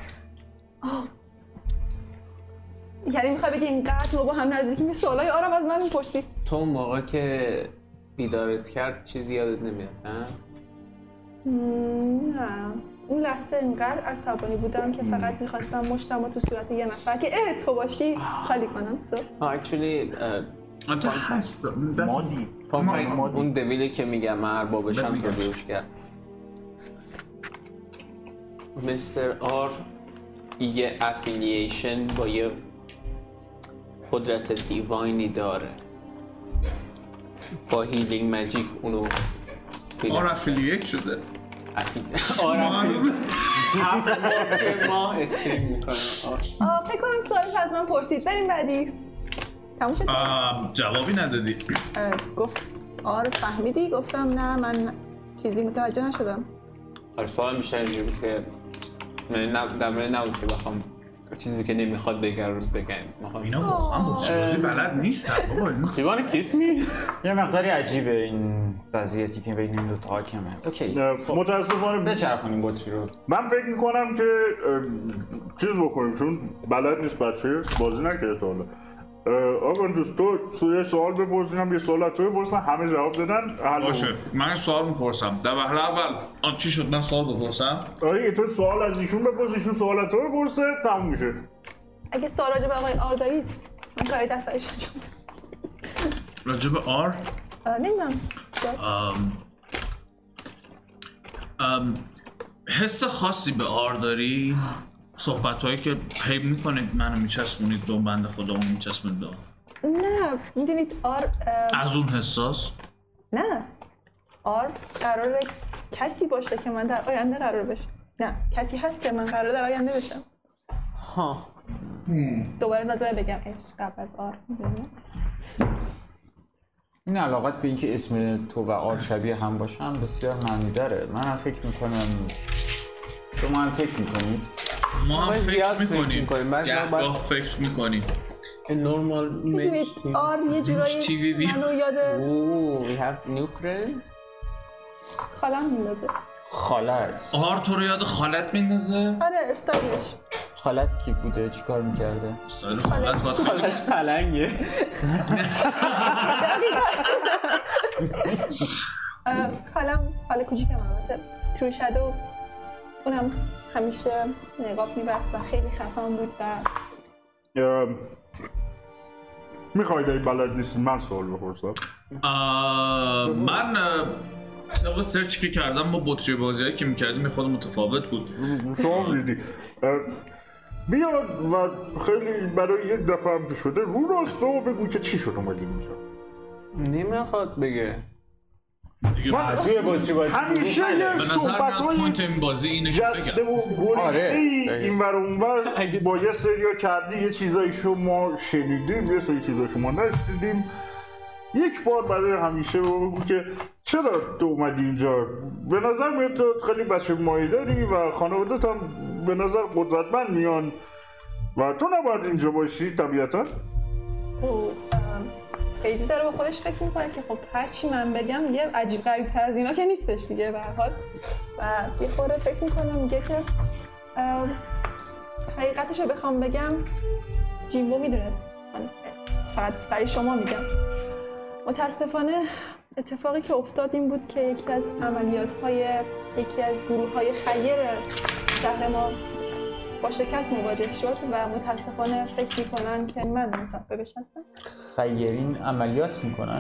S4: یعنی میخوای بگی اینقدر ما با هم نزدیکیم یه سوالای آرام از من میپرسی
S5: تو اون موقع که بیدارت کرد چیزی یادت نمیاد نه؟
S4: م، نه اون لحظه اینقدر عصبانی بودم که فقط میخواستم مشتم تو صورت یه نفر که اه تو باشی خالی کنم تو
S5: آه اکچولی
S1: البته هست دست
S8: مادی ما-
S5: اون دویلی که میگم من اربابشم
S1: بگم.
S5: تبیوش کرد مستر آر یه افیلیشن با یه قدرت دیواینی داره با هیلینگ مجیک اونو
S1: آر افیلیک شده
S5: افیل- آر افیل- هر ما استریم میکنه
S4: آه، فکر کنم سوالش از من پرسید بریم بعدی تموم شد
S1: آم، جوابی ندادی
S4: اه، گفت آره فهمیدی گفتم نه من چیزی متوجه نشدم
S5: آره سوال بیشتر اینجوری بود که من نب- در مورد نبود که بخوام چیزی که نمیخواد بگر بگم
S1: اینا واقعا بازی بازی بلد نیستن بابا اینا
S5: دیوان کیس می
S2: یه مقداری عجیبه این وضعیتی که بین این دوتا حاکمه اوکی
S3: متاسفانه
S2: بچرخونیم بطری رو
S3: من فکر میکنم که اه، چیز بکنیم چون بلد نیست بچه بازی نکرده تا حالا اه، آقا دوست تو سو- یه سوال بپرسینم یه سوال از تو بپرسن همه جواب دادن حل
S1: باشه من سوال میپرسم در وهله اول آن چی شد من سوال بپرسم
S3: بود. آره یه تو سوال از ایشون بپرس ایشون سوال از تو بپرسه تموم میشه
S4: اگه سوال راجع به آقای آر دارید من کاری دستش انجام بدم.
S1: راجب آر
S4: آه، نمیدونم
S1: آم، آم، حس خاصی به آر داری صحبت هایی که پی میکنید منو میچسبونید به اون بند خدا اون میچسبونید به اون.
S4: نه میدونید آر اه،
S1: از اون حساس
S4: نه آر قرار کسی باشه که من در آینده قرار بشم نه کسی هست که من قرار در آینده بشم
S5: آها
S4: دوباره نظر بگم عشق قبل از آر می‌دونی؟
S2: این علاقت به اینکه اسم تو و آر شبیه هم باشن بسیار معنی داره من هم فکر میکنم شما هم فکر میکنید
S1: ما هم
S5: ما زیاد
S1: فکر
S5: فکر
S1: میکنیم
S5: می‌کنیم. بعضی وقت باید-
S1: گهگاه فکر میکنیم
S5: نورمال
S4: میدونید آر یه
S1: تی وی
S4: جورایی
S1: بی.
S4: منو یاد
S5: اوه we have new friend
S4: خالم میندازه
S2: خالت
S1: آر تو رو یاد خالت میندازه
S4: آره استایلش
S2: خالت کی بوده چیکار میکرده
S1: استایل خالت باید خالت
S5: خالش پلنگه
S4: آه، خالم خاله کوچیکم البته ترو شادو اونم همیشه نقاب میبست و خیلی خفن بود و
S3: میخواید این بلد نیست من سوال بپرسم
S1: آه، من اه، طبق سرچ که کردم با بطری بازیایی که میکردیم خود متفاوت بود
S3: شما دیدی اه، بیاد و خیلی برای یک دفعه هم که شده رو راستا و بگو که چی شد اومدی اینجا
S5: نمیخواد بگه
S1: دیگه
S3: من
S7: توی بطری بازی
S3: همیشه یه
S1: به نظر
S3: صحبت
S1: میاد
S3: های
S1: پوینت این بازی اینه که
S3: جسته
S1: بگم
S3: و
S7: آره،
S3: گریخته ای
S7: دقیقا.
S3: این ور اونور با یه سریا کردی یه چیزایی شما شنیدیم یه سری چیزایی شما نشنیدیم یک بار برای همیشه به ما بگو که چرا تو اومدی اینجا به نظر میاد تو خیلی بچه مایی داری و خانوادت هم به نظر قدرتمند میان و تو نباید اینجا باشی طبیعتا
S4: او خب، ام، خیلی داره به خودش فکر میکنه که خب هرچی من بگم یه عجیب غریب تر از اینا که نیستش دیگه به هر حال و یه خورده فکر میکنم میگه که ام، حقیقتش رو بخوام بگم جیمبو میدونه فقط برای شما میگم متاسفانه اتفاقی که افتاد این بود که یکی از عملیات های یکی از گروه های خیر شهر ما با شکست مواجه شد و متاسفانه فکر میکنن که من مصفبش هستم
S2: خیرین عملیات میکنن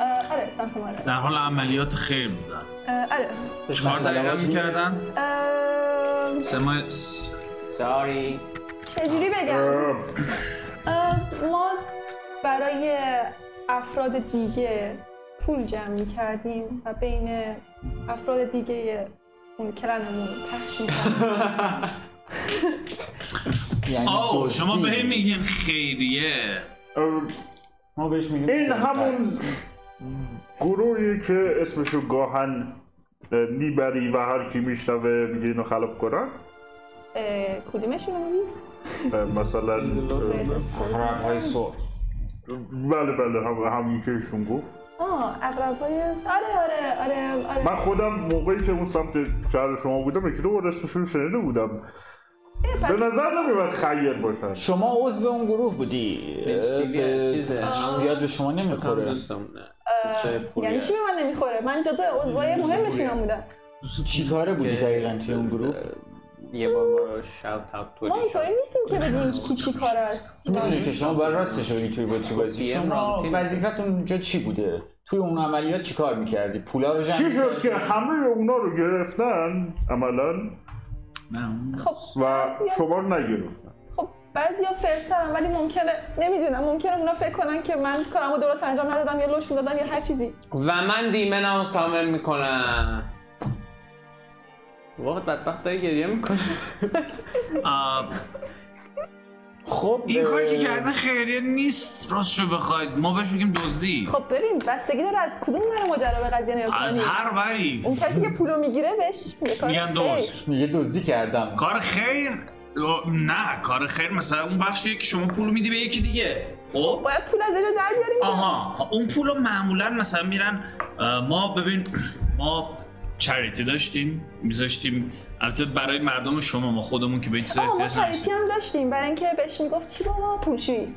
S4: اه، آره سمت ما آره
S1: در حال عملیات خیر بودن
S4: اه، آره
S1: چهار دقیقه میکردن
S4: اه،
S1: سه ماه س-
S5: ساری
S4: چجوری بگم اه، ما برای افراد دیگه پول جمع کردیم و بین افراد دیگه اون کلنمون پخش می‌کردیم.
S7: یعنی
S1: آو
S7: دزدی.
S1: شما به میگین خیریه
S3: اه،
S2: ما بهش میگیم
S3: این
S2: سرقت.
S3: همون گروهی که اسمشو گاهن اه، میبری و هر کی میشنوه میگه اینو خلاف کنن
S4: اه، کدومشون رو می‌گی؟
S3: اه، مثلا اه،
S2: خراب‌های صبح
S3: بله بله هم همین که ایشون گفت
S4: آه اقرب های آره آره آره آره
S3: من خودم موقعی که اون سمت شهر شما بودم یکی دو بار اسمشون رو شنیده بودم
S4: پس-
S3: خب- به نظر نمیاد خیر باشن
S2: شما عضو اون گروه بودی
S5: چی بیاد؟ چیزه.
S2: زیاد به شما نمیخوره
S5: دوستای
S4: اه،
S5: پولی
S4: یعنی
S5: هست.
S4: چی به من نمیخوره من جزو عضوای مهمشون هم بودم
S2: چیکاره بودی دقیقا توی اون گروه
S5: یه بار برای شاوت اوت
S4: ما
S5: توری
S4: اینطوری نیستیم که بگیم کی چی کار است
S2: میدونی که شما برای راستش رو توی بطری بازی
S5: بیم
S2: شما
S5: رابطه.
S2: وظیفتون اونجا چی بوده توی اون عملیات چیکار میکردی پولا رو جمع
S3: چی شد
S2: می‌کردی؟
S3: که همه اونا رو گرفتن عملا
S1: نه
S4: خب
S3: و شما رو نگرفتن
S4: خب بعضیا فرستن ولی ممکنه نمیدونم ممکنه اونا فکر کنن که من کارمو درست انجام ندادم یا لوش دادم یا هر چیزی
S5: و من دیمنم سامن میکنم واقعا بدبخت داره گریه میکنه
S1: آه،
S2: خب
S1: این
S2: اه،
S1: کاری که کرده خیریه نیست راست رو بخواید ما بهش میگیم دزدی
S4: خب بریم بستگی داره از کدوم من ماجرا به قضیه نگاه
S1: از
S4: کنی.
S1: هر وری
S4: اون کسی که پولو میگیره بهش میگه کار
S1: میگن
S4: خیر.
S1: دزد
S2: میگه دزدی کردم
S1: کار خیر نه کار خیر مثلا اون بخشیه که شما پول میدی به یکی دیگه خب
S4: باید پول از اجا در بیاریم
S1: آها اون پول رو معمولا مثلا میرن اه، ما ببین ما چریتی داشتیم میذاشتیم البته برای مردم شما ما خودمون که به این چیز
S4: آه، ما
S1: احتیاج
S4: چریتی
S1: نداشتیم
S4: هم داشتیم برای اینکه بهش میگفت چی بابا پولشویی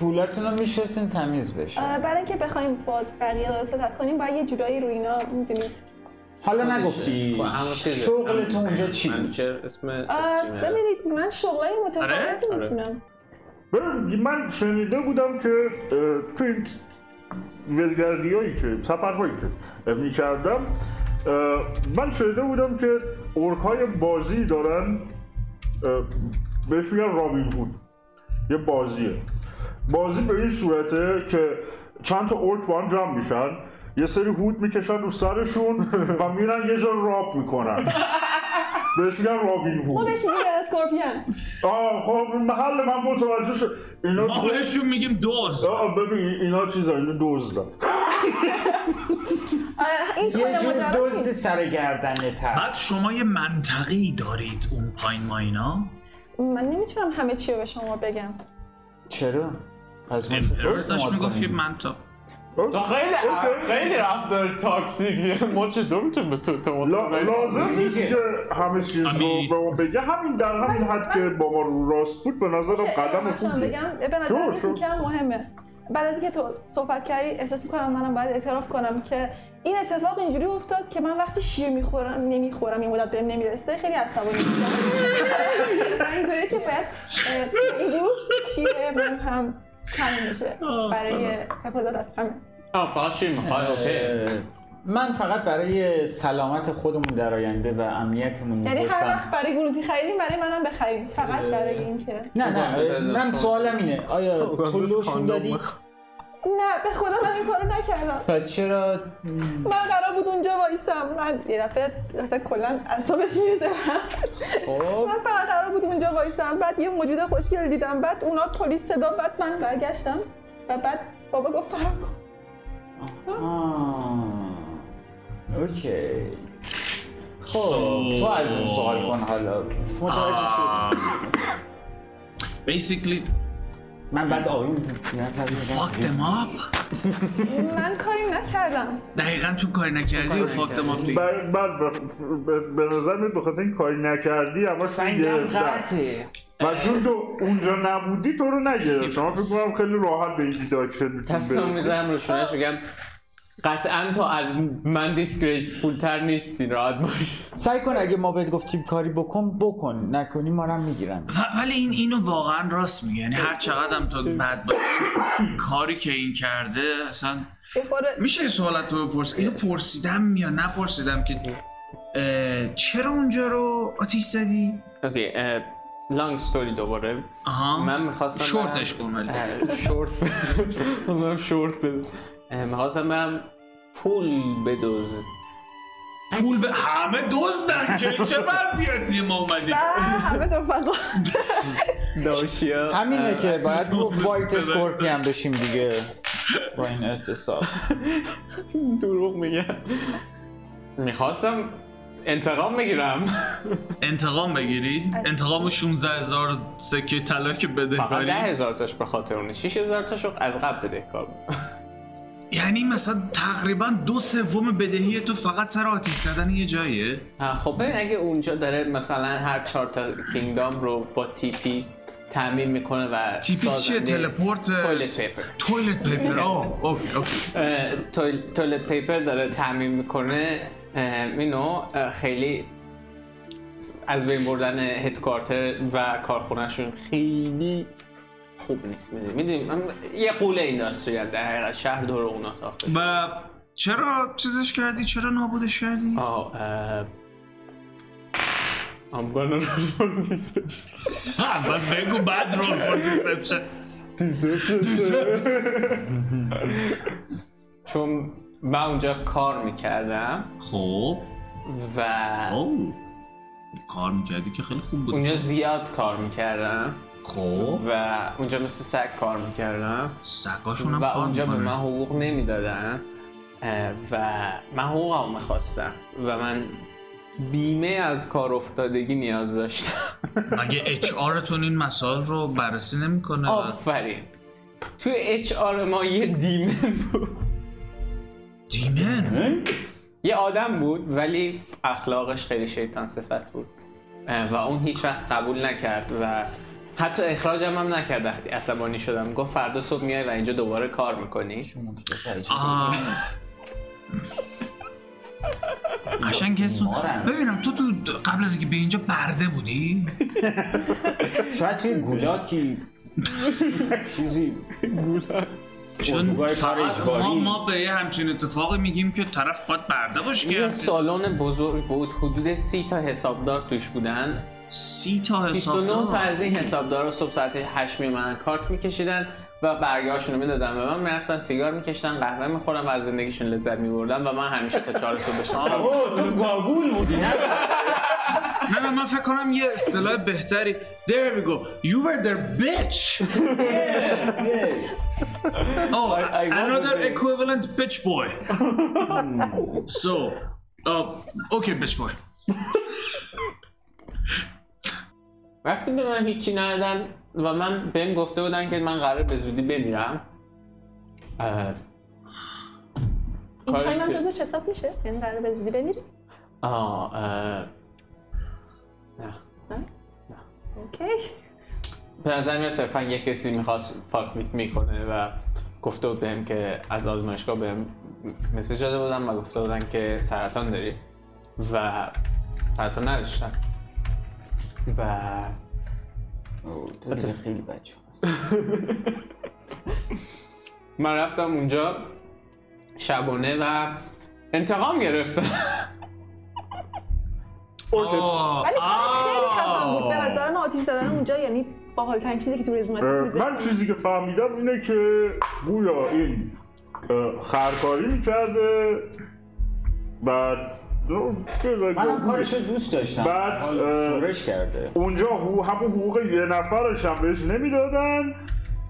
S2: پولاتون رو میشستین تمیز بشه
S4: آه، برای اینکه بخوایم با بقیه دستت کنیم باید یه جورایی روی اینا میدونید
S2: حالا
S5: خب،
S2: نگفتی شغلتون اونجا چی بود
S5: منچر اسم
S4: آه،
S5: استریمر
S4: ببینید من شغلای متفاوتی
S1: آره؟
S4: میتونم
S3: ببین، من شنیده بودم که اه، تو این ولگردی هایی که سفرهایی که میکردم من شنیده بودم که اورک های بازی دارن اه، بهش میگن رابین هود یه بازیه بازی به این صورته که چند تا اورک با هم جمع میشن یه سری هود میکشن رو سرشون و میرن یه جا راب میکنن بهش میگم رابین
S4: ما
S3: هود
S4: بهش میگیم رد اسکورپیان
S3: آه خب محل من متوجه شد اینا
S9: ما بهشون میگیم دوز
S3: آه ببین اینا چیزا اینا دزدن
S4: آه، این
S2: یه
S4: کل
S2: جور
S4: ماجرا
S2: دزد
S4: نیست.
S2: سر گردنت هست.
S9: بعد شما یه منطقه ای دارید اون پایین ما اینا
S4: من نمیتونم همه چی رو به شما بگم
S2: چرا؟ پس
S7: خب،
S2: ما چطور
S9: امپرور داشت
S2: اعتماد
S9: میگفت یه
S2: کنیم؟
S9: منطقه
S5: تو خیلی خیلی رفتار تاکسیکیه ما چطور میتونیم به تو اعتماد
S3: لا-
S5: کنیم؟
S3: لازم نیست که همه چیز رو
S9: همین.
S3: به ما بگه همین در همین حد که با ما رو راست بود به نظرم قدم
S4: قدم
S3: خوبیه
S4: بگم به
S3: خب، شو،
S4: نظر
S3: شو.
S4: این تیکه هم مهمه بعد از اینکه تو صحبت کردی احساس میکنم منم باید اعتراف کنم که این اتفاق اینجوری افتاد که من وقتی شیر میخورم نمیخورم این مدت بهم نمیرسه خیلی عصبانی میشم و اینطوری که باید اه، این دیروز شیر من هم کم میشه برای حفاظت از همه
S5: آه، پاشی میخوای اوکی
S2: اه، من فقط برای سلامت خودمون در آینده و امنیتمون
S4: یعنی هر وقت
S2: میپرسم
S4: برای گروهی خریدیم برای منم بخریم فقط برای اینکه
S2: نه نه
S5: بزن.
S2: من سوالم اینه آیا پولوشون دادی؟
S4: نه به خدا من این کارو نکردم
S2: پس چرا خب،
S4: من قرار بود اونجا وایسم من یه دفعه اصلا کلا اعصابش میریزه
S2: خب
S4: من فقط قرار بود اونجا وایسم بعد یه موجود خوشگل دیدم بعد اونا پلیس صدا بعد من برگشتم و بعد بابا گفت فرار کن
S2: آه. اوکی خب
S9: So-
S2: تو از اون سوال کن حالا متوجه شدی
S9: Basically,
S2: من بعد آروم
S9: fuck them up.
S4: من کاری نکردم
S9: دقیقا چون کاری نکردی و fuck them up دیگه.
S3: بعد بعد به- به- به نظر میاد به خاطر این کاری نکردی اما چون گرفتن و چون تو اونجا نبودی تو رو نگرفت شما فکر کنم خیلی راحت به این دیداکشن
S5: دستم
S3: میتونیم برسیم
S5: میزنم روشونش میگم قطعا تو از من دیسگریسفول تر نیستی راحت باش
S2: سعی کن اگه ما بهت گفتیم کاری بکن بکن نکنی ما رو هم میگیرن
S9: و- ولی این اینو واقعا راست میگه یعنی هر چقدر هم تو بد باشی کاری که این کرده اصلا
S4: یه خورده
S9: میشه این سوالت رو بپرس اینو پرسیدم یا نپرسیدم که اه، چرا اونجا رو آتیش زدی؟
S5: اوکی لانگ ستوری دوباره
S9: آها
S5: من آره. میخواستم
S9: شورتش کن ولی
S5: شورت بده من شورت بده اه، میخواستم برم پول بدوز
S9: پول به همه دزدن که چه وضعیتی ما اومدیم
S4: و همه دو
S5: داشیا
S2: همینه که باید رو وایت
S9: صداش
S2: اسکورپیان بشیم دیگه با این اتصال
S5: دروغ میگم میخواستم انتقام بگیرم
S9: انتقام بگیری انتقام و 16 هزار سکه طلا که
S5: فقط ده
S9: بده
S5: هزار تاش به خاطر اونه شیش هزار تاشو از قبل بده کار
S9: یعنی مثلا تقریبا دو سوم بدهی تو فقط سر آتیش زدن یه جایه
S5: ها، خب ببین اگه اونجا داره مثلا هر چهار تا کینگدام رو با تیپی تعمین میکنه و
S9: تیپی چیه
S5: سازنده
S9: تلپورت اه،
S5: تویلت پیپر
S9: تویلت پیپر آه، اوکی اوکی
S5: اه، تویل- تویلت پیپر داره تعمین میکنه اینو اه، خیلی از بین بردن هدکارتر و کارخونهشون خیلی خوب نیست میدونی میدونیم یه قوله اینداستری در حقیقت شهر دور اونا ساخته شده.
S9: و چرا چیزش کردی چرا نابودش کردی
S5: آه اه، I'm gonna roll for this.
S9: ها، بعد بگو بعد رول فور دیسپشن
S5: چون من اونجا کار میکردم
S9: خب
S5: و
S9: او کار میکردی که خیلی خوب بود
S5: اونجا زیاد کار میکردم
S9: خب
S5: و اونجا مثل سگ کار میکردم
S9: سگاشون هم
S5: و
S9: کار
S5: اونجا به
S9: می‌کنن.
S5: من حقوق نمیدادن و من حقوقم میخواستم و من بیمه از کار افتادگی نیاز داشتم
S9: مگه اچ آرتون این مسائل رو بررسی نمیکنه
S5: آفرین توی اچ آر ما یه دیمن بود
S9: دیمن
S5: یه آدم بود ولی اخلاقش خیلی شیطان صفت بود اه، و اون هیچ وقت قبول نکرد و حتی اخراجم هم نکرد وقتی عصبانی شدم گفت فردا صبح میای و اینجا دوباره کار میکنی
S9: آها. قشنگ اسم
S2: بیمارن.
S9: ببینم تو تو قبل از اینکه به اینجا برده بودی
S2: شاید توی گولاکی چیزی
S9: چون
S2: اردوگاه کار
S9: فقط
S2: اجباری.
S9: ما, ما به یه همچین اتفاقی میگیم که طرف باید برده باشه
S5: یه
S9: که
S5: سالن بزرگ بود حدود سی تا حسابدار توش بودن
S9: سی تا
S5: 29
S9: حساب
S5: تا از این حسابدارا صبح ساعت 8 میومدن کارت میکشیدن و برگهاشون رو میدادن و من میرفتن سیگار میکشتن قهوه میخورم و از زندگیشون لذت میبردم و من همیشه تا 4 صبح داشتم کار
S2: تو گاگول بودی نه
S1: نه نه من فکر کنم یه اصطلاح بهتری There we go You were their bitch Oh another equivalent bitch boy So uh, Okay bitch boy
S5: وقتی به من هیچی ندادن و من بهم گفته بودن که من قرار به زودی بمیرم اه،
S4: این
S5: کاری
S4: تایم هم
S5: که-
S4: جزو حساب میشه یعنی قرار به زودی بمیری
S5: آه اه، نه
S4: اوکی
S5: به نظر میاد صرفا یه کسی میخواست فاک میت میکنه و گفته بود بهم که از آزمایشگاه بهم مسیج داده بودن و گفته بودن که سرطان داری و سرطان نداشتم و
S7: تو خیلی بچه
S5: من رفتم اونجا شبانه و انتقام گرفتم
S1: آه،
S4: ولی آره، خب خیلی خفن بود
S1: آه.
S4: به نظر من آتیش زدن اونجا یعنی باحال ترین چیزی که تو رزومت
S3: من چیزی که فهمیدم اینه که گویا این اه، خرکاری میکرده بعد
S7: منم کارشو دوست داشتم
S3: بعد، اه،
S7: شورش کرده
S3: اونجا هو همون حقوق یه نفرش هم بهش نمیدادن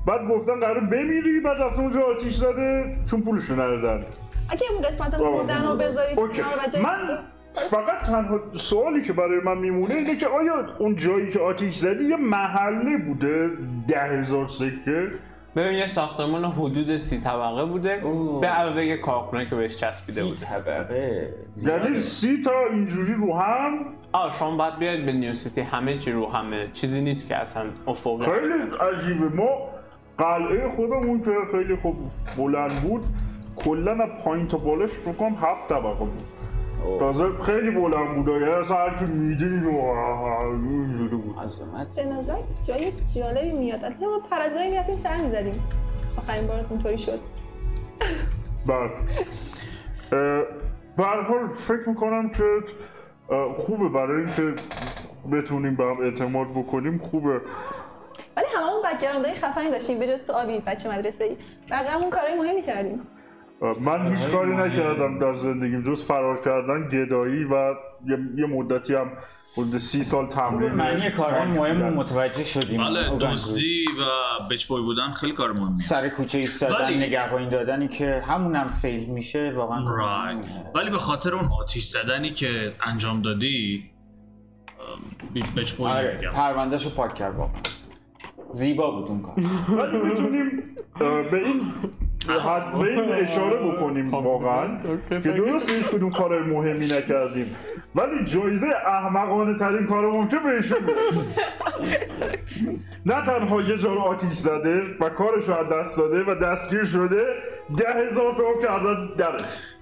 S3: بعد گفتن قرار بمیری بعد رفته اونجا آتیش زده چون پولشو ندادن
S4: اگه اون قسمت مردن رو بذاری
S3: اوکی
S4: کنار و جای-
S3: من فقط تنها سوالی که برای من میمونه اینه که آیا اون جایی که آتیش زدی یه محله بوده ده هزار سکه
S5: ببین یه ساختمان حدود سی طبقه بوده
S7: اوه.
S5: به علاوه کارخونه که بهش چسبیده
S7: سی
S5: بود
S7: طبقه
S3: یعنی سی تا اینجوری رو هم
S5: آه شما باید بیاید به نیو سیتی همه چی رو همه چیزی نیست که اصلا افقی
S7: خب،
S3: خیلی عجیبه ما قلعه خودمون که خیلی خوب بلند بود کلا از پایین تا بالاش فکر کنم هفت طبقه بود تازه خیلی بلند بود یعنی اصلا هرچی میدین اینجوری بود
S7: عظمت
S4: به نظر جای جالبی میاد البته ما پرازایی میرفتیم سر میزدیم آخرین بار اونطوری شد
S3: بله اه، به هر حال فکر میکنم که اه، خوبه برای اینکه بتونیم به هم اعتماد بکنیم خوبه
S4: ولی هممون بک‌گراند های خفنی داشتیم به جز تو آبی بچه مدرسه ای بقیه همون کارهای مهمی کردیم
S3: اه، من هیچ کاری نکردم در زندگیم جز فرار کردن گدایی و یه, یه مدتی هم حدود سی سال تمرین
S7: معنی کارهای
S3: آن
S7: مهم
S3: بودن.
S7: متوجه شدیم
S1: بله
S7: اوگانگوی.
S1: دزدی و بچ بوی بودن خیلی کار مهمیه
S7: سر کوچه ایستادن
S1: ولی-
S7: نگهبانی دادنی که همونم فیل میشه واقعا
S1: رایت ولی به خاطر اون آتیش زدنی که انجام دادی ام، بچ بوی
S7: آره
S1: نمیگم.
S7: پروندهشو پاک کرد واقعا زیبا بود اون کار
S3: ولی میتونیم اه، به این حد به
S7: خب.
S3: این اشاره بکنیم واقعا که درست هیچ کدوم کار مهمی نکردیم ولی جایزه احمقانه ترین کار ممکن بهشون برسه نه تنها یه جا رو آتیش زده و کارش رو از دست داده و دستگیر شده ده هزار تا کردن درش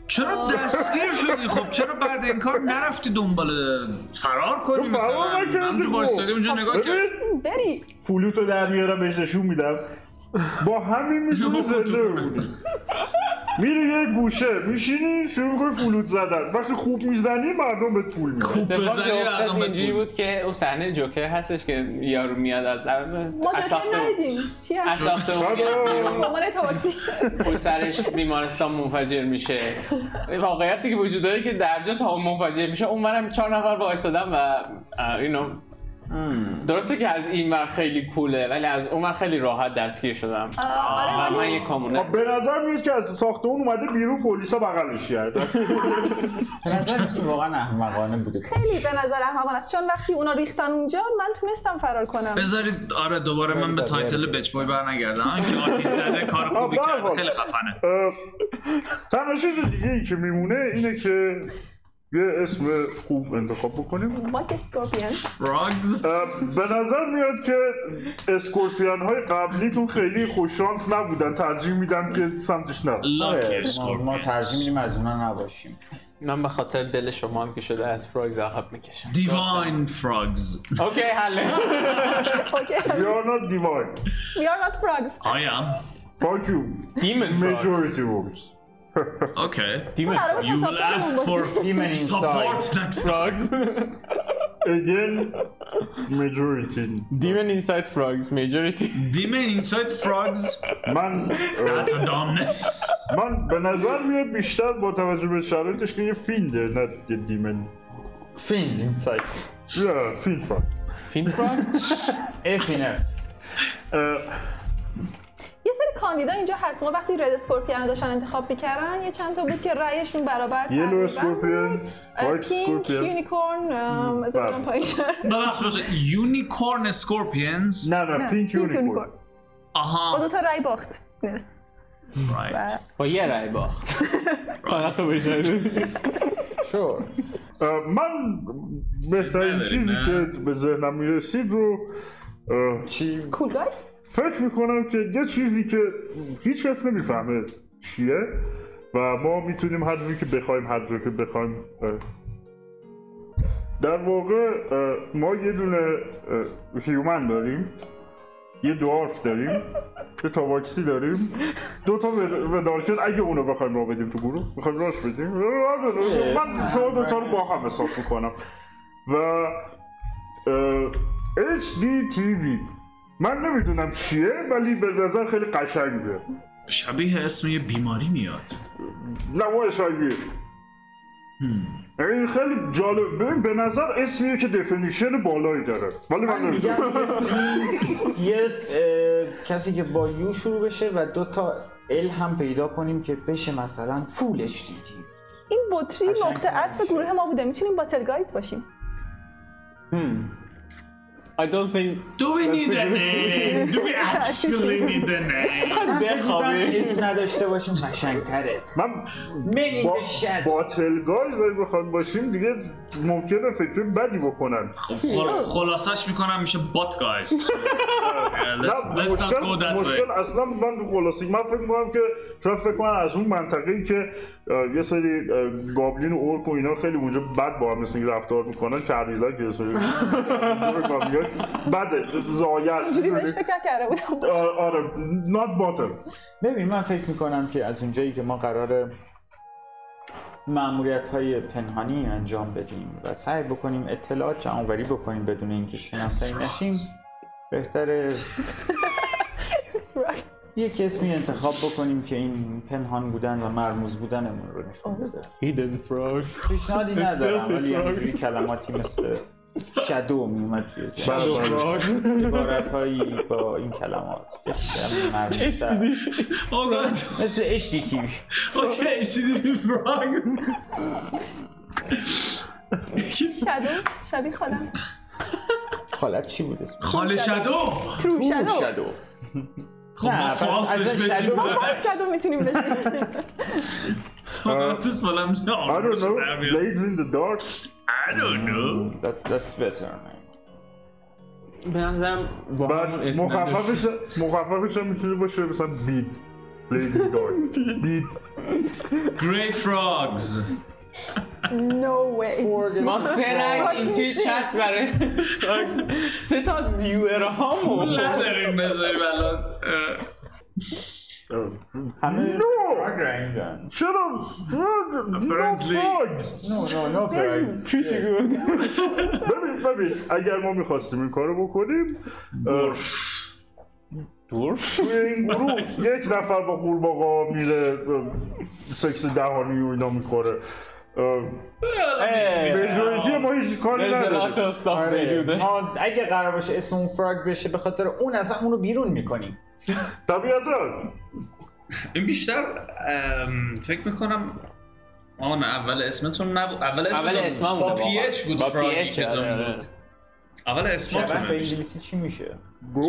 S1: چرا دستگیر شدی خب چرا بعد این کار نرفتی دنبال فرار
S3: تو
S1: کنی مثلا
S3: فرار نکردی
S1: همجور
S3: خب.
S1: وایستادی اونجا نگاه کرد
S3: ببین،
S4: بری
S3: فلوت رو در میارم بهش نشون میدم با همین میتونی
S1: لبو
S3: زنده
S1: خودتو.
S3: بمونی میری یه گوشه میشینی شروع میکنی فلوت زدن وقتی خوب میزنی مردم به پول میدن
S1: خوب
S5: اتفاقی
S1: بزنی
S5: افتاد
S1: مردم
S5: اینجوری
S1: بهت
S5: بود که اون صحنه جوکر هستش که یارو میاد از
S4: ما
S5: از
S4: جاکر
S5: ساختمون
S4: ندیدیم چی
S5: از
S4: هست؟
S5: ساختمون میاد بیرون،
S4: عنوان تاکسی
S5: اون سرش بیمارستان منفجر میشه واقعیتی که وجود داره که درجا تا منفجر میشه اونورم چهار نفر وایسادن و اه، اینو درسته که از این ور خیلی کوله ولی از اون ور خیلی راحت دستگیر شدم و
S4: آره
S5: من
S4: ولی
S5: یه
S1: خب.
S5: کامونه
S3: به نظر میاد که از ساختمون اومده بیرون پلیسا بغلش کردن
S7: به نظر میسه واقعا احمقانه بوده
S4: خیلی به نظر احمقان است چون وقتی اونا ریختن اونجا من تونستم فرار کنم
S1: بذارید آره دوباره من به تایتل بچ بوی برنگردم هم که آتیش زده کار خوبی
S3: آه،
S1: کرده
S3: خب، برو.
S1: خیلی خفنه
S3: اه، تنها چیز دیگه ای که میمونه اینه که یه اسم خوب انتخاب بکنیم
S4: باک اسکورپیان
S1: فراگز
S3: اه، به نظر میاد که اسکورپیان های قبلیتون خیلی خوششانس نبودن ترجیح میدم که سمتش نرم
S5: آره،
S1: لاکی
S7: ما, ما ترجیح میدیم از اونا نباشیم
S5: من به خاطر دل شما هم که شده از فراگز عقب میکشم
S1: دیواین فراگز
S5: اوکی حله
S4: اوکی
S3: یا not divine
S4: We are not frogs
S1: آیا
S3: Fuck you
S5: دیمن
S3: majority rules
S1: اوکی
S4: ما قرار بود
S1: You will ask
S4: حسابدارمون
S1: for
S4: باشی.
S7: دیمن
S1: support
S7: اینساید
S1: next time
S5: فراگز
S3: Again majority
S5: دیمن اینسایت فراگز میجوریتی
S1: دیمه اینسایت فراگز
S3: من اه،
S1: That's a dumb name.
S3: من به نظر میاد بیشتر با توجه به شرایطش که یه فیلده نه یه دیمن
S7: Find.
S9: Sight.
S3: Yeah, think fast.
S7: Find frogs? F
S3: Uh,
S4: یه سری کاندیدا اینجا هست ما وقتی رد اسکورپیان رو داشتن انتخاب میکردن یه چند تا بود که رأیشون برابر
S3: Yellow
S4: تقریباً آره، بود. اه،
S3: Scorpion, White
S4: پینک
S3: Scorpion.
S4: یونیکورن ام، از
S3: بله.
S4: اونم پایین‌تر.
S1: ببخش باشه یونیکورن سکورپینز
S3: نه نه پینک یونیکورن
S4: با
S1: آها
S4: دو تا رأی باخت نرس.
S3: خب،
S1: رایت
S5: با یه رای باخت فقط تو بشه
S7: Sure.
S3: اه، من بهترین
S1: نداری،
S3: چیزی
S1: نه؟
S3: که به ذهنم میرسید رو اه،
S4: کول گایز
S3: فکر میکنم که یه چیزی که هیچ کس نمیفهمه چیه و ما میتونیم هر جوری که بخوایم هر جوری که بخوایم اه، در واقع اه، ما یه دونه اه، هیومن داریم یه دوارف داریم یه تاواکسی داریم دو تا ود- ودارکن اگه اونو بخوایم را بدیم تو گروه میخوایم راش بدیم من شما دوتا رو با هم حساب میکنم و اه، HDTV من نمیدونم چیه ولی به نظر خیلی قشنگه
S1: شبیه اسم یه بیماری میاد
S3: نمایش هایی این خیلی جالب ببین به نظر اسمیه که دفنیشن بالایی داره ولی من
S7: من میگم
S3: نمیدونم
S7: یه- یه اه، کسی که با یو شروع بشه و دو تا ال هم پیدا کنیم که بشه مثلا فولش دیدیم
S4: این بطری
S7: قشنگ
S4: نقطه عطف
S7: نمیشه.
S4: گروه ما بوده میتونیم باتل گایز باشیم
S3: آره.
S5: I don't think
S1: Do we need a name? Do we actually need a name?
S5: بخوابه
S7: اسم نداشته باشیم قشنگتره
S3: من
S7: من
S3: با,
S7: این شد
S3: باتل گایز اگه بخواد باشیم دیگه ممکنه فکر بدی بکنن
S1: خب خل- خلاصش میکنم میشه بات گایز let's,
S3: نه
S1: let's not
S3: مشکل,
S1: go that way
S3: مشکل اصلا من تو خلاصی من فکر میکنم که شاید فکر کنم از اون منطقه ای که اه، یه سری اه، گابلین و اورک و اینا خیلی اونجا بد با هم مثل رفتار میکنن چربیزن که اسمش بده زایه است
S4: اینجوری بهش فکر نکرده بودم
S3: آه، آره not bottom
S7: ببین من فکر میکنم که از اونجایی که ما قرار معمولیت های پنهانی انجام بدیم و سعی بکنیم اطلاعات جمعآوری بکنیم بدون اینکه شناسایی نشیم بهتره یک اسمی انتخاب بکنیم که این پنهان بودن و مرموز بودنمون رو نشون بده
S5: Hidden frogs
S7: پیشنهادی ندارم
S5: Stealthy
S7: ولی
S5: frogs.
S7: همینجوری کلماتی مثل شدو میومد توی ذهن
S5: Shadow frogs
S7: عبارت هایی با این کلمات مثل مرموزتر.
S1: Alright,
S7: مثل HDTV
S1: okay, CDB frogs
S4: شادو شبیه خالم
S7: خالت چی بود اسمش؟
S1: خاله شدو
S4: ترو شادو
S7: شادو
S1: خب ما
S7: نه، پس
S1: فالسش
S7: اول
S1: بشیم
S7: شادو.
S4: هر شادو میتونیم بشیم
S1: خدا توس بلم شد.
S3: I don't know Blades in the Dark
S1: I don't know
S7: That, that's better man.
S5: به نظرم
S3: بعد
S5: واقعا اون اسم نداشت.
S3: مخففش مخففش هم میتونه باشه مثلا بید Blades in the Dark بید
S1: Grey frogs
S4: نو وی
S5: ما سه رنگ این توی چت برای سه تا از ویور هامون
S1: نداریم بذاریم الان اه.
S7: همه
S3: No!
S7: فرق رنگن.
S3: چرا No
S1: Apparently.
S3: frogs
S7: No, no, no فرق.
S5: pretty good
S3: ببین ببین اگر ما میخواستیم این کارو بکنیم اه، توی این گروه یک نفر با قورباغا میره اه، سکس دهانی و اینا میکنه مجوریتی ما هیچ کاری
S5: There's a lot
S3: نداره
S5: of stuff they do
S7: آره.
S5: there.
S7: ما اگه قرار باشه اسم اون فراگ بشه به خاطر اون اصلا اونو بیرون میکنیم
S3: طبیعتا
S1: این بیشتر ام، فکر میکنم آن اول اسمتون نبود اول اسمتون
S5: اول اسمم
S1: با پی
S5: بوده واقعا.
S1: اچ بود
S5: با
S1: فراگی
S5: PH
S1: که تون
S5: آره، آره.
S1: بود اول
S7: شبه به
S1: اسمتون
S7: انگلیسی چی میشه؟
S3: گوز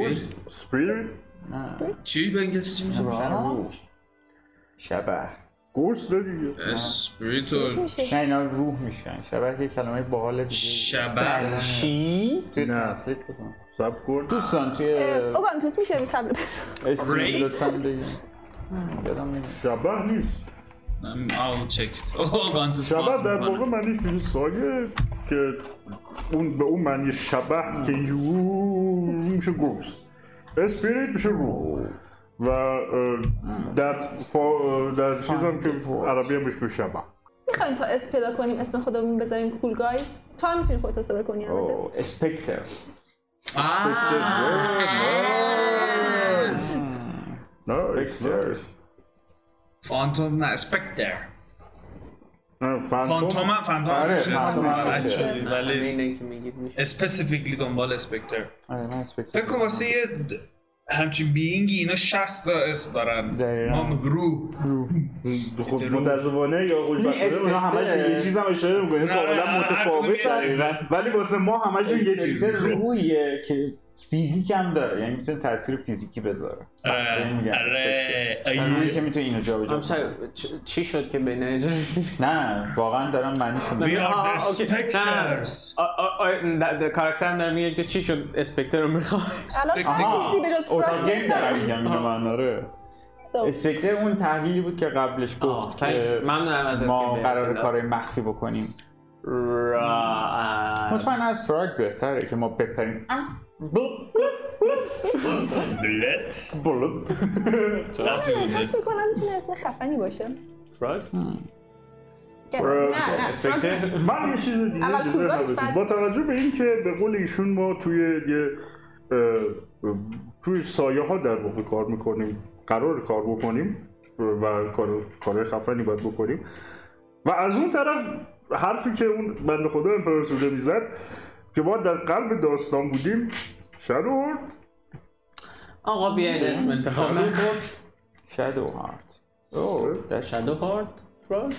S3: سپیر
S7: نه
S1: چی به انگلیسی چی میشه؟
S7: روح. شبه
S3: گوز دیگه
S1: اسپریتو
S7: نه اینا روح میشن شبه یه کلمه باحال دیگه
S1: شبه
S5: چی؟
S7: توی
S3: نه.
S7: ترنسلیت بزن
S3: سب کن
S7: دوستان توی
S4: اوگانتوس میشه تبلیغ
S7: اسم
S1: Race.
S7: لطفا بگیم هم، یادم نمیاد
S3: شبه نیست
S1: I'll check it اوه گانتوس
S3: شبه
S1: باز
S3: در واقع
S1: میکنه
S3: معنیش میشه سایه که اون به اون معنی شبه که اینجور میشه گوز اسپریت میشه روح و اه، در فا در چیزم که عربی هم بهش میشه شبه
S4: میخوایم تا اسم پیدا کنیم اسم خودمون بذاریم کول گایز تو هم میتونی خودت صدا کنی البته
S7: اوه، اسپکتر
S3: نه اسپکتر
S1: فانتوم نه اسپکتر
S3: نه،
S1: فانتوم هم فانتوم هم
S7: آره،
S1: میشه.
S7: فانتوم هم
S1: آره،
S2: میشه.
S1: actually، ولی
S5: اینه که میگید میشه
S1: اسپسیفیکلی دنبال اسپکتر
S2: آره من اسپکتر
S1: فکر کن واسه یه د- همچین بینگی اینا 60 تا اسم دارن
S2: دقیقاً.
S1: ما میگیم روح
S6: خب متاسفانه یا خوش
S7: این
S6: اونا همش
S7: اسپکتر-
S6: یه چیز هم اشاره میکنه
S1: نه، نه،
S6: کاملا
S1: هر کدوم یه چیزه.
S6: متفاوت ولی واسه ما همش یه
S2: یه
S6: چیزه
S2: روحیه که فیزیک هم داره یعنی میتونه تاثیر فیزیکی بذاره
S1: آره،
S2: میگم،
S1: آره
S2: سنایی که
S1: آیه.
S2: میتونه اینو جابجا کنه.
S5: همسر چ- چی شد که به اینجا رسید
S2: نه واقعا دارم معنیش
S1: We
S5: آه، آه،
S1: are the
S5: اوکی. نه.
S1: specters
S5: آ- آ- آ- د- د- کاراکترم داره میگه که چی شد اسپکتر رو میخواد
S4: الان
S1: Spectacle.
S4: هیچ چیزی به جز
S2: اوتاگین
S4: فرانسیس
S2: دارم
S4: نداریم.
S2: میگم اینو من آره اسپکتر اون تحلیلی بود که قبلش گفت که
S5: ممنونم ازت
S2: ما
S5: که
S2: قرار
S5: بهت
S2: کارهای مخفی بکنیم
S5: را
S2: مطمئن از فراگ بهتره که ما بپریم
S6: بلوپ
S4: من احساس میکنم میتونه اسم خفنی باشه نه نه فرانسیس.
S3: من یه چیز دیگه
S4: اول
S3: به
S4: کوبا
S3: ذهنم رسید.
S4: بعد-
S3: با توجه به اینکه به قول ایشون ما توی یه اه، توی سایه ها در واقع کار میکنیم قرار کار بکنیم و کار کار خفنی باید بکنیم و از اون طرف حرفی که اون بند خدا امپراتوره میزد که ما در قلب داستان بودیم شرور
S5: آقا بیاین اسم انتخاب نکن
S2: شادو هارت اوه
S5: شادو هارد
S2: فراگ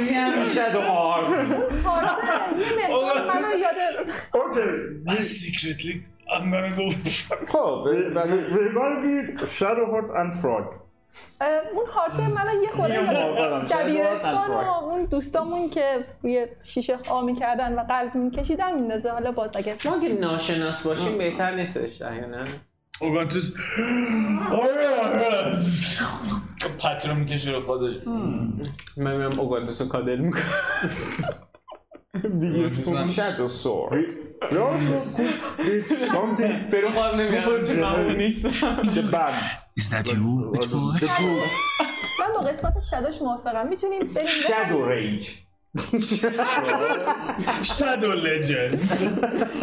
S2: میگم شادو هارت
S4: تازه یه مقدار منو یاد
S3: اوکی
S1: I secretly I'm gonna go with Frank.
S2: خب بعد-
S3: ریگاردی شرور اند فراگ
S4: اه، اون هارته منو یه خورده
S2: یه موافقم.
S4: یاد
S2: شاید
S4: دبیرستان و
S2: واقعا حرف
S4: اون دوستامون که روی شیشه آ میکردن و قلب میکشیدن میندازه حالا باز اگه
S5: ما که ناشناس باشیم بهتر نیستش احیانا
S1: اوگانتوس آره آره پتر رو میکشه رو خودش
S5: من میرم اوگاندوس رو کادل میکنم
S1: اوگانتوسم.
S2: شادو سور
S3: something
S5: برو خواب نمیرم چون من اون نیستم
S3: bad
S1: Is that you, bitch boy?
S4: من با قسمت شداش موافقم میتونیم بریم
S6: خب،
S2: شادو رنج
S1: Shadow Legend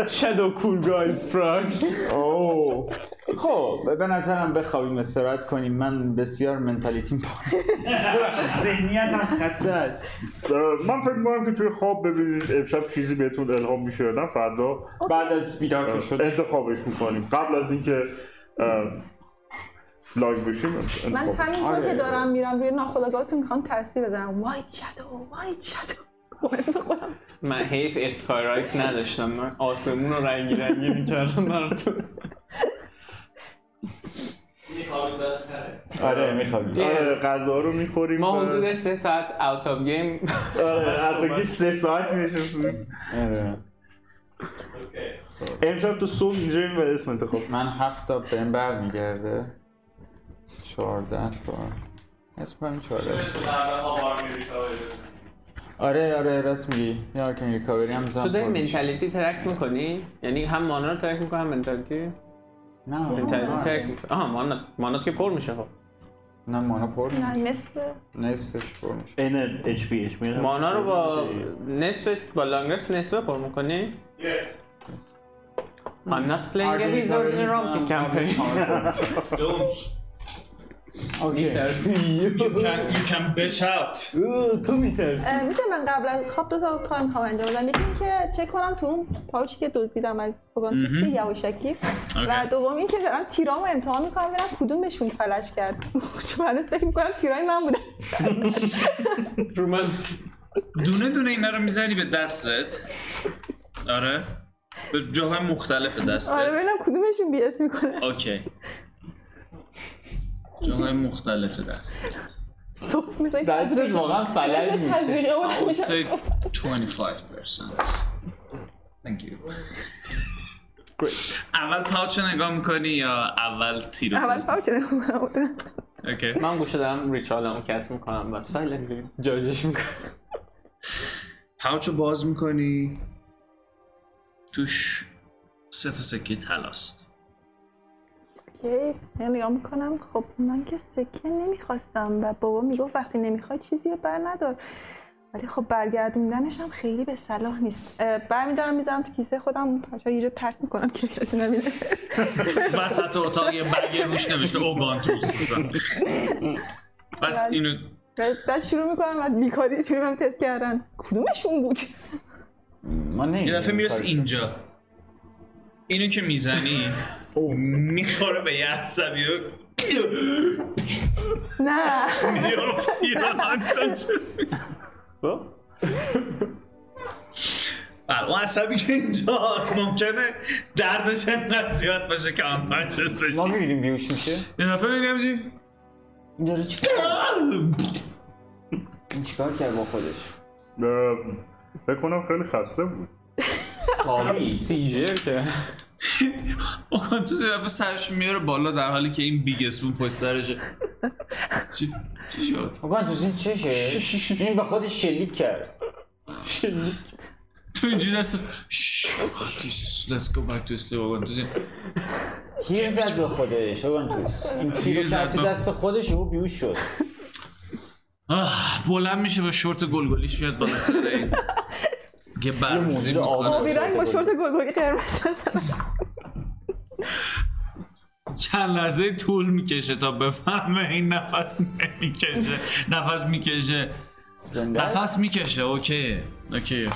S5: شادو کول گایز فراکس
S2: اوه خب به نظرم بخوابیم استراحت کنیم من بسیار منتالیتیم ذهنیتم خسته است
S3: من فکر میکنم که توی خواب ببینید امشب چیزی بهتون الهام میشه یا نه فردا
S2: بعد از بیدار که شد
S3: انتخابش میکنیم قبل از اینکه اه، لایو بشیم
S4: من
S5: خب،
S3: انتخاب
S4: همینطور
S2: آره.
S4: که دارم میرم روی ناخداگاهتون میخوام ترسی بزنم وای شدو وای شدو اسم خودم
S5: من حیف اسکایرایت نداشتم من آسمون رو رنگی رنگی میکردم براتون
S2: آره میخوابیم
S3: آره، غذا رو میخوریم
S5: ما حدود سه ساعت اوت آف گیم
S6: آره، حتی سه ساعت نشستیم
S2: آره.
S6: امشب تو صبح اینجا این و اسم انتخاب
S2: من هفت تا بهم برمیگرده چهارده تا اسم کنم چهارده آره آره راست میگی یه آرکین ریکاوری هم زن
S5: تو داری
S2: پر میشه.
S5: منتالیتی ترک میکنی؟ یعنی هم مانا رو ترک میکنی هم منتالیتی؟
S2: نه
S5: منتالیتی
S2: منتالیتی
S5: ترک میکنی آها مانا مانات که پر میشه خب
S2: نه مانا پر
S4: نه
S2: میشه.
S4: مثل
S2: نیستش پر میشه
S6: این اچ پی اچ
S5: مانا رو با نصف با لانگ رست نصف پر میکنی؟ I'm not playing a wizard in a rompy campaign
S1: Don't
S2: اوکی
S1: you can you can bitch out
S5: تو میترسی
S4: اه، میشه من قبل از خواب دو تا کار میخوام انجام بدم یکی اینکه چک کنم تو اون پاوچی که دزدیدم از اوگانتوس چه یواشکی و دوم اینکه دارم تیرامو امتحان میکنم ببینم کدومشون فلج کرد چون هنوز فکر میکنم تیرای من بوده
S5: رو من
S1: دونه دونه اینا رو میزنی به دستت آره به جاهای مختلف
S4: آره
S1: دستت
S4: ببینم کدومشون بی اس میکنه
S1: اوکی جاهای مختلف دستت
S4: صبح میزنی
S5: دستت واقعا فلج میشه
S4: تزریقه اون
S1: would
S4: میشه
S1: say 25%. Thank you. اول پاوچ رو نگاه میکنی یا اول تیر
S4: اول
S1: تست؟
S4: پاوچ نمی‌کنم.
S1: اوکی
S5: من گوشه دارم ریچالمو کس میکنم و سایلنتلی جاجش میکنم
S1: پاوچ رو باز میکنی توش سه تا سکه تلاست
S4: اوکی من نگاه میکنم خب من که سکه نمیخواستم و بابا میگفت وقتی نمیخوای چیزی رو بر ندار ولی خب برگردوندنش هم خیلی به صلاح نیست اه، برمیدارم میذارم تو کیسه خودم پاچه یه جا پرت میکنم که کسی نبینه
S1: وسط اتاق یه بگه روش نوشته اوگانتوس مثلا
S4: بله.
S1: بعد اینو
S4: بعد شروع میکنم بعد بیکاری شروع میکنم تست کردن کدومشون بود
S7: ما نه
S1: یه دفعه میرسی اینجا اینو که میزنی میخوره به یه عصبی و
S4: نه
S1: میفتی و unconscious می‌شی. بله اون عصبی که اینجاست ممکنه دردش انقدر زیاد باشه که unconscious
S2: ما
S1: بشی
S2: میبینیم بیوش میشه
S1: یه دفعه می‌بینی همچین
S7: این داره چیکار این چیکار کرد با خودش
S3: اه، فکر کنم خیلی خسته بود
S7: خوابی
S5: سیجر که
S1: اون تو یه دفعه سرش میاره بالا در حالی که این بیگ اسپون پشت سرشه چی چی شد
S7: مگه تو این چشه این به خودش شلیک کرد
S1: تو اینجوری دست شش، خاکیس، let's go back to sleep آقا تو زیر-
S7: تیر زد به خودش اوگانتوس این
S1: تیر
S7: تیر
S1: زد
S7: زد تو
S1: به
S7: دست خودش او بیوش شد
S1: آه، بلند میشه با شورت گلگلیش میاد بالا سر این یه برمیزی
S7: موجود آب.
S1: میکنه
S4: آبی رنگ با شورت گلگلی قرمز مثلا
S1: چند لحظه طول میکشه تا بفهمه این نفس نمیکشه نفس میکشه
S7: زنده است
S1: نفس میکشه اوکی اوکی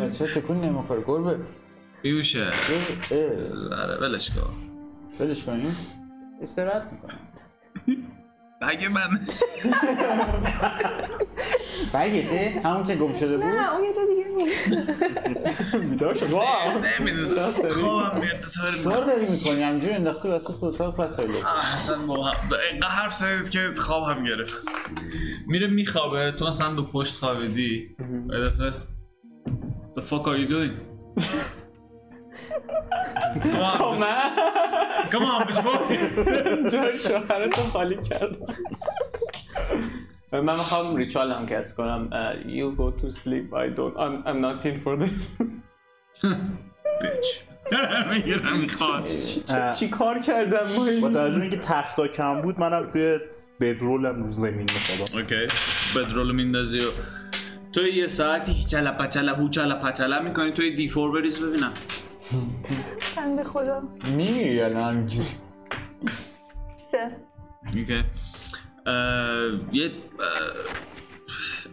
S7: بچه تکون نمیخوره گربه
S1: بیوشه
S7: گربه، اه،
S1: آره ولش کن
S7: ولش کنیم استراحت میکنه
S1: اگه من
S7: بگیته همون که گم شده بود
S4: نه اون یه جا دیگه بود
S7: بیدار شد واو
S1: نمیدونم خوابم میاد بسار
S7: کار داری میکنی همجور انداختی وسط اتاق پس داری
S1: اصلا با هم اینقدر حرف زدید که خواب هم گرفت اصلا. میره میخوابه تو مثلا به پشت خوابیدی یه دفعه The fuck are you doing? Come on,
S5: خب،
S1: bitch. Come on, bitch boy.
S5: جای شوهرتو خالی کردم من میخوام ریچوال هم کس کنم Uh, You go to sleep I don't I'm, I'm not in for this
S1: Bitch. میگیرم میخواد
S5: چه- چی کار کردم ما
S3: با
S5: این
S3: توجه به اینکه تختا کم بود منم توی بدرولم رو زمین میخوابم
S1: اوکی بدرولو میندازی و تو یه ساعتی چلا پچلا هو چلا پچلا میکنی توی دی فور بریز ببینم
S4: بنده خدا
S7: میمیری الان همینجور
S4: سه
S1: اوکی اه، یه اه،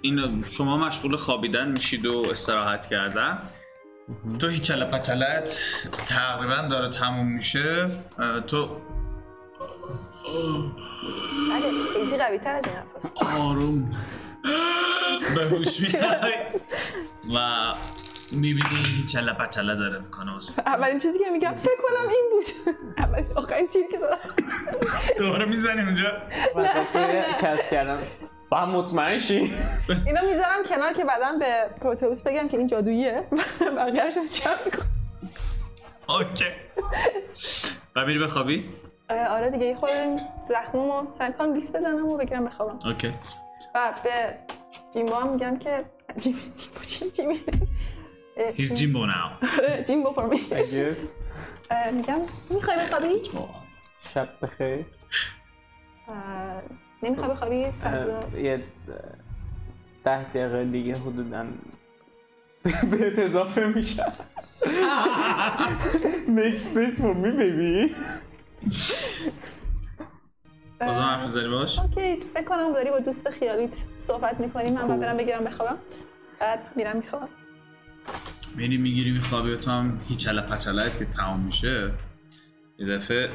S1: این شما مشغول خوابیدن میشید و استراحت کردن تو هیچ پچلت تقریبا داره تموم میشه اه، تو
S4: بله ایزی قوی تر از این حرف
S1: آروم به هوش میای و میبینی هیچ پچله داره میکنه واسه
S4: اولین چیزی که میگم فکر کنم این بود اولین آخرین تیر که زدم
S1: دوباره میزنیم اونجا
S5: وسط کس کردم با هم مطمئن شی
S4: اینو میذارم کنار که بعدا به پروتئوس بگم که این جادوییه بقیه‌اش رو چم کن
S1: اوکی و میری بخوابی؟
S4: آره دیگه یه خورده این زخممو سعی کنم لیست بزنم و بگیرم بخوابم
S1: اوکی
S4: بعد به جیمبو هم میگم که جیمبو چی جیمی اه،
S1: He's Jimbo now
S4: آره، جیمبو for me.
S5: I guess
S4: اه، میگم میخوای بخوابی؟
S5: شب بخیر
S4: اه، نمیخوای بخوابی؟ سبزه.
S5: اه، یه ده دقیقه دیگه حدودا بهت اضافه میشم Make space for me baby
S1: بازم حرف زنی باش
S4: اوکی فکر کنم داری با دوست خیالیت صحبت میکنی من باید برم بگیرم بخوابم بعد میرم میخوابم
S1: میری میگیری میخوابی و تو هم هیچ چله پچلت که تمام میشه یه دفعه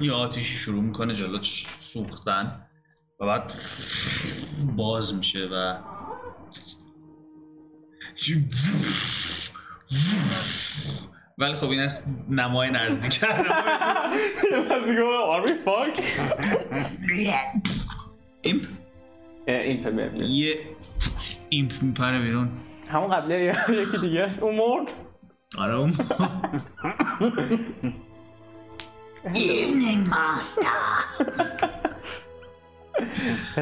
S1: یه آتیشی شروع میکنه جلو سوختن و بعد باز میشه و ولی خب این از نمای نزدیک
S5: Uh,
S1: ایمپ
S5: این پبرلی
S1: یه ایمپ میپره بیرون
S5: همون قبله یا یکی دیگه است اون مرد
S1: آره اون
S9: Evening, master.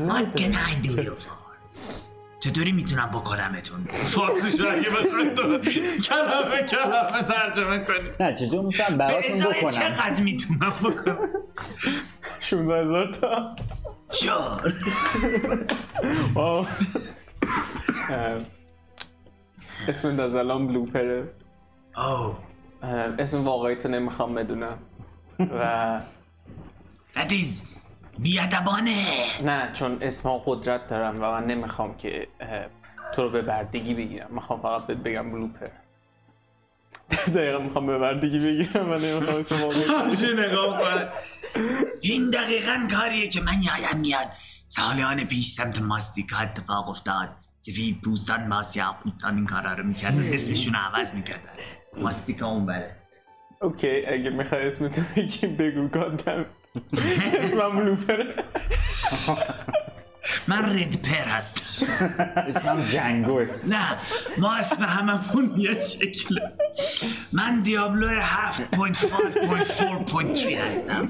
S9: what can I do you for? چطوری میتونم بکنمتون؟
S1: فارسی شو اگه بتونی تو کلمه کلمه ترجمه کنی
S7: نه چطور میتونم براتون
S9: ازای
S7: بکنم
S9: چقدر میتونم بکنم؟
S5: 16 هزار تا
S9: جور
S5: واو. اه، اسم دازلام بلوپره
S9: او
S5: اه، اسم واقعی تو نمیخوام بدونم و
S9: That is بیادبانه
S5: نه چون اسما قدرت دارم و من نمیخوام که اه، تو رو به بردگی بگیرم میخوام فقط بهت بگم بلوپر دقیقا میخوام به بردگی بگیرم من نمیخوام اسما رو بگیرم.
S1: همشه نگاه کنه
S9: این دقیقا کاریه که من یادم میاد سالیان پیش سمت ماستیکا اتفاق افتاد سفید پوستان با سیاه پوستان این کارا رو میکردن اسمشون رو عوض میکردن ماستیکا اون بره
S5: اوکی اگه میخوای اسم تو بگی بگو گادم اسمم بلوپر
S9: من ردپر هستم
S7: اسمم جنگوه
S9: نه ما اسم هممون یه شکله من دیابلو 7.5.4.3 هستم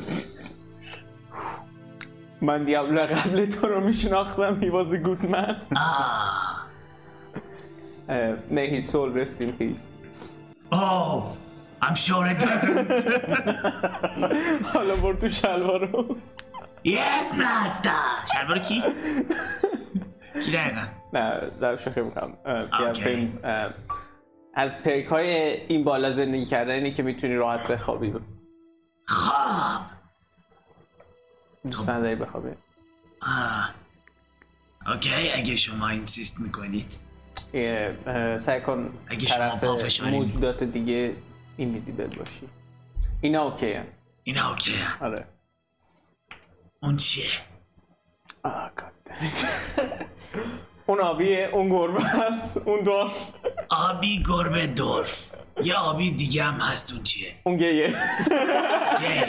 S5: من دیابلو قبل تو رو میشناختم he was a good man
S9: آه
S5: اه، نه his soul rest in peace
S9: Oh, I'm sure it doesn't.
S5: حالا برد تو شلوارو
S9: yes, master. شلوار کی؟ کی دقیقا؟
S5: نه در شوخی میکنم
S9: اوکی.
S5: از پرک های این بالا زندگی کردن اینه که میتونی راحت بخوابی
S9: خواب.
S5: دوست نداری بخوابی
S9: آه. اوکی اگه شما اینسیست میکنید
S5: یه، اه، سعی کن
S9: اگه شما پا
S5: طرف
S9: فشاری
S5: موجودات دیگه اینویزیبل باشی اینا اوکی
S9: اینا اوکی
S5: آره
S9: اون چیه؟
S5: آه، God damn it. اون آبیه اون گربه هست اون دار
S9: آبی گربه دورف یه آبی دیگه هم هست اون چیه؟
S5: اون گیه
S9: گی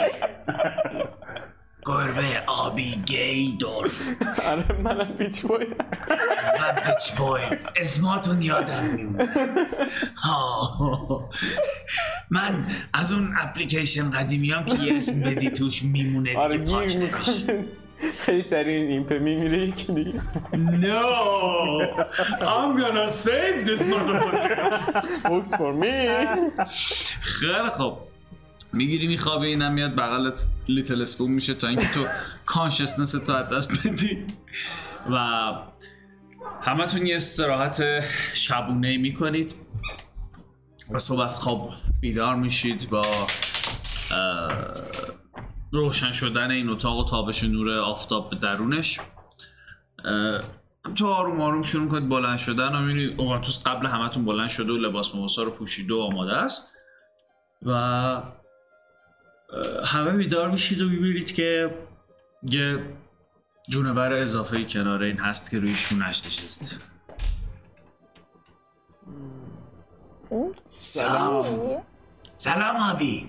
S9: گربه آبی گی دورف
S5: آره منم بیچ بوی
S9: و بچ بوی اسماتون یادم میمون من از اون اپلیکیشن قدیمیام که یه اسم بدی توش میمونه دیگه
S5: آره
S9: پاش
S5: گیر
S9: نمیشه.
S5: میکنه خیلی سریع این ایمپه میمیره یکی دیگه
S1: No, I'm gonna save this motherfucker.
S5: works for me
S1: خیلی خوب میگیری میخوابی اینم میاد بغلت لیتل اسپون میشه تا اینکه تو کانشسنس تو از دست بدی و همتون یه استراحت شبونه میکنید و صبح از خواب بیدار میشید با اه، روشن شدن این اتاق و تابش نور آفتاب به درونش اه، تو آروم آروم شروع کنید بلند شدن و میبینی اوانتوس قبل همتون بلند شده و لباس مباسا رو پوشیده و آماده است و اه، همه بیدار میشید و میبینید که یه جونور اضافه کنار این هست که روی شونش نشسته
S9: سلام
S4: کیه؟
S9: سلام آبی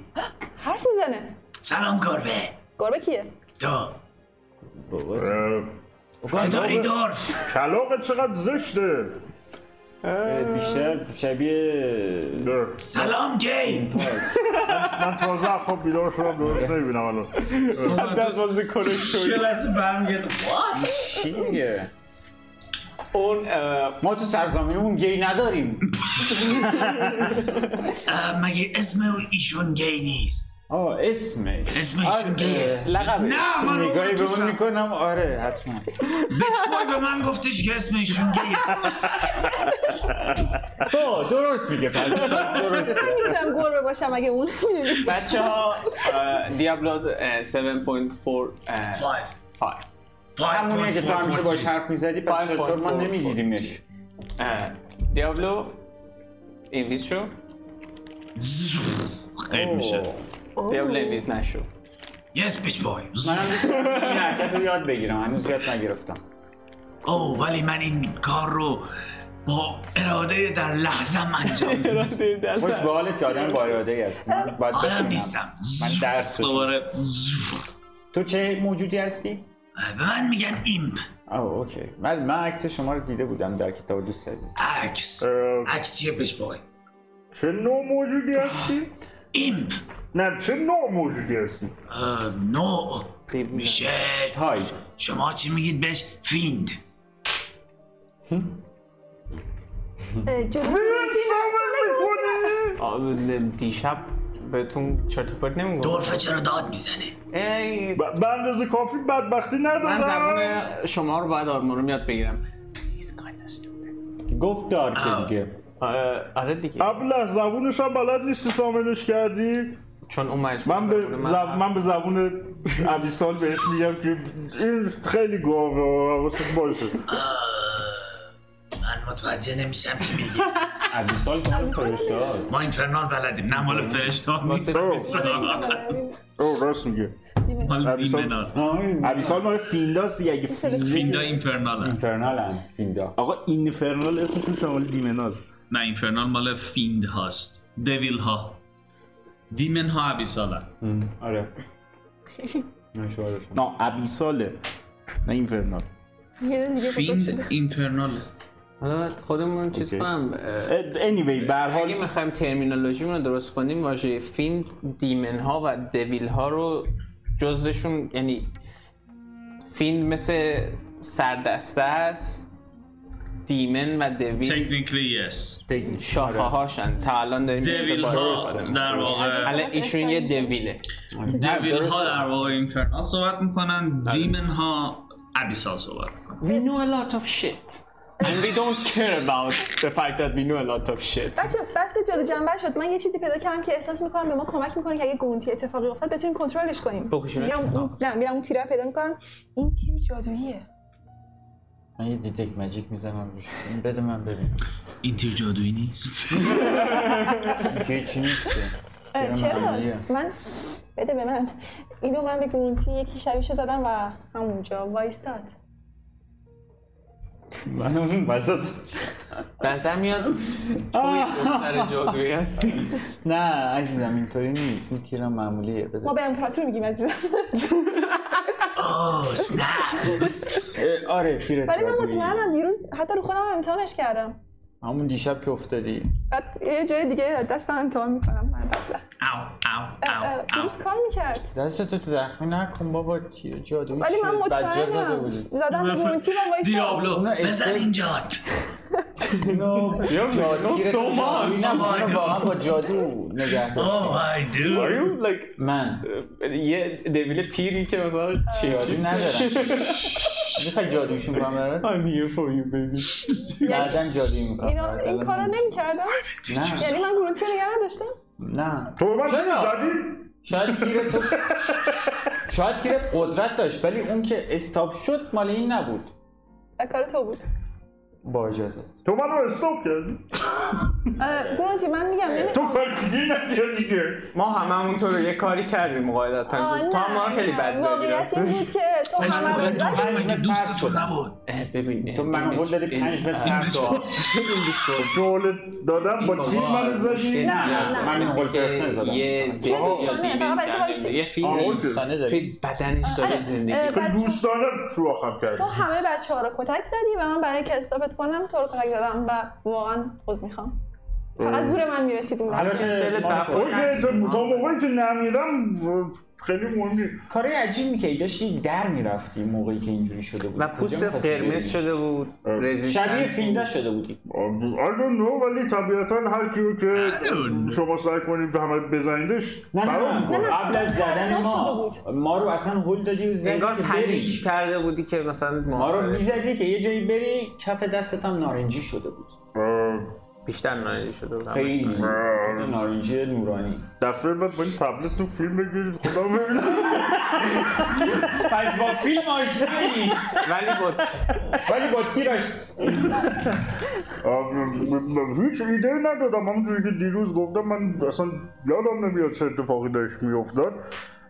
S4: حرف میزنه
S9: سلام گربه
S4: گربه کیه
S9: تو
S3: اه،
S9: چطوری دورف
S3: کلاغ چقدر زشته
S2: بیشتر شبیه
S3: اه،
S9: سلام گی
S3: من تازه از خواب بیدار شدم درست
S2: آره.
S3: نمیبینم الان
S5: دروازه کنه شوی
S1: کلاس برمیگرد
S2: چی میگه
S5: اون اه،
S7: ما تو سرزمینمون گی نداریم
S9: اه، مگه اسم ایشون گی نیست
S7: آه اسمه
S9: اسم
S2: آره.
S9: ایشون گیه
S7: لقبه
S9: نه من
S7: نگاهی به
S9: اومدوسم
S7: اون میکنم آره حتما
S9: بچ بوی به من گفتش که اسم ایشون گیه
S7: تو درست میگه پس درست
S4: میتونم گربه باشم اگه اون
S5: بچه ها دیابلوز 7.4 اه،
S9: فایف
S5: 5
S9: فایف
S7: همونیه
S9: پوینت
S7: که تو
S9: فور
S7: همیشه
S9: فور
S7: باش
S9: تری.
S7: حرف میزدی پس چطور ما نمیگیریمش
S5: اه، دیابلو اینویز شو
S1: غیب میشه
S5: دیابلو اینویز نشو
S9: یس بیچ بوی
S7: منم دوست دارم این حرکت رو یاد بگیرم هنوز یاد نگرفتم
S9: او ولی من این کار رو با اراده در لحظه انجام میدم.
S7: خوش به حالت که آدم با اراده ای هستی من باید
S9: آدم
S7: بخونم.
S9: نیستم
S7: من درس
S1: دوباره
S7: تو چه موجودی هستی؟
S9: به من میگن ایمپ
S7: آه اوکی من من عکس شما رو دیده بودم در کتاب دوست عزیز
S9: عکس
S3: اه،
S9: عکس چیه بچ بوی
S3: چه نوع موجودی هستی؟
S9: ایمپ
S3: نه چه نوع موجودی هستی؟
S9: اه، نوع میشه
S7: های
S9: شما چی میگید بهش فیند
S5: دیشب بهتون چرت و پرت نمیگم
S9: دورفه چرا داد میزنه
S5: ای
S3: ب- به اندازه کافی بدبختی
S5: من
S3: ندارم
S5: زبون شما رو باید آرمورم یاد بگیرم He's kinda stupid.
S7: گفت دار که
S9: آه.
S7: دیگه
S5: اه، آره دیگه
S3: ابله زبونش هم بلد نیستی سامنش کردی
S5: چون اون مجبور
S6: من به,
S5: زبون
S6: زب... من به زبون ابیسال بهش میگم که این خیلی گاوه واسه باشه
S10: من متوجه نمیشم چی میگی
S11: عبیسال کنه فرشته هاست
S10: ما اینفرنال بلدیم نه مال فرشته نیست
S6: واسه- او راست میگه
S1: مال
S6: عبیسال.
S1: دیمناست
S6: ابیسال مال فینداست دیگه اگه
S1: فیندا
S6: فیلد
S1: اینفرنال
S11: اینفرنال هم فیندا
S6: آقا اینفرنال اسمشون شمال دیمناز
S1: نه اینفرنال مال فیند هاست دویل ها دیمن ها عبیسال هن.
S11: آره من شعارشون
S6: نه ابیساله نه اینفرنال
S4: یه دیگه
S1: فیند اینفرنال
S5: حالا خودمون چیز
S6: اوکی.
S5: کنم اه،
S6: anyway به هر
S5: اگه
S6: حال
S5: میخوایم ترمینولوژیمون رو درست کنیم واژه فیند دیمن ها و دویل ها رو جزوشون یعنی فیند مثل سردسته است دیمن و دویل
S1: تکنیکلی yes
S5: شاخه هاشن تا الان داریم
S1: دویل ها
S5: اشتباه می‌کنیم.
S1: در واقع
S5: حالا ایشون یه دویله
S1: دویل ها در واقع اینفرنال صحبت میکنن دیمن ها ابیسال صحبت میکنن
S5: We know a lot of shit and we don't care about the fact that we know a lot of shit
S4: بچه بس جادو جنبه شد من یه چیزی پیدا کردم که احساس میکنم به ما کمک میکنه که اگه گونتی اتفاقی افتاد بتونیم کنترلش کنیم
S5: بکشیمش
S4: میرم
S5: کنار.
S4: اون- نه میرم اون تیره رو پیدا میکنم این تیر جادوییه
S2: من یه دیتک مجیک میزنم روش این بده من ببینم
S1: این تیر جادویی نیست
S2: که چی نیست
S4: اه،
S2: تیر
S4: چرا
S2: معمولیه.
S4: من بده به من اینو من به گونتی یکی شبیشو زدم و همونجا وایستاد
S2: من اون وسط
S5: نظر میاد توی دختر جادویی هستی
S2: نه عزیزم اینطوری نیست این تیرم معمولیه بده
S4: ما به امپراتور میگیم عزیزم
S10: اوه سنپ
S2: اه، آره تیر
S4: ولی من
S2: جادویی
S4: مطمئنم دیروز حتی رو خودم هم امتحانش کردم
S2: همون دیشب که افتادی
S4: بعد یه جای دیگه دستم امتحان میکنم من بدبخت.
S1: او او
S4: اه، اه،
S1: او او
S4: دیروز کار میکرد
S2: دستتو تو زخمی نکن بابا تیر جادویی
S4: ولی من
S2: شد بجا زده
S4: مطمئنم
S2: بودی
S4: زدم به گونتی و وایستاد
S1: دیابلو
S2: اونا
S10: بزن
S2: اسپل-
S10: اینجات
S2: نو
S6: no
S2: جادویی
S6: so much. Oh
S2: نه من رو واقعا با جادو نگه دار.
S10: اوه آی دو
S6: Are you like uh,
S2: من
S5: یه دویل پیری که مثلا
S2: جادو ندارم میخوای جادوشون کنم برات
S6: I'm here for you baby
S2: بعدن جادویی میکنم
S4: یعنی اینا این کارو نمیکردم یعنی من گرونتی رو نگه داشتم
S2: نه
S3: تو به من
S2: چرا؟
S3: زدی
S2: شاید تیر تو شاید تیر قدرت داشت ولی اون که استاب شد مال این نبود
S4: کار تو بود
S2: با اجازه
S3: تو منو حساب کردی
S4: اه، گرونتی من میگم نمی-
S3: تو کار دیگه نکردی دیگه
S5: ما هممون تو رو یه کاری کردیم قاعدتا
S4: آه، نه،
S5: تو هم ما رو خیلی
S4: نه.
S5: بد زدی
S4: واقعیت این
S5: راستش
S4: بود که تو همه رو-
S2: تو پنج متر فرق
S10: دوستتون
S2: شدم
S10: نبود
S5: ببین
S2: تو من قول دادی پنج متر فرق شد.
S3: جوله دادم با تیر منو زدی
S4: نه، نه، نه.
S2: من این قول پرسن زدم
S5: یه خب،
S4: چه دوستانه؟ فقط برای تو
S5: دویل
S4: وایسی.
S5: یه
S3: آه،
S5: فیلم
S2: دوستانه داری
S5: توی بدنش داره
S4: آره.
S5: زندگی
S4: اه،
S5: می‌کنه.
S3: که
S4: بچه-
S3: دوستانه سوراخم کرد
S4: تو همه بچه ها رو کتک زدی و من برای که استاپت کنم تو رو کتک زدم و واقعا خوز میخوام فقط زور من میرسید اون
S2: حالا
S4: بچه.
S2: که
S5: دلت
S2: ما-
S5: برخورد.
S3: اوکی تو تا موقعی که نمیرم خیلی مهم نیست
S2: کاری عجیب میکردی داشتی در میرفتی موقعی که اینجوری شده بود
S5: و
S2: کجا
S5: پوست
S2: می‌خواستی
S5: قرمز
S2: بری؟
S5: شده بود رزیستنت
S2: شبیه
S5: بود.
S2: فیندا شده بودی
S3: I don't know ولی طبیعتا هر کیو که
S1: don't know.
S3: شما سعی کنید به همه بزنیدش
S2: نه نه
S3: فرار می‌کنه.
S2: نه قبل از زدن ما
S4: شده
S2: ما رو اصلا هول دادی و زدی
S5: انگار
S2: که بری
S5: پنیک کرده بودی که مثلا
S2: ما رو
S5: محاصره
S2: میزدی که یه جایی بری کف دستت هم نارنجی شده بود
S5: بیشتر نارنجی شده بود
S2: خیلی
S5: همش نارنجی.
S2: نارنجی نورانی
S3: دفعه بعد با این تبلت تو فیلم بگیرید خدا ببینید
S2: پس با فیلم آشنایی
S5: ولی با
S2: ولی با تیرش
S3: آه، م- م- هیچ ایده ای ندادم همونجوری که دیروز گفتم من اصلا یادم نمیاد چه اتفاقی داشت میافتاد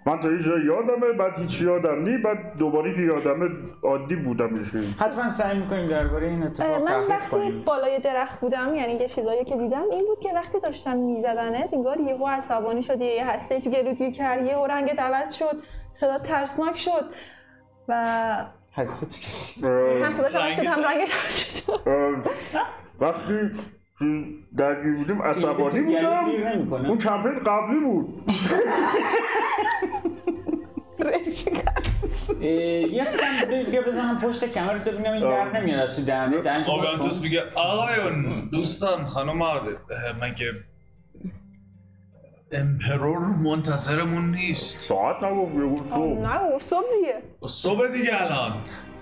S3: من تا یه جای یادمه بعد هیچ یادم نی بعد دوباره که یادمه عادی بودم یه چیزی.
S2: حتما سعی میکنیم درباره این
S4: اه،
S2: اتفاق
S4: آره، من
S2: تحقیق
S4: وقتی
S2: کنیم
S4: بالای درخت بودم یعنی یه چیزایی که دیدم این بود که وقتی داشتم میزدنت انگار یهو عصبانی شدی یه هسته تو گلوگیر کرد یهو رنگت عوض شد صدا ترسناک شد و
S2: هستی تو
S3: اه،
S4: هم صداش عوض شد هم رنگش عوض شد
S3: اه، وقتی تو درگیر بودیم عصبانی بودم
S2: یعنی دیر نمی‌کنه.
S3: اون کمپین قبلی بود
S4: رنج کرد.
S2: اه، یکم ب- بیا بزنم پشت کمرت ببینم این در نمیاد از تو دهنه دهنتو باز کن.
S1: آبیانتوس میگه آقایون دوستان خانم مگه امپرور منتظرمون نیست
S3: ساعت نگفت یه بود تو
S4: نه صبح دیگه
S1: صبح دیگه الان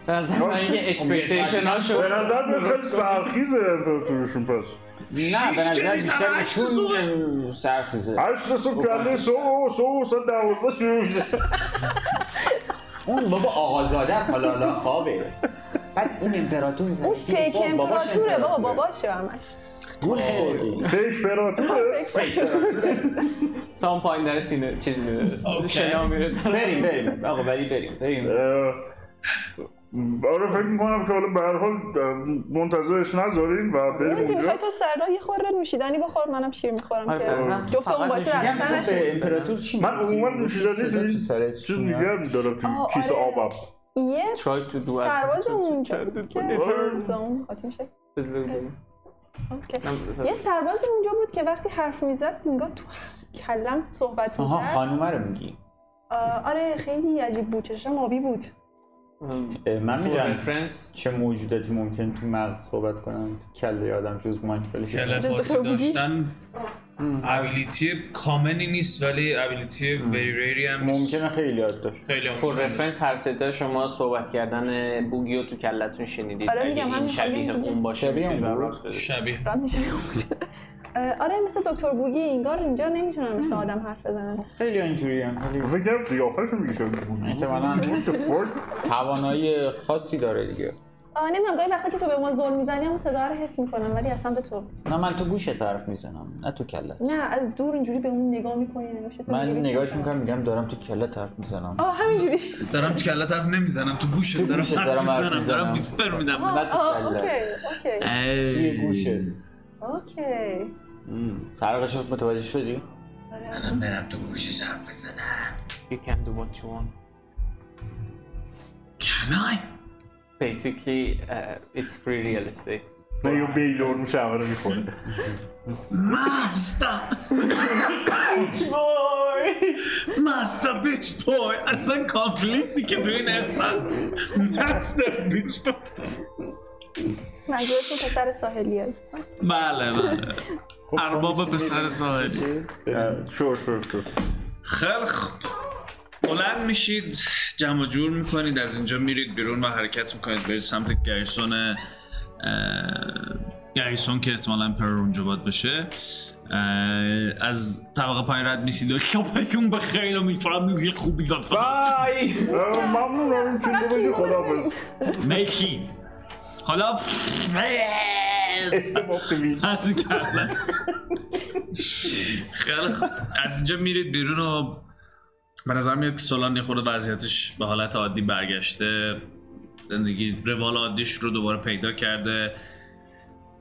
S5: نظر من یه اکسپیکتیشن ها
S3: به
S5: شد
S3: نظر میاد خیلی سرخیزه امپراتورشون پس
S7: نه به
S9: شیش که
S7: نظر
S9: نیست،
S7: بیشتر به
S9: هشت صبح.
S7: چون سرخیزه
S3: هشت صبح کله صبح صبح ساعت دوازده شروع میشه
S7: اون بابا آقازاده است حالا حالا خوابه بعد اون امپراتور میزنه
S4: اون فیک امپراتوره بابا باباشه همش
S7: گول خیلی
S3: فکر فراتوره
S5: سام پایین داره سینه چیز میره
S1: اوکی.
S5: شنا میره بریم بریم آقا ولی بریم بریم
S3: اه، آره فکر میکنم که حالا به هر حال منتظرش نذاریم و
S7: آره،
S3: بریم
S4: نمیدی
S3: اونجا
S4: میخوای تو سر راه یه خورده نوشیدنی بخور منم شیر میخورم
S5: آره،
S4: که
S5: بزن.
S4: جفت اون
S5: فقط
S4: باطل
S5: نوشیدن
S4: اصلا
S5: بخور.
S4: نشه
S7: به امپراتور چی
S3: من عموما نوشیدنی
S7: صدا
S3: تو
S7: تو سرت
S3: چیز
S7: میاد؟
S3: دیگه هم دارم
S4: آه،
S3: توی کیسه
S4: آره.
S3: آبم
S4: یه
S5: try to do as
S4: سرباز
S5: much as you
S4: اونجا
S5: can.
S4: بود که
S3: آره.
S4: مثلا اون قاطی شد
S5: بذار ببینیم.
S4: اوکی.
S5: نم-
S4: یه سرباز اونجا بود که وقتی حرف میزد انگار تو کلم صحبت
S7: آها
S4: میزد
S7: خانومه رو میگی
S4: آره خیلی عجیب بود چشم آبی بود
S2: اه، من
S5: For
S2: میدونم
S5: reference
S2: چه موجوداتی ممکن تو مغز صحبت کنن که کله آدم جز مایندفولنس
S4: جز
S1: تلپاتی
S4: بگو.
S1: داشتن ابیلیتی کامنی نیست ولی ابیلیتی وری ریری هم نیست
S2: ممکنه خیلی یاد داشت
S1: خیلی هم
S5: فور رفرنس هر ستا شما صحبت کردن بوگیو تو کلتون شنیدید
S4: آره،
S5: اگه
S4: میگم،
S5: این
S4: همین
S5: شبیه
S4: خانم
S5: اون باشه
S2: شبیه اون
S5: می‌تونی
S2: بود.
S5: برداشت کنی.
S1: شبیه
S4: رد میشه اه، آره مثل دکتر بوگی انگار اینجا نمیتونن مثل آدم حرف بزنن
S2: خیلی اینجوری هم خیلی
S3: خب فکر کنم قیافه‌شو میگه شاید
S2: احتمالاً.
S3: What the fuck?
S2: توانایی خاصی داره دیگه
S4: آه نمیدونم گاهی وقتا که تو به ما ظلم میزنی هم صدا رو حس میکنم ولی اصلا به تو
S7: نه من تو گوش طرف میزنم نه تو کله
S4: نه از دور اینجوری به اون نگاه میکنی نمیشه
S7: من نگاهش میکنم میگم دارم تو کله طرف میزنم
S4: آه همینجوری
S1: دارم تو کلت حرف نمیزنم تو گوشت
S7: تو
S1: دارم
S7: گوشت
S1: حرف
S7: دارم حرف
S1: میزنم دارم
S7: می‌زنم.
S1: بیسپر میدم
S4: آه
S7: نه تو
S4: آه،
S7: کله.
S4: اوکی اوکی
S2: توی گوشت
S4: اوکی آره.
S7: فرقش رو متوجه شدی؟
S9: منم برم تو گوشش حرف بزنم
S5: You can do what you want.
S9: Can I?
S5: Basically, uh, it's free real estate.
S3: نه یا بیلور میشه همه رو می‌خوره.
S9: Master! bitch boy! Master bitch boy!
S1: اصلا کامپلیتی که تو این اسم هست مستر بیچ با-
S4: منظورتون پسر ساحلیه
S1: بله بله
S3: خب،
S1: ارباب پسر ساحلی
S3: اه، شور شور شور
S1: خیلی خوب. بلند میشید جمع و جور میکنید از اینجا میرید بیرون و حرکت میکنید برید سمت گریسون اه، گریسون که احتمالا پر اونجا باید بشه اه، از طبقه پایین رد میشید و شبتون بخیر و میتونم یه خوبی
S3: بله.
S1: داد
S5: Bye!
S3: اه، ممنونم این چیز رو بگی خداحافظ
S1: میکی حالا
S3: استفاده می‌کنی.
S1: از این کردن خیلی خوب. از اینجا میرید بیرون و به نظر میاد که سولان یه خورده وضعیتش به حالت عادی برگشته زندگی روال عادیش رو دوباره پیدا کرده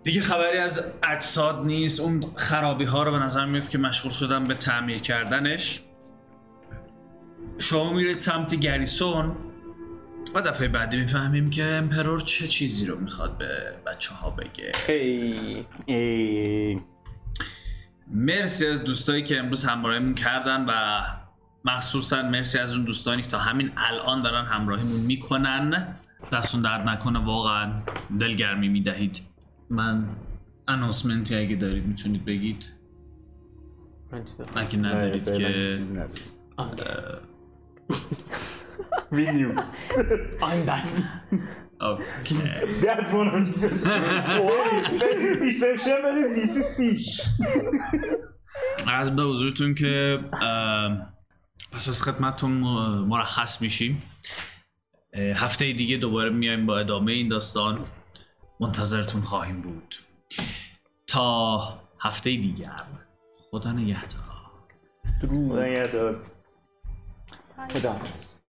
S1: دیگه خبری از اجساد نیست اون خرابی ها رو به نظر میاد که مشغول شدن به تعمیر کردنش شما میرید سمت گریسون و دفعه بعدی میفهمیم که امپرور چه چیزی رو میخواد به بچه ها بگه
S5: Hey!
S1: مرسی از دوستایی که امروز همراهیمون کردن و مخصوصا مرسی از اون دوستانی که تا همین الان دارن همراهیمون میکنن دستون درد نکنه واقعا دلگرمی میدهید من انانسمنتی اگه دارید میتونید بگید
S5: من چیزا-
S1: اگه ندارید
S2: فعلا
S1: که
S2: چیزی نداره.
S3: We knew.
S5: I'm Batman.
S1: اوکی
S6: That one of the... Deception that is DCC.
S1: عرض به حضورتون که ام، پس از خدمتتون م- مرخص میشیم اه، هفته دیگه دوباره میایم با ادامه این داستان منتظرتون خواهیم بود تا هفته دیگر خدا نگهدار
S6: Like, uh,
S7: خدا حافظ